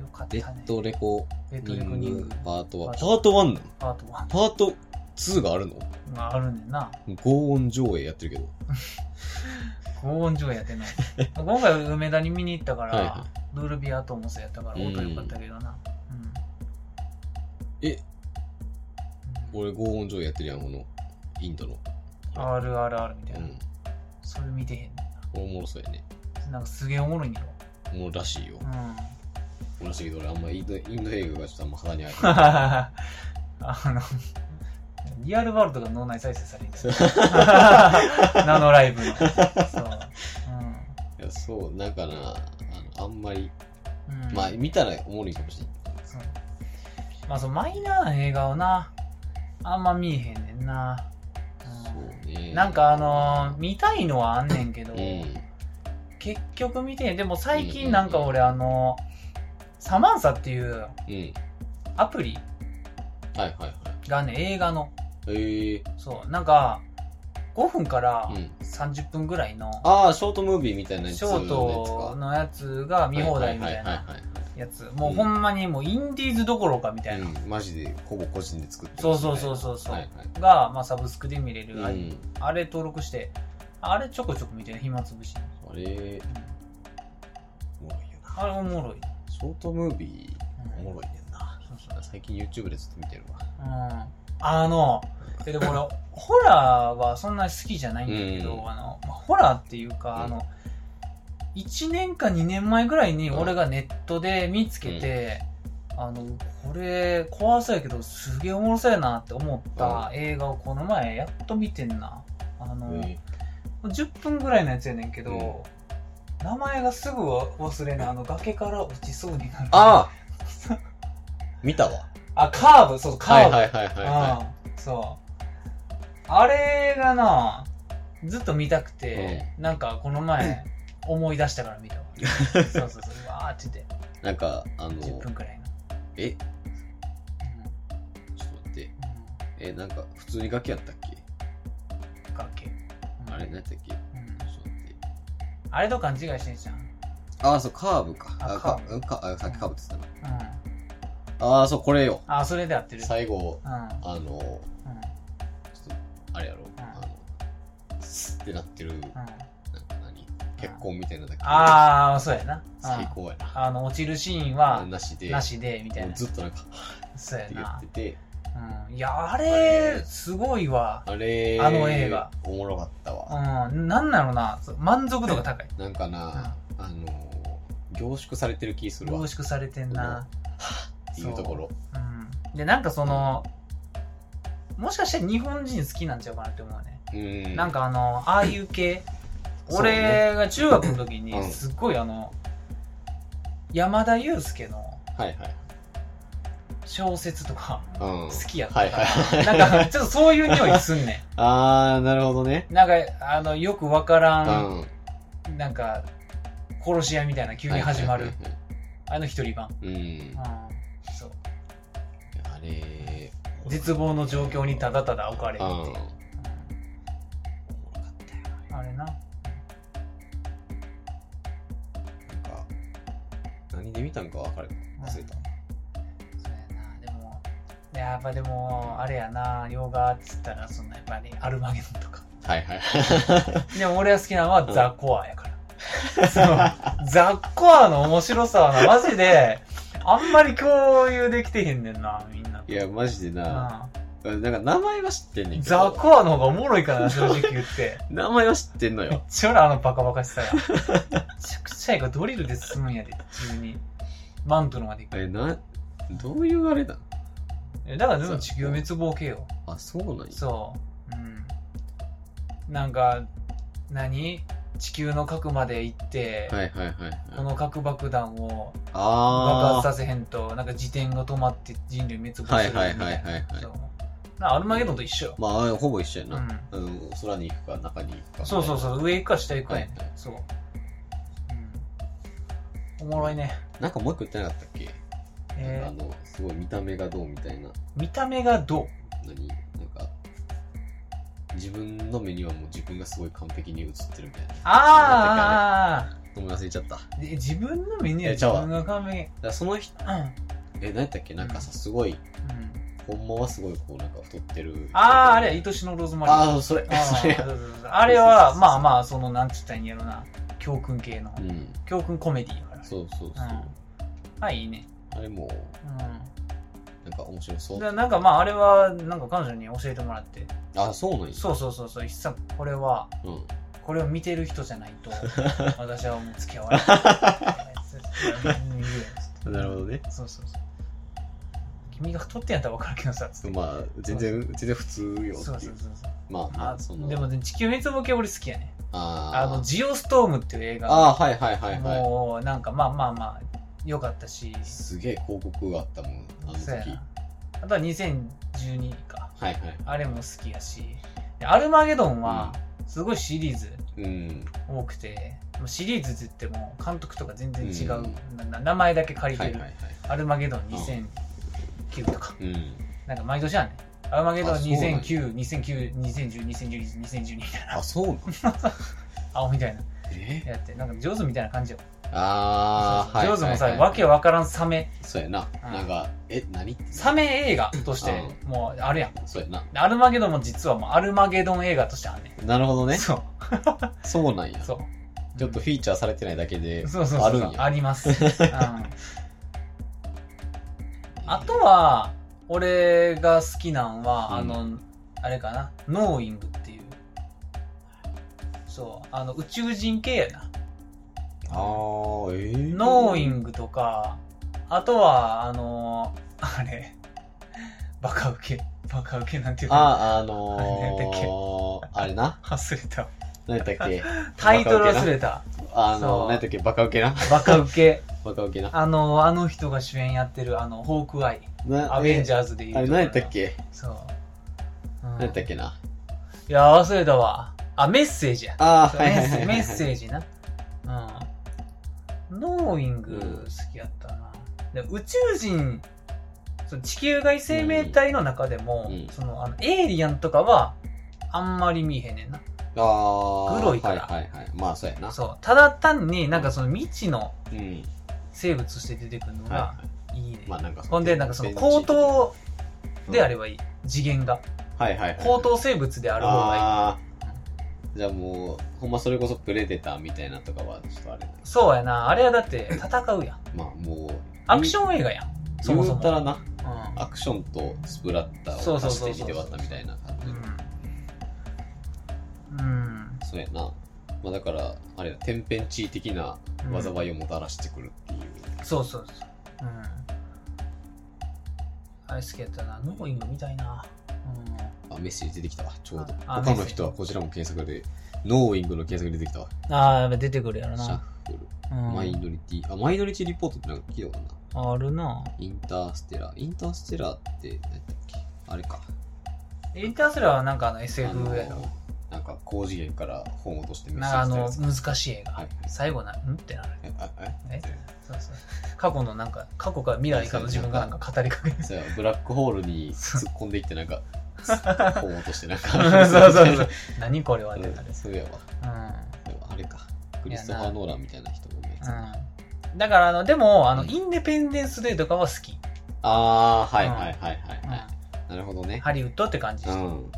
[SPEAKER 1] よかった
[SPEAKER 2] デ
[SPEAKER 1] ね
[SPEAKER 2] ッ。ドレコ
[SPEAKER 1] レッド
[SPEAKER 2] ニ
[SPEAKER 1] レコ
[SPEAKER 2] ン
[SPEAKER 1] ニング
[SPEAKER 2] グパート1。
[SPEAKER 1] パ
[SPEAKER 2] パ
[SPEAKER 1] ー
[SPEAKER 2] ート1なの
[SPEAKER 1] パート1
[SPEAKER 2] パート2があるの
[SPEAKER 1] があるねんな。
[SPEAKER 2] 合音上映やってるけど。
[SPEAKER 1] 高音上映やってない。 今回梅田に見に行ったから、
[SPEAKER 2] はいは
[SPEAKER 1] ドルビーアトモスやったから音良かったけどな。うん。
[SPEAKER 2] え
[SPEAKER 1] うん
[SPEAKER 2] 俺合音上映やってるやん、この、インドの。
[SPEAKER 1] RRR みたい
[SPEAKER 2] う
[SPEAKER 1] な。
[SPEAKER 2] ん。
[SPEAKER 1] それ見てへんねん
[SPEAKER 2] これおもろそうやね。
[SPEAKER 1] な。なんかすげえおもろいんやろ。
[SPEAKER 2] おもろらしいよ
[SPEAKER 1] う。ん。
[SPEAKER 2] おもろらしいけど、俺あんまインドインド映画がちょっとあんま肌に合えて ない。
[SPEAKER 1] あの、リアルワールドが脳内再生されるんですよ。 ナノライブの。そう。
[SPEAKER 2] いや、そう、なんかな、あのあんまり、
[SPEAKER 1] うん。うん、
[SPEAKER 2] まあ、見たらおもろいかもしれない。
[SPEAKER 1] そうまあ、そのマイナーな映画をな、あんま見えへんねんな。うん
[SPEAKER 2] そうね。
[SPEAKER 1] なんかあのー見たいのはあんねんけど、
[SPEAKER 2] うん。
[SPEAKER 1] 結局見てへん。でも最近なんか俺あのサマンサっていう
[SPEAKER 2] うん。
[SPEAKER 1] アプリ
[SPEAKER 2] はいはいはい。
[SPEAKER 1] がね、映画の、
[SPEAKER 2] ええ
[SPEAKER 1] そう、なんか、5分から
[SPEAKER 2] うん。
[SPEAKER 1] 30分ぐらいの、
[SPEAKER 2] ああ、ショートムービーみたいなやつ
[SPEAKER 1] ショートのやつが見放題みたい
[SPEAKER 2] はは
[SPEAKER 1] な
[SPEAKER 2] はは
[SPEAKER 1] やつ。もうほんまにもうインディーズどころかみた
[SPEAKER 2] はいい
[SPEAKER 1] な。
[SPEAKER 2] はい。うん、マジで、ほぼ個人で作って
[SPEAKER 1] そうそうそうそうそう
[SPEAKER 2] はいはい。
[SPEAKER 1] が、まあサブスクで見れる。
[SPEAKER 2] うん。
[SPEAKER 1] あれ登録して、あれちょこちょこ見てる暇つぶしに。
[SPEAKER 2] あれ、おもろいよな。
[SPEAKER 1] あれおもろい。
[SPEAKER 2] ショートムービー、
[SPEAKER 1] う
[SPEAKER 2] お
[SPEAKER 1] ん
[SPEAKER 2] もろいねんな。
[SPEAKER 1] そうそう
[SPEAKER 2] 最近 YouTube でずっと見てるわ。
[SPEAKER 1] うんあの、えでも 俺、ホラーはそんなに好きじゃないんだけど、
[SPEAKER 2] うん
[SPEAKER 1] あの、まあホラーっていうか、あの、1年か2年前ぐらいに
[SPEAKER 2] うん
[SPEAKER 1] 俺がネットで見つけて、あの、これ、怖そうやけど、すげえおもろそうやなって思った映画をこの前やっと見てんな。あの、
[SPEAKER 2] え
[SPEAKER 1] 10分ぐらいのやつやねんけど、名前がすぐ忘れない、あの、崖から落ちそうになる。
[SPEAKER 2] ああ 見たわ。
[SPEAKER 1] あ、カーブ、そう、カーブ。
[SPEAKER 2] はいはいはいはいは
[SPEAKER 1] うんそうあれがなずっと見たくて、なんかこの 前思い出したから見たわそうそうそううわーって言っ て
[SPEAKER 2] い。なんか、あの、
[SPEAKER 1] 10分くらいの、
[SPEAKER 2] え、ちょっと待って。
[SPEAKER 1] う
[SPEAKER 2] え、なんか、普通に崖やったっけ
[SPEAKER 1] んうん、崖、うん
[SPEAKER 2] あれ、何やったっけち
[SPEAKER 1] う
[SPEAKER 2] ょ
[SPEAKER 1] ん
[SPEAKER 2] っと待って。
[SPEAKER 1] あれと勘違いしてんじゃん、うん、
[SPEAKER 2] ああ、そう、カーブか。
[SPEAKER 1] あ
[SPEAKER 2] あ、
[SPEAKER 1] カ
[SPEAKER 2] か
[SPEAKER 1] ー、
[SPEAKER 2] うんか、あ、さっきカーブって言ってたな。ああ、そう、これよ。
[SPEAKER 1] あそれで合ってる
[SPEAKER 2] 最後、
[SPEAKER 1] うんうん
[SPEAKER 2] あの、ちょっと、あれやろ、あの、スッってなってる、な
[SPEAKER 1] うん
[SPEAKER 2] んか何結婚みたいなだけ。
[SPEAKER 1] ああそうやなうん
[SPEAKER 2] 最高やな。
[SPEAKER 1] あの落ちるシーンは
[SPEAKER 2] なしで、
[SPEAKER 1] なしでみたい
[SPEAKER 2] も
[SPEAKER 1] な
[SPEAKER 2] うずっとなんか、
[SPEAKER 1] そうや
[SPEAKER 2] って言っ
[SPEAKER 1] な
[SPEAKER 2] て、て、
[SPEAKER 1] うん、いやあ
[SPEAKER 2] あ
[SPEAKER 1] れ
[SPEAKER 2] れ
[SPEAKER 1] すごいわ
[SPEAKER 2] あれ
[SPEAKER 1] あの映画。
[SPEAKER 2] おもろかったわ。
[SPEAKER 1] うん、なんなのな、そう満足度が高い。
[SPEAKER 2] なんかな、あの、凝縮されてる気するわ。
[SPEAKER 1] 凝
[SPEAKER 2] っ
[SPEAKER 1] 縮されてんな。
[SPEAKER 2] ていうところ。
[SPEAKER 1] うん。で、なんかその、もしかしたら日本人好きなんちゃうかなって思うね。
[SPEAKER 2] うん。
[SPEAKER 1] なん、かあの、ああいう系。
[SPEAKER 2] そうね
[SPEAKER 1] 俺が中学の時
[SPEAKER 2] う
[SPEAKER 1] に、
[SPEAKER 2] ん
[SPEAKER 1] すっごいあの、山田裕介の
[SPEAKER 2] はいはい。
[SPEAKER 1] 小説とか
[SPEAKER 2] うん。
[SPEAKER 1] 好きやった
[SPEAKER 2] はい
[SPEAKER 1] か
[SPEAKER 2] はい。
[SPEAKER 1] ら、なんかちょっとそういう匂いすんね
[SPEAKER 2] あー、なるほどね。
[SPEAKER 1] ん。なんか、あの、よくわから、
[SPEAKER 2] うん
[SPEAKER 1] なんか、殺し屋みたいな急に始まる、。あの一人版。
[SPEAKER 2] うん。いや
[SPEAKER 1] うん。そう。
[SPEAKER 2] あれ、
[SPEAKER 1] 絶望の状況にただただ置かれる
[SPEAKER 2] うん。お
[SPEAKER 1] っ
[SPEAKER 2] も
[SPEAKER 1] てい
[SPEAKER 2] ろ
[SPEAKER 1] う
[SPEAKER 2] かっ
[SPEAKER 1] うんあれな
[SPEAKER 2] たよ。なんか、何で見たんか分かる忘
[SPEAKER 1] そう
[SPEAKER 2] れた。
[SPEAKER 1] やなでもいややっぱでもあれやな洋画っつったらそんなやっぱりアルマゲドンと か
[SPEAKER 2] はいはい。
[SPEAKER 1] でも俺が好きなのはザ・コアやから、そうザ・コアの面白さはなマジであんまり共有できてへんねんなみん なと
[SPEAKER 2] いや、マジでな、
[SPEAKER 1] なあ
[SPEAKER 2] なんか名前は知ってんねんけ
[SPEAKER 1] ザ・
[SPEAKER 2] ど、
[SPEAKER 1] コアの方がおもろいからな正直言 って
[SPEAKER 2] 名前は知ってんのよ。
[SPEAKER 1] ちょらあのバカバカしさがめちゃくちゃええからドリルで進むんやで普通にマントのまで行く
[SPEAKER 2] え、な、どういうあれだ
[SPEAKER 1] えだからでも地球滅亡系よ
[SPEAKER 2] あ、そうなんや。
[SPEAKER 1] そううんなんか何地球の核まで行って、
[SPEAKER 2] はいはいはいはい。
[SPEAKER 1] この核爆弾を爆
[SPEAKER 2] あ
[SPEAKER 1] 発させへんとなんか自転が止まって人類滅亡するみたいな、
[SPEAKER 2] はいはいはいはいはい
[SPEAKER 1] そうなんかアルマゲドンと一緒よ
[SPEAKER 2] ー、、まああれ、ほぼ一緒や
[SPEAKER 1] う
[SPEAKER 2] な。
[SPEAKER 1] ん
[SPEAKER 2] あの空に行くか、中に行くか。
[SPEAKER 1] そうそうそう上行くか下行くかやね、
[SPEAKER 2] はいはい
[SPEAKER 1] そう、うん、おもろいね
[SPEAKER 2] なんかもう一個言ってなかったっけなんかあ
[SPEAKER 1] え
[SPEAKER 2] の、すごい見た目がどうみたいな。
[SPEAKER 1] ー見た目がどう
[SPEAKER 2] 何なんか、自分の目にはもう自分がすごい完璧に映ってるみたいな。
[SPEAKER 1] あ
[SPEAKER 2] ごめん忘れちゃった。だか
[SPEAKER 1] ーあーあーで自分の目には
[SPEAKER 2] えち
[SPEAKER 1] 自
[SPEAKER 2] ゃうわ
[SPEAKER 1] 分が完璧
[SPEAKER 2] らその人、
[SPEAKER 1] うん、うん
[SPEAKER 2] え、何やったっけなんかさ、すごい、ほんまはすごいこうなんか太ってる。
[SPEAKER 1] あああれ愛しのローズマリー
[SPEAKER 2] ああ、それ、
[SPEAKER 1] あー
[SPEAKER 2] それ。
[SPEAKER 1] そうそうそうあれはまあまあそのなんつったらいいんやろな教訓系の、
[SPEAKER 2] うん。
[SPEAKER 1] 教訓コメディやから
[SPEAKER 2] そうそうそう。
[SPEAKER 1] あいいね
[SPEAKER 2] あれも、
[SPEAKER 1] う
[SPEAKER 2] なんか面白そ
[SPEAKER 1] ん
[SPEAKER 2] う。
[SPEAKER 1] でなんかまああれはなんか彼女に教えてもらって
[SPEAKER 2] あ、そうなんや。
[SPEAKER 1] そうそうそうそうさこれは
[SPEAKER 2] うん。
[SPEAKER 1] これを見てる人じゃない と私はもう付き合わ ない
[SPEAKER 2] なるほどね。
[SPEAKER 1] そうそうそう君が太ってんやったら分かるけどさつって
[SPEAKER 2] まあ、全然、全然普通よ
[SPEAKER 1] そう
[SPEAKER 2] ってい
[SPEAKER 1] そうう。そうそう
[SPEAKER 2] まあ、ま
[SPEAKER 1] あ
[SPEAKER 2] あ、その、
[SPEAKER 1] でもね地球滅亡系俺好きやね
[SPEAKER 2] あー
[SPEAKER 1] あのジオストームっていう映画
[SPEAKER 2] あー、はいはいはいは
[SPEAKER 1] もうなんかまあまあまあ良かったし
[SPEAKER 2] い。すげえ広告があったもん、あの時。
[SPEAKER 1] そうや
[SPEAKER 2] はい
[SPEAKER 1] なあとは2012か
[SPEAKER 2] はい。
[SPEAKER 1] あれも好きやしでアルマゲドンはすごいシリーズ
[SPEAKER 2] うん。
[SPEAKER 1] 多くて、もうシリーズって言っても監督とか全然違う、
[SPEAKER 2] うん
[SPEAKER 1] なな名前だけ借り
[SPEAKER 2] は
[SPEAKER 1] て
[SPEAKER 2] い
[SPEAKER 1] る、
[SPEAKER 2] はいはい。
[SPEAKER 1] アルマゲドン2009とか、
[SPEAKER 2] うん。
[SPEAKER 1] なんか毎年やねアルマゲドン
[SPEAKER 2] あそうなんや
[SPEAKER 1] 2009、2009、2010、2011、2012みたいな、
[SPEAKER 2] あ、そうなん
[SPEAKER 1] 青みたいな
[SPEAKER 2] え
[SPEAKER 1] やって、なんか上手みたいな感じよ。
[SPEAKER 2] ああ、はい。
[SPEAKER 1] 上手もさ、
[SPEAKER 2] はいはい
[SPEAKER 1] わけわからんサメ、
[SPEAKER 2] そうやな。
[SPEAKER 1] うん
[SPEAKER 2] なんか、え、何
[SPEAKER 1] サメ映画として、もうあるやん。
[SPEAKER 2] そうやな。
[SPEAKER 1] でアルマゲドンも実はもうアルマゲドン映画としてあんね
[SPEAKER 2] なるほど
[SPEAKER 1] ん。
[SPEAKER 2] ね。
[SPEAKER 1] そう。
[SPEAKER 2] そうなんや。
[SPEAKER 1] そう。
[SPEAKER 2] ちょっとフィーチャーされてないだけで、
[SPEAKER 1] そうそう
[SPEAKER 2] あ
[SPEAKER 1] そう
[SPEAKER 2] る
[SPEAKER 1] そうん
[SPEAKER 2] や。
[SPEAKER 1] あり ます。うんあとは、俺が好きなんは、
[SPEAKER 2] うん
[SPEAKER 1] あの、あれかな、ノーイングっていう。そう、あの、宇宙人系やな。
[SPEAKER 2] あー、えー。
[SPEAKER 1] ノーイングとか、あとは、あの、あれ、バカウケ、バカウケなんていうの
[SPEAKER 2] あ、あ
[SPEAKER 1] あれなんだっけ
[SPEAKER 2] のー、あれな。
[SPEAKER 1] 忘れた。
[SPEAKER 2] 何やったっけ
[SPEAKER 1] タイトル忘れた。
[SPEAKER 2] あ
[SPEAKER 1] そう
[SPEAKER 2] の、何やったっけバカウケな。
[SPEAKER 1] バカウケ。
[SPEAKER 2] バカウケな。
[SPEAKER 1] あの、あの人が主演やってる、あの、ホークアイ。アベンジ
[SPEAKER 2] ャ
[SPEAKER 1] ャーズで言う
[SPEAKER 2] あれ
[SPEAKER 1] ところ
[SPEAKER 2] 何やったっけ
[SPEAKER 1] そう。うん
[SPEAKER 2] 何やったっけな。
[SPEAKER 1] いや、忘れたわ。あ、メッセージや。
[SPEAKER 2] あー、
[SPEAKER 1] メ
[SPEAKER 2] はいはい
[SPEAKER 1] ッ
[SPEAKER 2] はいは
[SPEAKER 1] セ
[SPEAKER 2] い。
[SPEAKER 1] メッセージな。うん。ノーイング
[SPEAKER 2] うん
[SPEAKER 1] 好きやったな。で宇宙人、そう地球外生命体の中でも、
[SPEAKER 2] うん
[SPEAKER 1] そのあのエイリアンとかは、あんまり見えへんねんな。
[SPEAKER 2] あー。
[SPEAKER 1] 黒いから
[SPEAKER 2] はいはいはい。まあ、そうやな。
[SPEAKER 1] そう。ただ単になんかその未知の
[SPEAKER 2] うん。
[SPEAKER 1] 生物として出てくるの
[SPEAKER 2] はいは
[SPEAKER 1] がいいね。
[SPEAKER 2] い。まあ、なんか
[SPEAKER 1] ほんで、なんかその高等であれ
[SPEAKER 2] ば。
[SPEAKER 1] ばいい。次元が。
[SPEAKER 2] はいはいはい。
[SPEAKER 1] 高等生物である方がいい。
[SPEAKER 2] あーじゃあもう、ほんまそれこそプレデターみたいなとかは、ちょっとあれだ
[SPEAKER 1] そうやな。あれはだって戦うやん。
[SPEAKER 2] まあもう、
[SPEAKER 1] アクシ
[SPEAKER 2] ン
[SPEAKER 1] ョン映画やん。そもそも
[SPEAKER 2] 言うたらな、
[SPEAKER 1] うん
[SPEAKER 2] アクションとスプラッター
[SPEAKER 1] そう
[SPEAKER 2] を
[SPEAKER 1] そう
[SPEAKER 2] 足
[SPEAKER 1] そうそう
[SPEAKER 2] してきて割ったみたいな感じ。
[SPEAKER 1] うん。
[SPEAKER 2] そうやな。まあだから、あれだ、天変地異的な
[SPEAKER 1] うん。
[SPEAKER 2] 災いをもたらしてくるっていう。
[SPEAKER 1] そうそうそう。うん。あれ好きやったな。ノーイングみたいな。う
[SPEAKER 2] あ、メッセージ出てきたわ、ちょうど。
[SPEAKER 1] ああ
[SPEAKER 2] 他の人はこちらも検索で、ノーウィングの検索で出てきたわ。
[SPEAKER 1] ん。ああ、やっぱ出てくるやろ
[SPEAKER 2] シャッ
[SPEAKER 1] な。
[SPEAKER 2] フル、
[SPEAKER 1] うん、
[SPEAKER 2] マイノリティ。あ、マイノリティリポートってなんか聞いたことあるな。
[SPEAKER 1] あるな。
[SPEAKER 2] インターステラー。インターステラーって何やったっけあれか。
[SPEAKER 1] インターステラーはなんかあの
[SPEAKER 2] あ
[SPEAKER 1] SF やろ
[SPEAKER 2] の。なんか高次元から本落としてメッ
[SPEAKER 1] な
[SPEAKER 2] セ
[SPEAKER 1] んかあ
[SPEAKER 2] ー
[SPEAKER 1] の
[SPEAKER 2] ジしてるや
[SPEAKER 1] 難しい映画。
[SPEAKER 2] はい
[SPEAKER 1] 最後な、んってなる。
[SPEAKER 2] つ。ああ
[SPEAKER 1] えそうそう。過去のなんか、過去か未来かの自分がなんか語りかける
[SPEAKER 2] え。そうやブラックホールに突っ込んでいってな んか本落としてなんか
[SPEAKER 1] そうそうそう。 何これはってなる
[SPEAKER 2] うん。そうやわ
[SPEAKER 1] うん。
[SPEAKER 2] でもあれかクリストファー・ノーランみたいな人もね
[SPEAKER 1] うんだからあの、でも、あの、
[SPEAKER 2] うん
[SPEAKER 1] インデペンデンスデーとかは好き。
[SPEAKER 2] ああはいはいはいはいは
[SPEAKER 1] う
[SPEAKER 2] いなるほど
[SPEAKER 1] ん
[SPEAKER 2] ね
[SPEAKER 1] ハリウッドって感じ
[SPEAKER 2] う
[SPEAKER 1] した。うん
[SPEAKER 2] ん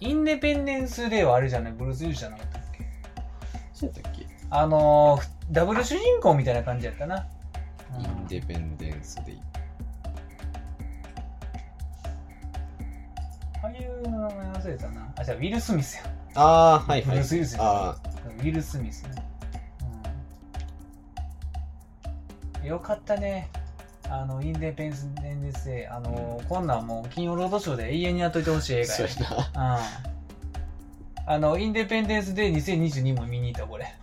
[SPEAKER 1] インデペンデンスデーはあれじゃないブルース・ウィリスじゃなかったっけ
[SPEAKER 2] そうやったっけ
[SPEAKER 1] あのーふダブル主人公みたいな感じやったな。うん
[SPEAKER 2] インデペンデンスでいい
[SPEAKER 1] 俳優の名前忘れたな。あ、じゃあウィル・スミスや。
[SPEAKER 2] ああはい
[SPEAKER 1] ブ
[SPEAKER 2] は
[SPEAKER 1] ルー
[SPEAKER 2] い
[SPEAKER 1] ス・ウィリス
[SPEAKER 2] ああ
[SPEAKER 1] ウィル・スミスね。うんよかったね。あの、インデペンデンスデー。あのー、こんなんもう、金曜ロードショーで永遠にやっといてほしい映画や
[SPEAKER 2] そう。やな
[SPEAKER 1] うんあの、インデペンデンスデー2022も見に行った、これ。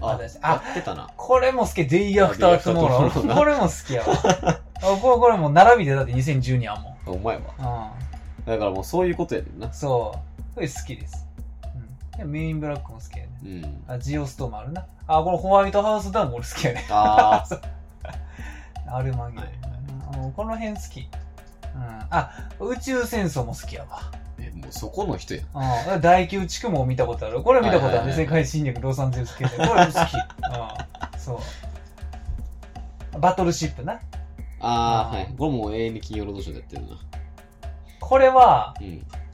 [SPEAKER 2] あ
[SPEAKER 1] 私あ
[SPEAKER 2] やってたな
[SPEAKER 1] これも好き、デイアフタートゥモロ
[SPEAKER 2] Day After Tomorrow
[SPEAKER 1] ー。これも好きやわ。あこれ、これもう並びでだって2012やも
[SPEAKER 2] お前は
[SPEAKER 1] ん。
[SPEAKER 2] だからもうそういうことやねん
[SPEAKER 1] う。
[SPEAKER 2] なん
[SPEAKER 1] そう。これ好きです。うんで。メインブラックも好きやね。
[SPEAKER 2] うん
[SPEAKER 1] あ、ジオストームあるな。あ、これホワイトハウスダウンも俺好きやね。
[SPEAKER 2] ああ
[SPEAKER 1] アルマゲドン
[SPEAKER 2] はい
[SPEAKER 1] うんこの辺好き。うん、あ、宇宙戦争も好きやわ。
[SPEAKER 2] え、もうそこの人やん。
[SPEAKER 1] うん、大宮地区も見たことある。これは見たことある。
[SPEAKER 2] はいはいはい
[SPEAKER 1] 世界侵略ロサンゼルス系で。これ好き。うん、そう。バトルシップな。
[SPEAKER 2] あ
[SPEAKER 1] あー
[SPEAKER 2] あ、はい。これもう永遠に金曜ロードショーでやってるな。
[SPEAKER 1] これは、
[SPEAKER 2] う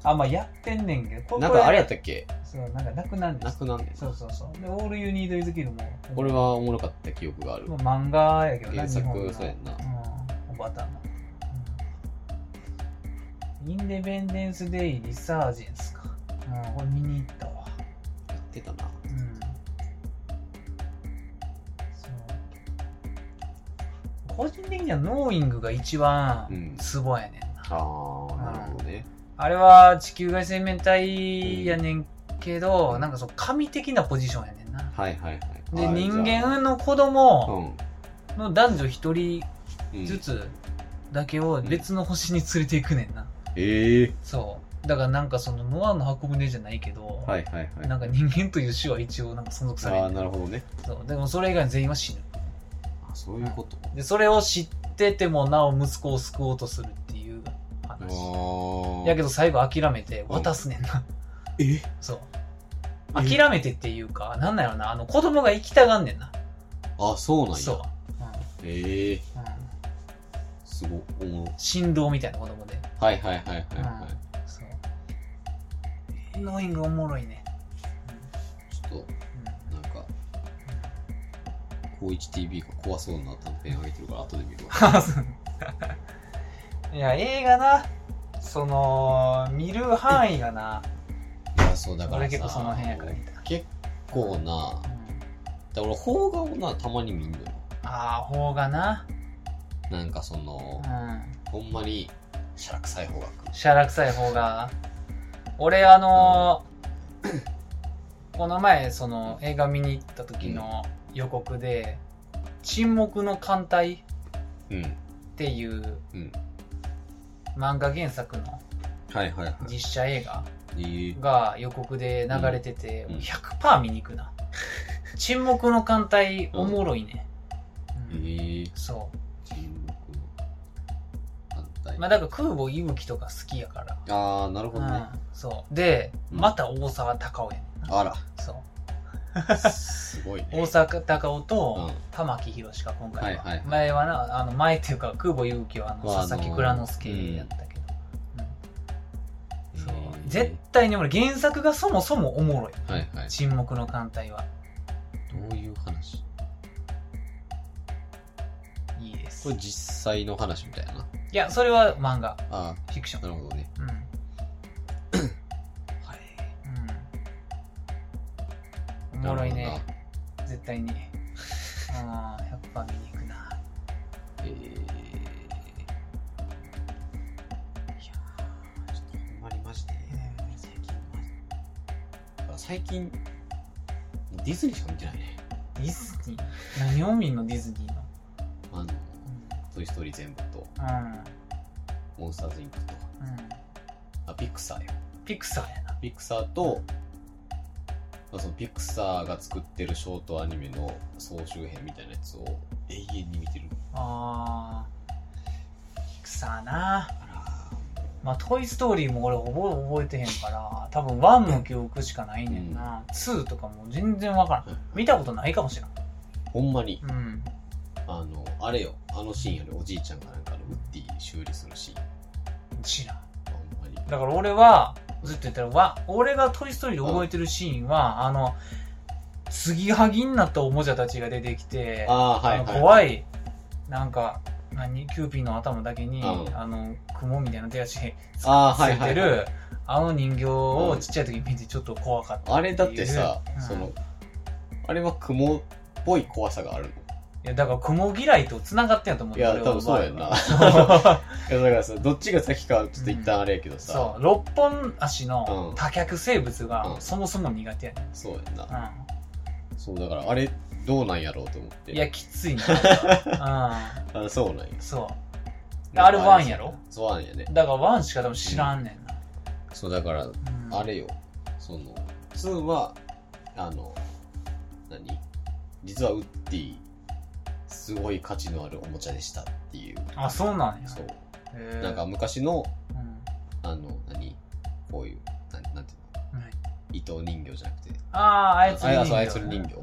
[SPEAKER 1] あ、まあやってんねんけど、こ
[SPEAKER 2] ん。なんかあれ
[SPEAKER 1] や
[SPEAKER 2] やったっけ
[SPEAKER 1] そう、なんかなくなんで
[SPEAKER 2] な
[SPEAKER 1] す。
[SPEAKER 2] くなんねん。
[SPEAKER 1] そうそうそう。で、All You Need Is Kill も、
[SPEAKER 2] これはおもろかった記憶がある
[SPEAKER 1] ま。あ漫画やけどな、
[SPEAKER 2] 原
[SPEAKER 1] 日本の
[SPEAKER 2] 作、そうやんな。
[SPEAKER 1] うん、おばたの。うんインデペンデンス・デイ・リサージェンスか。うん、これ見に行ったわ。
[SPEAKER 2] やってたな。
[SPEAKER 1] うんそう個人的にはノーイングが一番
[SPEAKER 2] うん
[SPEAKER 1] ツボやねんな、
[SPEAKER 2] ああ、なるほどね。
[SPEAKER 1] あれは地球外生命体やねんけど、
[SPEAKER 2] うん
[SPEAKER 1] なんかそう神的なポジションやねんな
[SPEAKER 2] はいはいはい。
[SPEAKER 1] で
[SPEAKER 2] あー
[SPEAKER 1] 人
[SPEAKER 2] じゃあ
[SPEAKER 1] 間の子
[SPEAKER 2] う
[SPEAKER 1] 供
[SPEAKER 2] ん。
[SPEAKER 1] の男女一人
[SPEAKER 2] うん
[SPEAKER 1] ずつだけを別の星に連れていくねんな、
[SPEAKER 2] ええ
[SPEAKER 1] そうだからなんかそのノアの箱舟じゃないけど、
[SPEAKER 2] はいはいはい。
[SPEAKER 1] なんか人間という種は一応なんか存続される
[SPEAKER 2] ああ、なるほどね。
[SPEAKER 1] そうでもそれ以外全員は死ぬ
[SPEAKER 2] あそういうこと。
[SPEAKER 1] でそれを知っててもなお息子を救おうとするっていう話
[SPEAKER 2] ああ。
[SPEAKER 1] やけど最後諦めて渡すねんな、
[SPEAKER 2] え
[SPEAKER 1] そう
[SPEAKER 2] え
[SPEAKER 1] 諦めてっていうかなんなんやろなあの子供が行きたがんねんな
[SPEAKER 2] あ、そうなんや。
[SPEAKER 1] そう、
[SPEAKER 2] ええ
[SPEAKER 1] うんうん
[SPEAKER 2] すごい。おもろ
[SPEAKER 1] 振動みたいな子供で
[SPEAKER 2] はいはいはいはいは
[SPEAKER 1] そうノーイングおもろいね、
[SPEAKER 2] い。ちょっ
[SPEAKER 1] うん
[SPEAKER 2] と、なんか、高一 TV が怖そうな短編あげてるから、後で見るわ。
[SPEAKER 1] うんいや映画なその見る範囲が ない
[SPEAKER 2] や、そうだからさ。
[SPEAKER 1] 俺結構その辺やから見た
[SPEAKER 2] 結構な、だから俺、邦画をな、たまに見んのよ。
[SPEAKER 1] ああ方がな
[SPEAKER 2] なんかそうの、
[SPEAKER 1] ん
[SPEAKER 2] ほんまに、しゃらくさい方が来る。
[SPEAKER 1] しゃらくさい方が俺あのーこの前その映画見に行った時の予告で「沈黙の艦隊」っ
[SPEAKER 2] うん。
[SPEAKER 1] ていう
[SPEAKER 2] うん
[SPEAKER 1] 漫画原作の
[SPEAKER 2] はいはいは
[SPEAKER 1] 実写映画
[SPEAKER 2] い。ええ
[SPEAKER 1] が予告で流れてて
[SPEAKER 2] うん
[SPEAKER 1] 100%見に行くな沈黙の艦隊おもろいね、うん
[SPEAKER 2] ええ
[SPEAKER 1] そう
[SPEAKER 2] 沈黙の反対。
[SPEAKER 1] まあだから空母息吹とか好きやから
[SPEAKER 2] ああ、なるほどね。
[SPEAKER 1] うん、そうで、
[SPEAKER 2] うん
[SPEAKER 1] また大沢たかおやねんな
[SPEAKER 2] あ
[SPEAKER 1] そう
[SPEAKER 2] ら、すごいね。
[SPEAKER 1] 大阪高尾と
[SPEAKER 2] うん
[SPEAKER 1] 玉木宏が今回は,、
[SPEAKER 2] はいはいはい
[SPEAKER 1] 前はなあの前っていうか空母勇気はあの
[SPEAKER 2] まあ
[SPEAKER 1] 佐々
[SPEAKER 2] あ
[SPEAKER 1] 木
[SPEAKER 2] の
[SPEAKER 1] 蔵之介やったけど、うんそう
[SPEAKER 2] ええ
[SPEAKER 1] 絶対に俺原作がそもそもおもろい
[SPEAKER 2] はいはい。
[SPEAKER 1] 沈黙の艦隊は
[SPEAKER 2] どういう話
[SPEAKER 1] いいです
[SPEAKER 2] これ
[SPEAKER 1] い
[SPEAKER 2] 実際の話みたいな。
[SPEAKER 1] やそれは漫画
[SPEAKER 2] あ
[SPEAKER 1] フィクシ
[SPEAKER 2] あ、
[SPEAKER 1] ョ
[SPEAKER 2] な
[SPEAKER 1] ン
[SPEAKER 2] るほどね。
[SPEAKER 1] うん、うん、
[SPEAKER 2] はい。
[SPEAKER 1] おもろいね絶対にああ100%見に行くな
[SPEAKER 2] えー、いやーちょっとほんまにマジで最近マジであ最近ディズニーしか見てないね
[SPEAKER 1] ディズ ニー何を見んのディズニーの
[SPEAKER 2] あの「トイ・ストーリー」全部と
[SPEAKER 1] う
[SPEAKER 2] 「モンスターズ・インク」と
[SPEAKER 1] ん、うん、
[SPEAKER 2] あピクサーよ
[SPEAKER 1] ピクサーやな
[SPEAKER 2] ピクサーと、まあ、そのピクサーが作ってるショートアニメの総集編みたいなやつを永遠に見てる
[SPEAKER 1] あーピクサーな
[SPEAKER 2] から
[SPEAKER 1] まあ「トイ・ストーリー」も俺覚え覚えてへんから多分1の記憶しかないねんな、2とかも全然わからん見たことないかもしれん
[SPEAKER 2] ほんまに
[SPEAKER 1] うん
[SPEAKER 2] あのあれよあのシーンやでおじいちゃんがなんかあのウッディ修理するシーン
[SPEAKER 1] 知らん
[SPEAKER 2] ほんまに
[SPEAKER 1] だから俺はずっと言ったらわ俺が「トイ・ストーリー」で覚えてるシーンは、あの継ぎはぎになったおもちゃたちが出てきて
[SPEAKER 2] ああ、はい、
[SPEAKER 1] あ
[SPEAKER 2] は
[SPEAKER 1] の
[SPEAKER 2] い。
[SPEAKER 1] 怖い、なんか、何、キューピーの頭だけに、
[SPEAKER 2] うん
[SPEAKER 1] あの、雲みたいな手足につ
[SPEAKER 2] あーはい
[SPEAKER 1] ついて
[SPEAKER 2] はいは
[SPEAKER 1] る、あの人形をちっちゃい時に見てちょっと怖かった
[SPEAKER 2] あ
[SPEAKER 1] いう
[SPEAKER 2] れだってさ、
[SPEAKER 1] うん
[SPEAKER 2] その、あれは雲っぽい怖さがあるの。い
[SPEAKER 1] いや、だから雲嫌いと繋がってんやと思うい
[SPEAKER 2] や多分そうやんなやだからさ、どっちが先かはちょっと一旦あれやけどさ
[SPEAKER 1] そ、う、六本足の
[SPEAKER 2] うん
[SPEAKER 1] 多脚生物が
[SPEAKER 2] うん
[SPEAKER 1] そもそも苦手やね
[SPEAKER 2] そうやんな。
[SPEAKER 1] ん。
[SPEAKER 2] そう、だからあれ、どうなんやろうと思っ
[SPEAKER 1] う
[SPEAKER 2] て。
[SPEAKER 1] ん。いや、、きつい な。
[SPEAKER 2] あそうなんや
[SPEAKER 1] うん。。そう。あれワンやろ
[SPEAKER 2] そうワンやね。
[SPEAKER 1] だからワンしか多分知らんねんな。
[SPEAKER 2] そう、だから、
[SPEAKER 1] うん
[SPEAKER 2] あれよ、その、2は、あの、何実はウッディすごい価値のあるおもちゃでしたっていう。
[SPEAKER 1] あ、そうなんや。
[SPEAKER 2] そう。
[SPEAKER 1] へー
[SPEAKER 2] なんか、昔の、
[SPEAKER 1] うん
[SPEAKER 2] あの、何こういう、なんなんていうの
[SPEAKER 1] はい
[SPEAKER 2] 糸人形じゃなくて。
[SPEAKER 1] ああ、操り人形。
[SPEAKER 2] あそう操り人形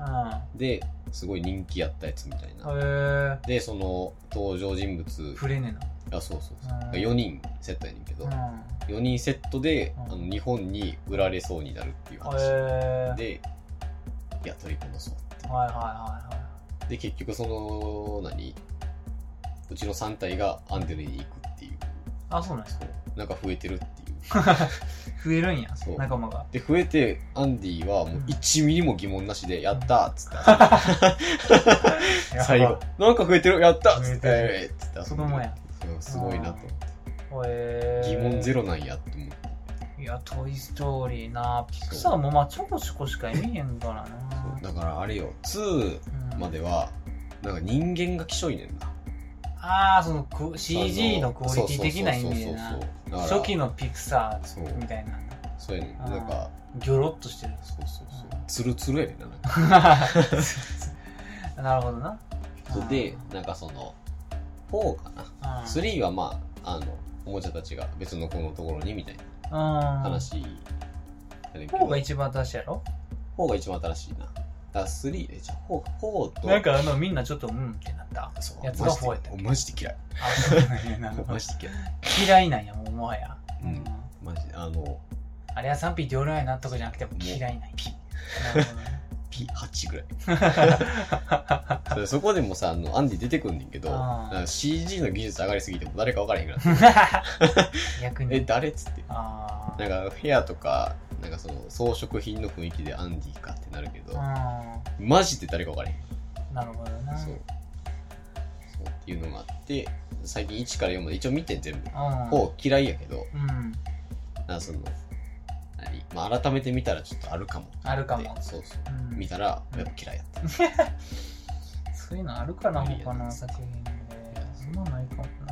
[SPEAKER 1] う
[SPEAKER 2] で、すごい人気やったやつみたいな。
[SPEAKER 1] ん。へ
[SPEAKER 2] で、その、登場人物、
[SPEAKER 1] え。触れね
[SPEAKER 2] あ、そうそう
[SPEAKER 1] うん
[SPEAKER 2] そう。4人セットやねんけ
[SPEAKER 1] え
[SPEAKER 2] ど、
[SPEAKER 1] な。
[SPEAKER 2] 4人セットで、
[SPEAKER 1] うん
[SPEAKER 2] あの日本に売られそうになるっていう
[SPEAKER 1] うん。
[SPEAKER 2] 話。
[SPEAKER 1] へえ。
[SPEAKER 2] で、いや、取りこもそうって。
[SPEAKER 1] はいはいはいはい。
[SPEAKER 2] で、結局その、何うちの3体がアンデルに行くっていう。
[SPEAKER 1] あ、そうなんや。
[SPEAKER 2] そう。なんか増えてるっていう。
[SPEAKER 1] 増えるんや
[SPEAKER 2] そ、う
[SPEAKER 1] 仲間が。
[SPEAKER 2] で、増えて、アンディはもう1ミリも疑問なしで、やったーっつって。最後。なんか増えてるやったっつ
[SPEAKER 1] 増
[SPEAKER 2] っ
[SPEAKER 1] え
[SPEAKER 2] て。つって
[SPEAKER 1] 子供や
[SPEAKER 2] そうすごいなと思っ
[SPEAKER 1] へ
[SPEAKER 2] て。
[SPEAKER 1] え。
[SPEAKER 2] 疑問ゼロなんやって思って。
[SPEAKER 1] いや、トイ・ストーリーな。ピクサーもまあちょこちょこしか見えへんから
[SPEAKER 2] そ
[SPEAKER 1] な
[SPEAKER 2] う。だからあれよ、2
[SPEAKER 1] うん
[SPEAKER 2] までは、なんか人間がきしょいねんな。
[SPEAKER 1] ああ、そのク CG
[SPEAKER 2] あ
[SPEAKER 1] のクオリティ的な意味で
[SPEAKER 2] そ
[SPEAKER 1] な
[SPEAKER 2] う。そうそうそうそうだから
[SPEAKER 1] 初期のピクサ
[SPEAKER 2] そう
[SPEAKER 1] ーみたいな。
[SPEAKER 2] そうやねん。
[SPEAKER 1] あー
[SPEAKER 2] なんか、
[SPEAKER 1] ギョロっとしてる。
[SPEAKER 2] そうそうそう。ツルツルやねんな。なんか
[SPEAKER 1] なるほどな。
[SPEAKER 2] そうで、なんかその、4かな。
[SPEAKER 1] うん、
[SPEAKER 2] 3はまあ、あの、おもちゃたちが別の子のところにみたいな
[SPEAKER 1] 話。
[SPEAKER 2] 話やねんけど。
[SPEAKER 1] 方が一番新しいやろ
[SPEAKER 2] 4が一番新しいな。だから3、え、じゃあ4、4と、
[SPEAKER 1] なんかあのみんなちょっとうんってなった。
[SPEAKER 2] そう、
[SPEAKER 1] やつが4やったっけ
[SPEAKER 2] マジで嫌い。
[SPEAKER 1] あそうなんやな
[SPEAKER 2] マジで嫌い。
[SPEAKER 1] 嫌いなんや、もうもはや。
[SPEAKER 2] うんマジで、あの、
[SPEAKER 1] あれは賛否両論やなとかじゃなくても嫌いなんや。なるほどね
[SPEAKER 2] P8 ぐらい。 それそこでもさ、あの、アンディ出てくんねんけど、
[SPEAKER 1] あー
[SPEAKER 2] なんか CG の技術上がりすぎても誰か分からへんから。
[SPEAKER 1] 逆
[SPEAKER 2] え、
[SPEAKER 1] に。
[SPEAKER 2] 誰っつって。
[SPEAKER 1] あー
[SPEAKER 2] なんか、部屋とか、なんかその、装飾品の雰囲気でアンディかってなるけど、
[SPEAKER 1] あ
[SPEAKER 2] マジで誰か分からへん。
[SPEAKER 1] ー。なるほどな。
[SPEAKER 2] そう。そうっていうのがあって、最近1から4まで一応見てん全部。
[SPEAKER 1] う
[SPEAKER 2] 4嫌いやけど、
[SPEAKER 1] ん。うん。
[SPEAKER 2] なんかその、何まあ、改めて見たらちょっとあるかも。
[SPEAKER 1] あるかも
[SPEAKER 2] でそうそう。
[SPEAKER 1] うん
[SPEAKER 2] 見たら、やっぱ嫌いやった。
[SPEAKER 1] そういうのあるかな、
[SPEAKER 2] 無理や
[SPEAKER 1] 他の
[SPEAKER 2] な
[SPEAKER 1] 作品で。そんなのないかもな。確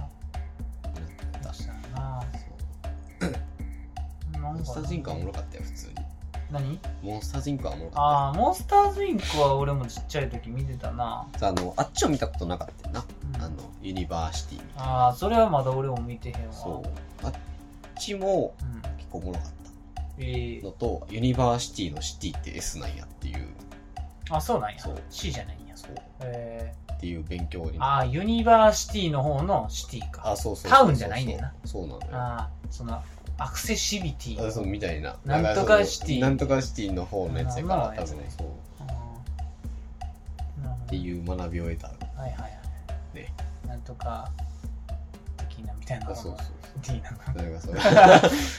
[SPEAKER 1] かにな。
[SPEAKER 2] そう
[SPEAKER 1] な
[SPEAKER 2] モ
[SPEAKER 1] ん
[SPEAKER 2] ンスタ
[SPEAKER 1] か
[SPEAKER 2] ーズインクはおもろかったよ、普通に。
[SPEAKER 1] 何
[SPEAKER 2] モンスターズインクはおもろか
[SPEAKER 1] ああ、モンスターズインクは俺もちっちゃい時見てたな。
[SPEAKER 2] った。あの、あっちを見たことなかったよな。
[SPEAKER 1] うん
[SPEAKER 2] あの、ユニバーシティみたいな。
[SPEAKER 1] ああ、それはまだ俺も見てへんわ。
[SPEAKER 2] そう。あっちも
[SPEAKER 1] う。ん。
[SPEAKER 2] 結構おもろかった
[SPEAKER 1] えー
[SPEAKER 2] の、と、ユニバーシティのシティって S なんやっていう、
[SPEAKER 1] あ、そうなんや
[SPEAKER 2] そう。
[SPEAKER 1] C じゃないんや。
[SPEAKER 2] そう、
[SPEAKER 1] え
[SPEAKER 2] っていう勉強に
[SPEAKER 1] ー、
[SPEAKER 2] なっ
[SPEAKER 1] ああ、ユニバーシティの方のシティ
[SPEAKER 2] た。
[SPEAKER 1] か。
[SPEAKER 2] あ、そうそうそうそう。
[SPEAKER 1] タウンじゃないねんな。
[SPEAKER 2] そうなのよ。
[SPEAKER 1] ああ、その、アクセシビティ。
[SPEAKER 2] あそうみたいな。
[SPEAKER 1] なんとかシティ
[SPEAKER 2] なんとかシティの方のやつやか
[SPEAKER 1] まあ
[SPEAKER 2] ら、
[SPEAKER 1] まあ
[SPEAKER 2] 多分そう。
[SPEAKER 1] うんなるほど
[SPEAKER 2] っていう学びを得た。
[SPEAKER 1] はいはいはい。
[SPEAKER 2] ね
[SPEAKER 1] なんとか、的なみたいな
[SPEAKER 2] あ、
[SPEAKER 1] の
[SPEAKER 2] そうそう
[SPEAKER 1] が。
[SPEAKER 2] そう。
[SPEAKER 1] D なのか
[SPEAKER 2] なんかそう。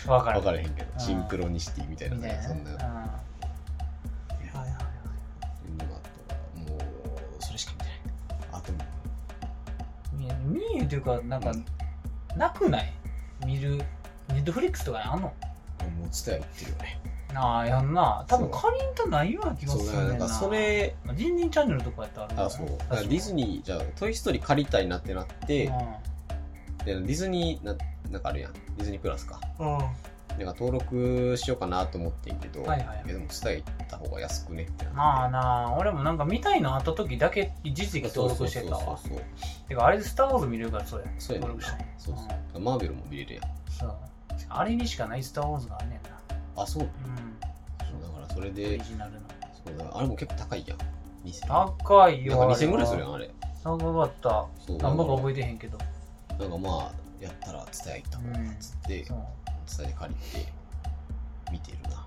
[SPEAKER 1] な。わか
[SPEAKER 2] わ
[SPEAKER 1] る。
[SPEAKER 2] からへんけ
[SPEAKER 1] う
[SPEAKER 2] ど、
[SPEAKER 1] ん
[SPEAKER 2] シンクロニシティみたいな、
[SPEAKER 1] みたいな。
[SPEAKER 2] そ
[SPEAKER 1] うんん
[SPEAKER 2] なのが
[SPEAKER 1] はいはいはい。
[SPEAKER 2] あったから、もう、それしか見てない。あと、
[SPEAKER 1] 見え見えへんというか、なんか、なくない見る。ネットフリックスとかにあんの
[SPEAKER 2] もう、伝えってるよね。
[SPEAKER 1] なあ、やんな。多分
[SPEAKER 2] そう
[SPEAKER 1] かりんとないような気がす
[SPEAKER 2] そう、
[SPEAKER 1] る
[SPEAKER 2] だ
[SPEAKER 1] ね
[SPEAKER 2] か
[SPEAKER 1] ん
[SPEAKER 2] らなんか、
[SPEAKER 1] な。
[SPEAKER 2] そ、れ、
[SPEAKER 1] ジンジンチャンネルとかやったらるよね
[SPEAKER 2] あ、そう。だから
[SPEAKER 1] 確か
[SPEAKER 2] ディズニー、じゃあ、トイストーリー借りたいなってなって、でディズニー、ななんかあるやん。ディズニープラスか。
[SPEAKER 1] うん。うん
[SPEAKER 2] なんか登録しようかなと思ってんけど、
[SPEAKER 1] はいはいはい
[SPEAKER 2] やでも、伝えた方が安くねってなって。
[SPEAKER 1] まあなあ、俺もなんか見たいのあった時だけ一時期登録してたわ。
[SPEAKER 2] そうそうそう
[SPEAKER 1] てか、あれでスター・ウォーズ見れるからそうや。
[SPEAKER 2] そうやね
[SPEAKER 1] 登
[SPEAKER 2] ん
[SPEAKER 1] 録
[SPEAKER 2] な
[SPEAKER 1] したんや
[SPEAKER 2] そうそう。マーベルも見れるやん。
[SPEAKER 1] そう。あれにしかないスター・ウォーズがあんねんな。
[SPEAKER 2] あ、そう。
[SPEAKER 1] うん。
[SPEAKER 2] だから、それ
[SPEAKER 1] オ
[SPEAKER 2] で
[SPEAKER 1] リ、ジナルの。
[SPEAKER 2] そうだからあれも結構高いやん。2000
[SPEAKER 1] 高いよ。
[SPEAKER 2] なんか2000ぐらいす
[SPEAKER 1] あ
[SPEAKER 2] る
[SPEAKER 1] れ
[SPEAKER 2] や
[SPEAKER 1] は
[SPEAKER 2] ん、あれ。
[SPEAKER 1] 高かった。
[SPEAKER 2] そう
[SPEAKER 1] 何ぼか
[SPEAKER 2] な
[SPEAKER 1] 覚
[SPEAKER 2] んか
[SPEAKER 1] えてへんけど。
[SPEAKER 2] なんかまあ、やったら伝え行った方がいいっつって、
[SPEAKER 1] そう。
[SPEAKER 2] 伝えで借りて、見てるな。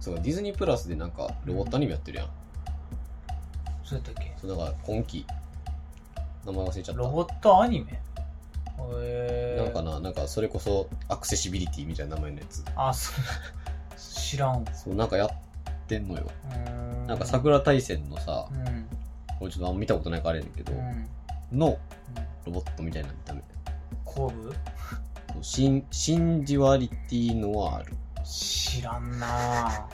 [SPEAKER 2] そう、ディズニープラスでなんか、ロボットアニメやってるやん。
[SPEAKER 1] そうやったっけ
[SPEAKER 2] そう、だから今期、名前忘れちゃっ
[SPEAKER 1] ロ
[SPEAKER 2] た。
[SPEAKER 1] ボットアニメえー。
[SPEAKER 2] なんかな、なんかそれこそ、アクセシビリティみたいな名前のやつ。
[SPEAKER 1] あ、そう。 知らん。う
[SPEAKER 2] そう、なんかやってんのよ。
[SPEAKER 1] ー
[SPEAKER 2] なんか、桜大戦のさ
[SPEAKER 1] う、ん。
[SPEAKER 2] 俺ちょっとあんま見たことないからあれやねんけ
[SPEAKER 1] う
[SPEAKER 2] ど、
[SPEAKER 1] ん。
[SPEAKER 2] のロボットみたいな見た目。
[SPEAKER 1] 後部
[SPEAKER 2] そうシン、シンジュアリティノワール。
[SPEAKER 1] 知らんなぁ。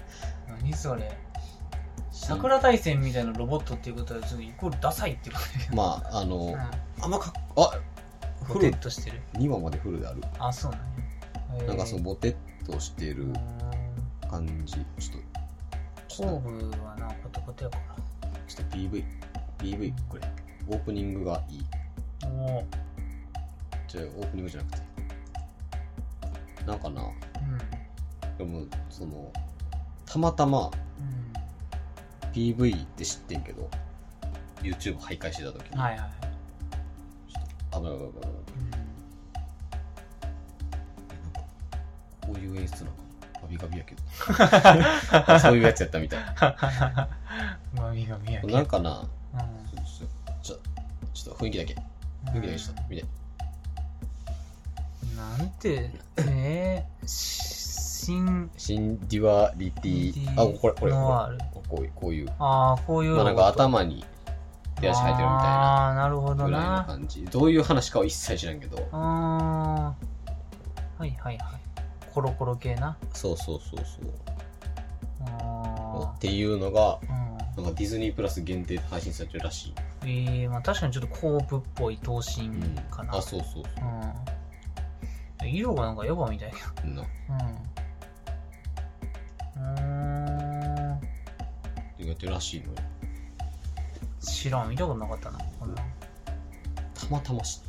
[SPEAKER 1] 何それ。桜大戦みたいなロボットっていうことは、ちょっとイコールダサいってことやけど。
[SPEAKER 2] まあ、あの、
[SPEAKER 1] う
[SPEAKER 2] あんまかっあ
[SPEAKER 1] ん。
[SPEAKER 2] フ
[SPEAKER 1] ポテ
[SPEAKER 2] ル
[SPEAKER 1] ッとしてる。
[SPEAKER 2] 2話までフルである、
[SPEAKER 1] あ、そうなんや。へー
[SPEAKER 2] なんかそのボテッとして
[SPEAKER 1] う
[SPEAKER 2] る
[SPEAKER 1] ん
[SPEAKER 2] 感じちょっとち
[SPEAKER 1] 後
[SPEAKER 2] ょっ
[SPEAKER 1] 部はな、コテコテやから。
[SPEAKER 2] とちょっと PV PV これオープニングがいい
[SPEAKER 1] も
[SPEAKER 2] じゃあオープニングじゃなくてなんかな
[SPEAKER 1] う、うん。
[SPEAKER 2] でもそのたまたま
[SPEAKER 1] う
[SPEAKER 2] PV って知ってんけど YouTube を徘徊してた時
[SPEAKER 1] ん。
[SPEAKER 2] に、
[SPEAKER 1] はいはい。
[SPEAKER 2] あぶない危ない危ない危ないこういう演出なのかなガビガビやけ ど そういうやつやっ たみたい
[SPEAKER 1] うん。 まみがみやけ。
[SPEAKER 2] なんかな
[SPEAKER 1] うん
[SPEAKER 2] ちょちょちょっと雰囲気だけ雰囲気だけちょっと見て
[SPEAKER 1] なんて、えー、し新、
[SPEAKER 2] シンデュアリティあこれこれこれ
[SPEAKER 1] ノワール
[SPEAKER 2] こういうこういう
[SPEAKER 1] ああ、こういう
[SPEAKER 2] まあなんか頭に手足生えてるみたいな
[SPEAKER 1] ああー、なるほど
[SPEAKER 2] ぐらいの
[SPEAKER 1] な。
[SPEAKER 2] 感じどういう話かは一切知らんけど
[SPEAKER 1] ああ。はいはいはい。コロコロ系な。
[SPEAKER 2] そうそうそうそう
[SPEAKER 1] あ
[SPEAKER 2] っていうのが
[SPEAKER 1] あ。うん。
[SPEAKER 2] なんかディズニープラス限定で配信されてるらしい、
[SPEAKER 1] えー、まあ確かにちょっとコープっぽい闘神かな。
[SPEAKER 2] あそうそう
[SPEAKER 1] うん。色がなんかヤバみたいな。
[SPEAKER 2] そうな
[SPEAKER 1] うん。うーん。
[SPEAKER 2] やってるらしいのよ
[SPEAKER 1] 知らん、見たことなかったな、こんなん。
[SPEAKER 2] たまたま知っ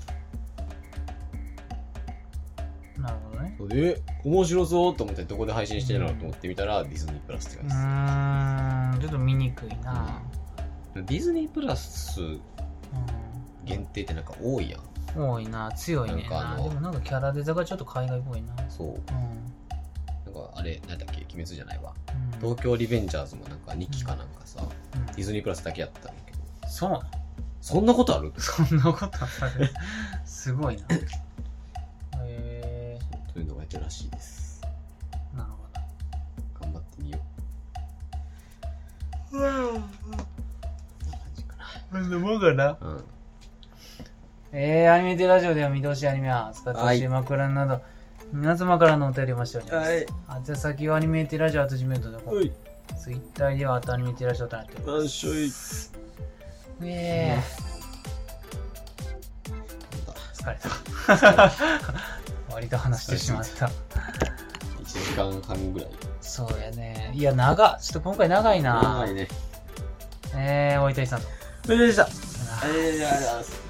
[SPEAKER 2] た
[SPEAKER 1] なるほどね。
[SPEAKER 2] え面白そうと思ってどこで配信してるのと思ってみたらディズニープラスって
[SPEAKER 1] う
[SPEAKER 2] 感じです、
[SPEAKER 1] ーん、ちょっと見にくいな。
[SPEAKER 2] ディズニープラス
[SPEAKER 1] う
[SPEAKER 2] 限定ってなんか多いやん
[SPEAKER 1] ん。多いな、強いねん
[SPEAKER 2] なんかあ
[SPEAKER 1] な。
[SPEAKER 2] の
[SPEAKER 1] でもなんかキャラデザがちょっと海外っぽいな。
[SPEAKER 2] そう
[SPEAKER 1] うん。
[SPEAKER 2] なんかあれなんだっけ鬼滅じゃないわ
[SPEAKER 1] うん
[SPEAKER 2] 東京リベンジャーズもなんか2期かなんかさ、
[SPEAKER 1] うん
[SPEAKER 2] ディズニープラスだけやったんだけど
[SPEAKER 1] そう なの
[SPEAKER 2] そんなことある
[SPEAKER 1] そんなことあ るすごいな。え
[SPEAKER 2] というのがやってるらしいです
[SPEAKER 1] ー、なるほど。
[SPEAKER 2] 頑張ってみようこんな感じか
[SPEAKER 1] うん、もうかな。
[SPEAKER 2] なうん
[SPEAKER 1] えー、アニメテラジオでは見通しいアニメや使ってほしい枕など、皆様からのお便りを待ちしております。
[SPEAKER 2] い
[SPEAKER 1] あ宛先はアニメテラジオとジメントで、
[SPEAKER 2] おい
[SPEAKER 1] ツイッターではあとアニメテラジオとなっております。
[SPEAKER 2] 何しょい
[SPEAKER 1] えー、
[SPEAKER 2] なん
[SPEAKER 1] 疲
[SPEAKER 2] だ
[SPEAKER 1] れた。割と話してしまった。
[SPEAKER 2] 1時間半ぐらい
[SPEAKER 1] そうやね。いや、長っ。ちょっと今回長いな。
[SPEAKER 2] いね
[SPEAKER 1] えー、おいたいさんと。
[SPEAKER 2] それでした
[SPEAKER 1] さよなら
[SPEAKER 2] ありがとうございます